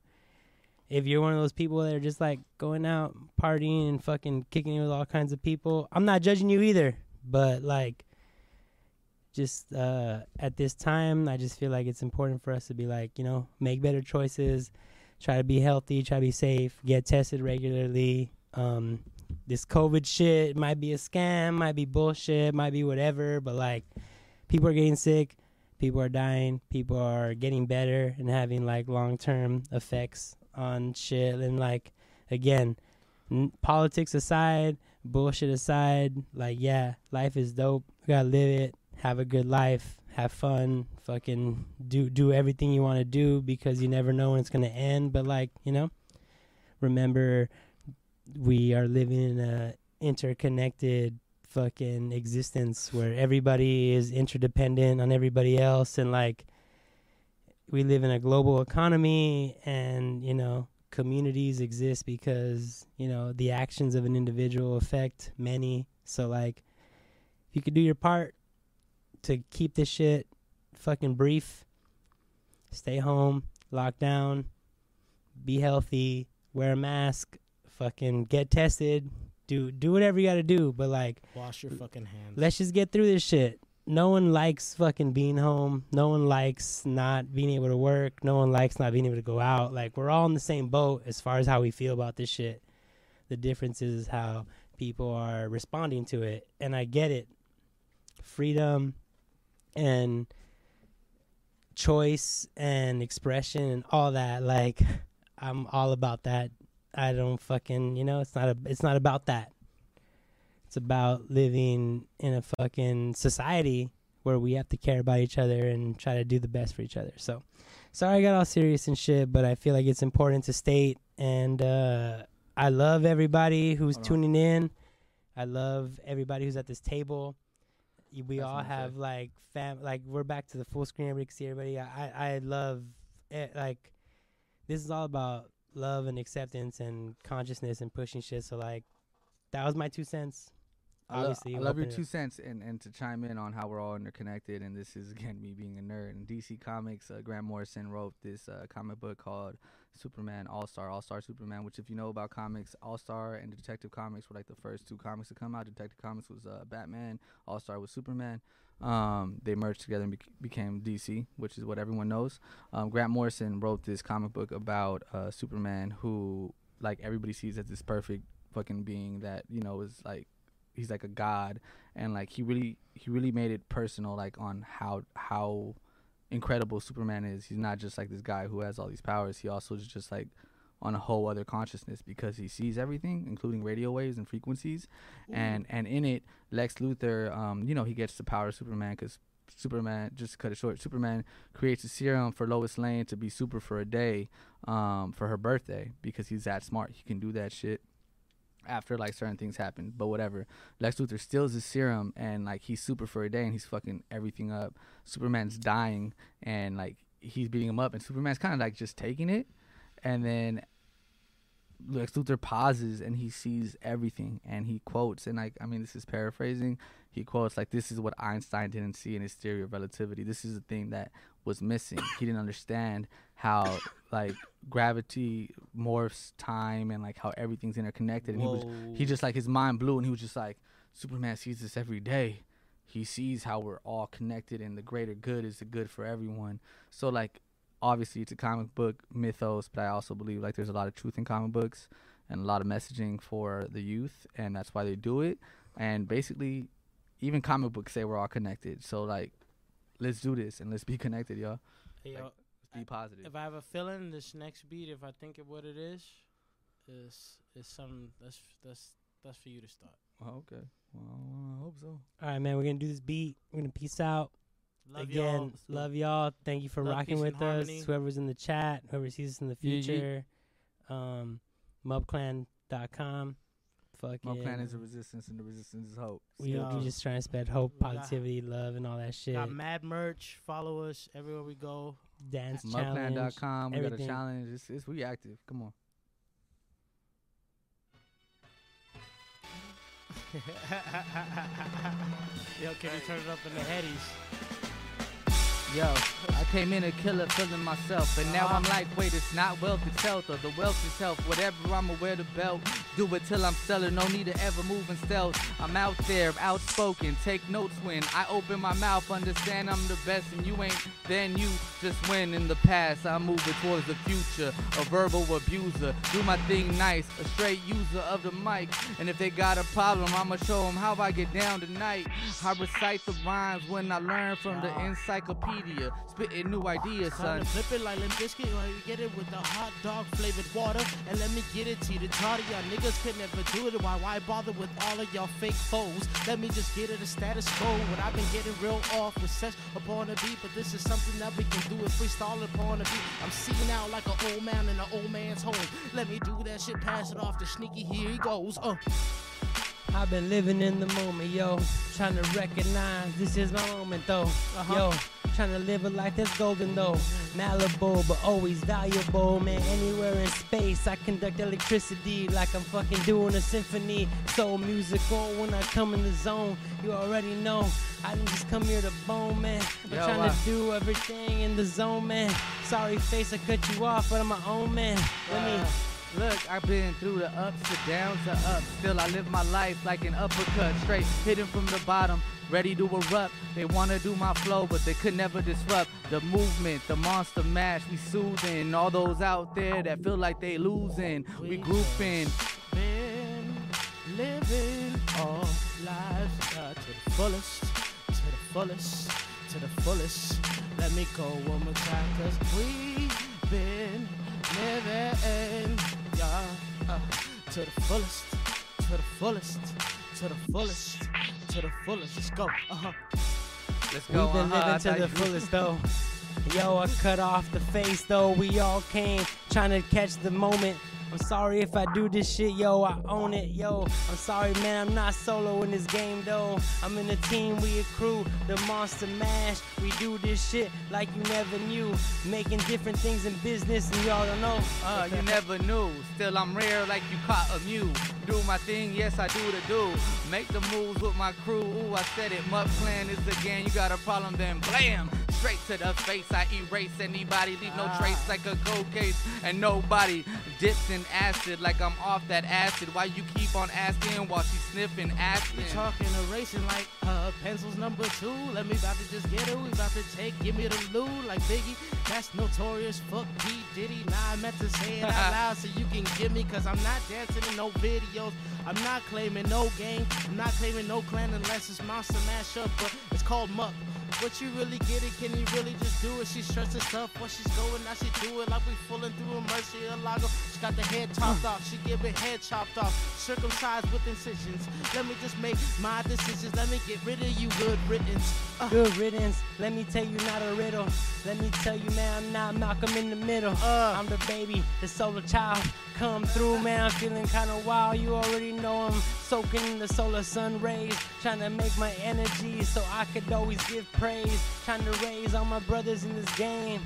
S1: If you're one of those people that are just like going out partying and fucking kicking it with all kinds of people, I'm not judging you either. But like, just uh, at this time, I just feel like it's important for us to be like, you know, make better choices try to be healthy, try to be safe, get tested regularly. Um, this COVID shit might be a scam, might be bullshit, might be whatever, but like people are getting sick, people are dying, people are getting better and having like long term effects on shit. And like, again, n- politics aside, bullshit aside, like yeah, life is dope. You gotta live it. Have a good life. Have fun. Fucking do do everything you want to do because you never know when it's gonna end. But like you know, remember we are living in a interconnected fucking existence where everybody is interdependent on everybody else and like we live in a global economy and you know communities exist because you know the actions of an individual affect many so like if you could do your part to keep this shit fucking brief stay home lock down be healthy wear a mask fucking get tested do do whatever you got to do but like
S3: Wash your fucking hands.
S1: let's just get through this shit. No one likes fucking being home. No one likes not being able to work. No one likes not being able to go out. Like we're all in the same boat as far as how we feel about this shit. The difference is how people are responding to it. And I get it. Freedom and choice and expression and all that like I'm all about that. I don't fucking, you know, it's not a, it's not about that. It's about living in a fucking society where we have to care about each other and try to do the best for each other. So, sorry I got all serious and shit, but I feel like it's important to state. And uh, I love everybody who's
S5: Hold on.
S1: tuning in. I love everybody who's at this table. Y- We
S5: That's
S1: all
S5: what I said.
S1: have like fam, like we're back to the full screen. Everybody can see everybody. I, I I love it. Like this is all about love and acceptance and consciousness and pushing shit. So like that was my two cents.
S5: I lo-
S1: Obviously,
S5: I love your
S1: open it
S5: two cents and, and to chime in on how we're all interconnected. And this is again me being a nerd. And DC Comics, uh, Grant Morrison wrote this uh, comic book called Superman All Star, All Star Superman. Which, if you know about comics, All Star and Detective Comics were like the first two comics to come out. Detective Comics was uh, Batman, All Star was Superman. Um, they merged together and bec- became DC, which is what everyone knows. Um, Grant Morrison wrote this comic book about uh, Superman, who like everybody sees as this perfect fucking being that you know is like he's like a god and like he really he really made it personal like on how how incredible superman is he's not just like this guy who has all these powers he also is just like on a whole other consciousness because he sees everything including radio waves and frequencies and and in it lex luthor um you know he gets the power of superman because superman just to cut it short superman creates a serum for lois lane to be super for a day um for her birthday because he's that smart he can do that shit after like certain things happen, but whatever. Lex Luthor steals his serum and like he's super for a day and he's fucking everything up. Superman's dying and like he's beating him up and Superman's kind of like just taking it. And then Lex Luthor pauses and he sees everything and he quotes and like I mean this is paraphrasing. He quotes like this is what Einstein didn't see in his theory of relativity. This is the thing that was missing. He didn't understand how like gravity morphs time and like how everything's interconnected and he was he just like his mind blew and he was just like superman sees this every day he sees how we're all connected and the greater good is the good for everyone so like obviously it's a comic book mythos but i also believe like there's a lot of truth in comic books and a lot of messaging for the youth and that's why they do it and basically even comic books say we're all connected so like let's do this and let's be (laughs) connected y'all
S3: Hey,
S5: like-
S3: yo,
S5: let's be positive
S3: if I have a feeling this next beat, if I think of what it is, is is something that's that's that's for you to start.
S5: oh, okay well i hope so
S1: All right, man. We're gonna do this beat. We're gonna peace out.
S3: Love
S1: Again,
S3: y'all.
S1: love y'all. Thank you for
S3: Love,
S1: rocking
S3: peace,
S1: with
S3: and
S1: us.
S3: harmony.
S1: Whoever's in the chat, whoever sees us in the
S2: Yeah, yeah.
S1: future, um, mubclan.com. Fucking,
S5: my plan is a resistance and the resistance is hope
S1: we,
S3: Yeah.
S1: we just trying to spread hope,
S3: We got-
S1: positivity, love, and all that shit.
S3: Got mad merch. Follow us everywhere we go.
S1: Dance challenge.
S5: Mudplan.com. We got a
S1: everything.
S5: challenge. It's, it's we active. Come on.
S3: (laughs) Yo, can you turn it up in the headies?
S5: Yo, I came in a killer feeling myself, and now I'm like, wait, it's not wealth, it's health, or the wealth is health. Whatever, I'ma wear the belt. Do it till I'm stellar, no need to ever move in stealth. I'm out there, outspoken, take notes when I open my mouth, understand I'm the best, and you ain't, then you just win in the past. I'm moving towards the future, a verbal abuser. Do my thing nice, a straight user of the mic. And if they got a problem, I'ma show them how I get down tonight. I recite the rhymes when I learn from the encyclopedia.
S2: media, spitting new ideas, son.
S3: Time to flip it like Limp Bizkit, or you get it with the hot dog flavored water. And let me get it to the tartar, y'all niggas could never do it. Why, why bother with all of y'all fake foes? Let me just get it a status quo. When I've been getting real off with sex upon the beat, but this is something that we can do and freestyle upon the beat. I'm seeing out like an old man in an old man's home. Let me do that shit, pass it off to Sneaky. Here he goes. Uh.
S1: I've been living in the moment, yo. Trying to recognize this is my moment, though. Yo, trying to live a life that's golden, though. Malleable, but always valuable, man. Anywhere in space, I conduct electricity like I'm fucking doing a symphony. So musical when I come in the zone. You already know I didn't just come here to bone, man. I'm
S2: Yo,
S1: trying
S2: uh,
S1: to do everything in the zone, man. Sorry, face, I cut you off, but I'm my own man. Let me.
S2: Uh, Look, I've been through the ups, the downs, the ups. Still, I live my life like an uppercut, straight hidden from the bottom, ready to erupt. They wanna do my flow, but they could never disrupt the movement, the monster mash. We soothing all those out there that feel like they losing. We grouping.
S3: been living all lives uh, to the fullest, to the fullest, to the fullest. Let me go one more time, cause we been living yeah, uh, to the fullest, to the fullest, to the fullest, to the fullest. Let's go. Uh-huh.
S2: Let's
S1: We've been
S2: uh-huh, I
S1: living
S2: thought
S1: to the
S2: you-
S1: fullest though. Yo, I cut off the face though. We all came trying to catch the moment. I'm sorry if I do this shit, yo. I own it, yo. I'm sorry, man. I'm not solo in this game though. I'm in a team, we a crew. The monster mash. We do this shit like you never knew. Making different things in business and y'all don't know.
S2: Uh, you never knew. Still, I'm rare like you caught a mule. Do my thing, yes, I do the do. Make the moves with my crew. Ooh, I said it. Mutt plan is the gang. You got a problem, then blam. Straight to the face, I erase anybody. Leave
S5: Ah.
S2: no trace like a cold case. And nobody dips in acid like I'm off that acid. Why you keep on asking while she sniffing
S3: We
S2: aspirin?
S3: talking erasing like uh, pencils number two. Let me about to just get it. We about to take, give me the loot like Biggie. That's notorious. Fuck P Diddy. Nah, I meant to say it
S1: (laughs)
S3: out loud so you can get me. Cause I'm not dancing in no videos. I'm not claiming no game. I'm not claiming no clan unless it's monster mashup. But it's called muck. What you really get it? Can you really just do it? She stretches stuff what she's going. Now she do it like we fooling through a mercy a lago. She got the head chopped off. She give it head chopped off. Circumcised with incisions. Let me just make my decisions. Let me get rid of you good riddance. Uh,
S1: Good riddance. Let me tell you, not a riddle. Let me tell you, man, I'm not Malcolm in the middle. I'm the baby, the solar child. Come through, man. I'm feeling kind of wild. You already know I'm soaking in the solar sun rays. Trying to make my energy so I could always give praise. Trying to raise all my brothers in this game.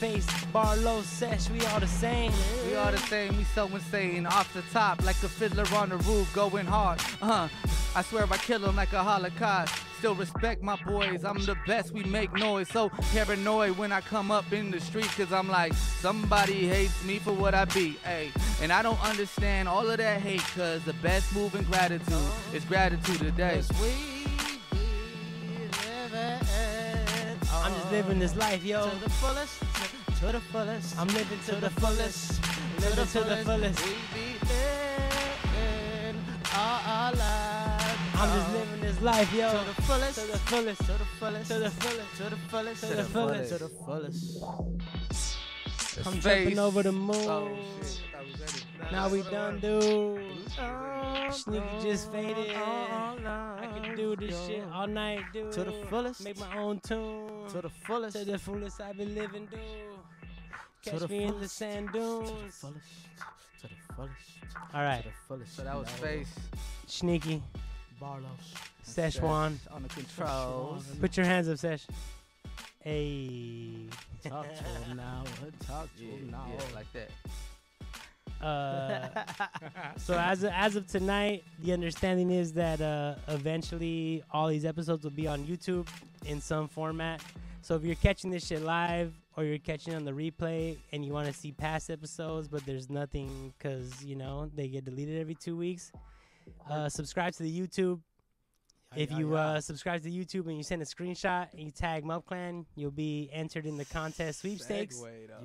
S1: Face, bar, low, sesh, we all the same.
S2: We all the same, we so insane. Off the top, like a fiddler on the roof, going hard. Uh huh. I swear I kill him like a holocaust. Still respect my boys, I'm the best, we make noise. So paranoid when I come up in the street, cause I'm like, somebody hates me for what I be. Hey, and I don't understand all of that hate, cause the best move in gratitude is gratitude today.
S3: Cause we be living.
S1: I'm just living this life, yo.
S3: To the fullest. To, to the fullest.
S1: I'm living to the fullest. Living to the fullest.
S3: We be living our life.
S1: I'm just living this life, yo.
S3: to the fullest.
S1: To the fullest.
S3: To the fullest.
S1: To the
S3: fullest. To the fullest.
S1: To the fullest.
S3: To the fullest.
S1: I'm
S2: Space.
S1: jumping over the moon.
S5: Oh shit! I thought we was ready.
S1: Now we done, dude. Sneaky just faded. I can do this shit all night, dude.
S3: To the fullest.
S1: Make my own tune.
S3: To the fullest.
S1: To the fullest I've been living, dude.
S3: To
S1: Catch
S3: the
S1: me in the
S3: fullest.
S1: sand
S3: To
S1: dunes.
S3: the fullest. To the fullest.
S1: All right,
S3: To the fullest.
S2: So that was
S3: No.
S2: face.
S1: Sneaky,
S3: Barlos.
S1: Szechuan.
S2: On the controls.
S1: Put your hands up, Sesh. Hey.
S3: Talk to him now. Talk to
S2: Yeah,
S3: him
S5: Oh.
S3: now.
S2: yeah, like that.
S1: (laughs) Uh, so as of, as of tonight, the understanding is that uh, eventually all these episodes will be on YouTube in some format. So if you're catching this shit live or you're catching on the replay and you want to see past episodes, but there's nothing because you know they get deleted every two weeks, uh, subscribe to the YouTube. If you uh, subscribe to YouTube and you send a screenshot and you tag Mup Clan, you'll be entered in the contest sweepstakes.
S5: Segue, though.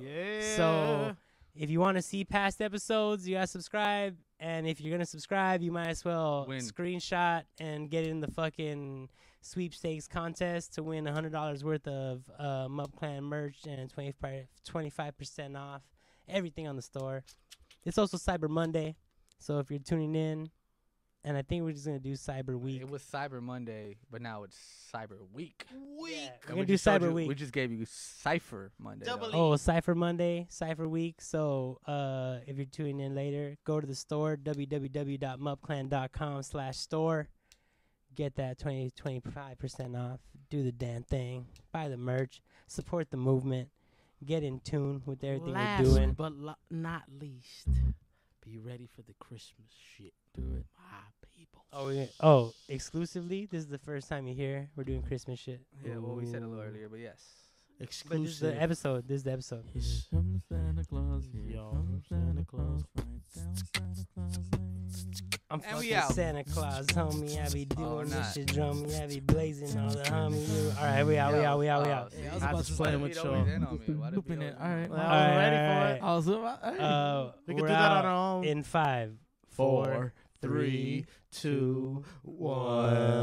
S1: (laughs) So
S3: yeah.
S5: Mm.
S1: if you want to see past episodes, you gotta subscribe. And if you're gonna subscribe, you might as well
S2: Win.
S1: screenshot and get in the fucking sweepstakes contest to win $100 worth of uh, Mub Clan merch and 25 25% off everything on the store. It's also Cyber Monday. So if you're tuning in, and I think we're just going to do Cyber Week.
S5: It was Cyber Monday, but now it's Cyber Week.
S1: Week.
S5: And
S1: We're going
S5: we
S1: to do
S5: just showed
S1: Cyber
S5: you-
S1: Week.
S5: We just gave you Cypher Monday. though.
S2: Double E.
S1: Oh, Cypher Monday, Cypher Week. So uh, if you're tuning in later, go to the store, www.mupclan.com slash store. Get that 20, 25% off. Do the damn thing. Buy the merch. Support the movement. Get in tune with everything
S3: Last
S1: we're doing.
S3: but lo- not least, be ready for the Christmas shit. Do it, my people.
S1: Oh, we oh, exclusively? This is the first time you hear we're doing Christmas shit.
S5: Yeah, well, we said a little
S3: Ooh.
S5: earlier, but yes.
S1: But this is the
S3: exclusive.
S1: episode. This is the episode.
S2: Here comes Santa Claus. Here
S3: Yo,
S2: comes
S3: Santa
S2: Santa
S3: Claus.
S2: Claus.
S1: I'm
S2: Right down Santa Claus Lane.
S5: And we
S1: fucking
S5: out.
S1: Santa Claus, homie. I be
S5: Oh,
S1: doing
S5: nah.
S1: this shit, drum. I be blazing all the homie. All right, we out, we out, we out, we
S5: Oh,
S1: out.
S2: I was
S3: I
S2: about
S3: was
S2: to say,
S3: playing with
S5: Why did
S3: y'all.
S5: Vito in on me? Why did
S2: Looping
S5: Vito
S2: it.
S5: in
S2: All
S5: on me?
S2: right.
S3: Well, I was ready for it.
S1: Alright.
S2: I was about. hey.
S1: Uh,
S3: We can
S1: we're
S3: do that on
S5: Uh,
S1: out
S3: our own.
S1: in five,
S3: Four, three, two, one.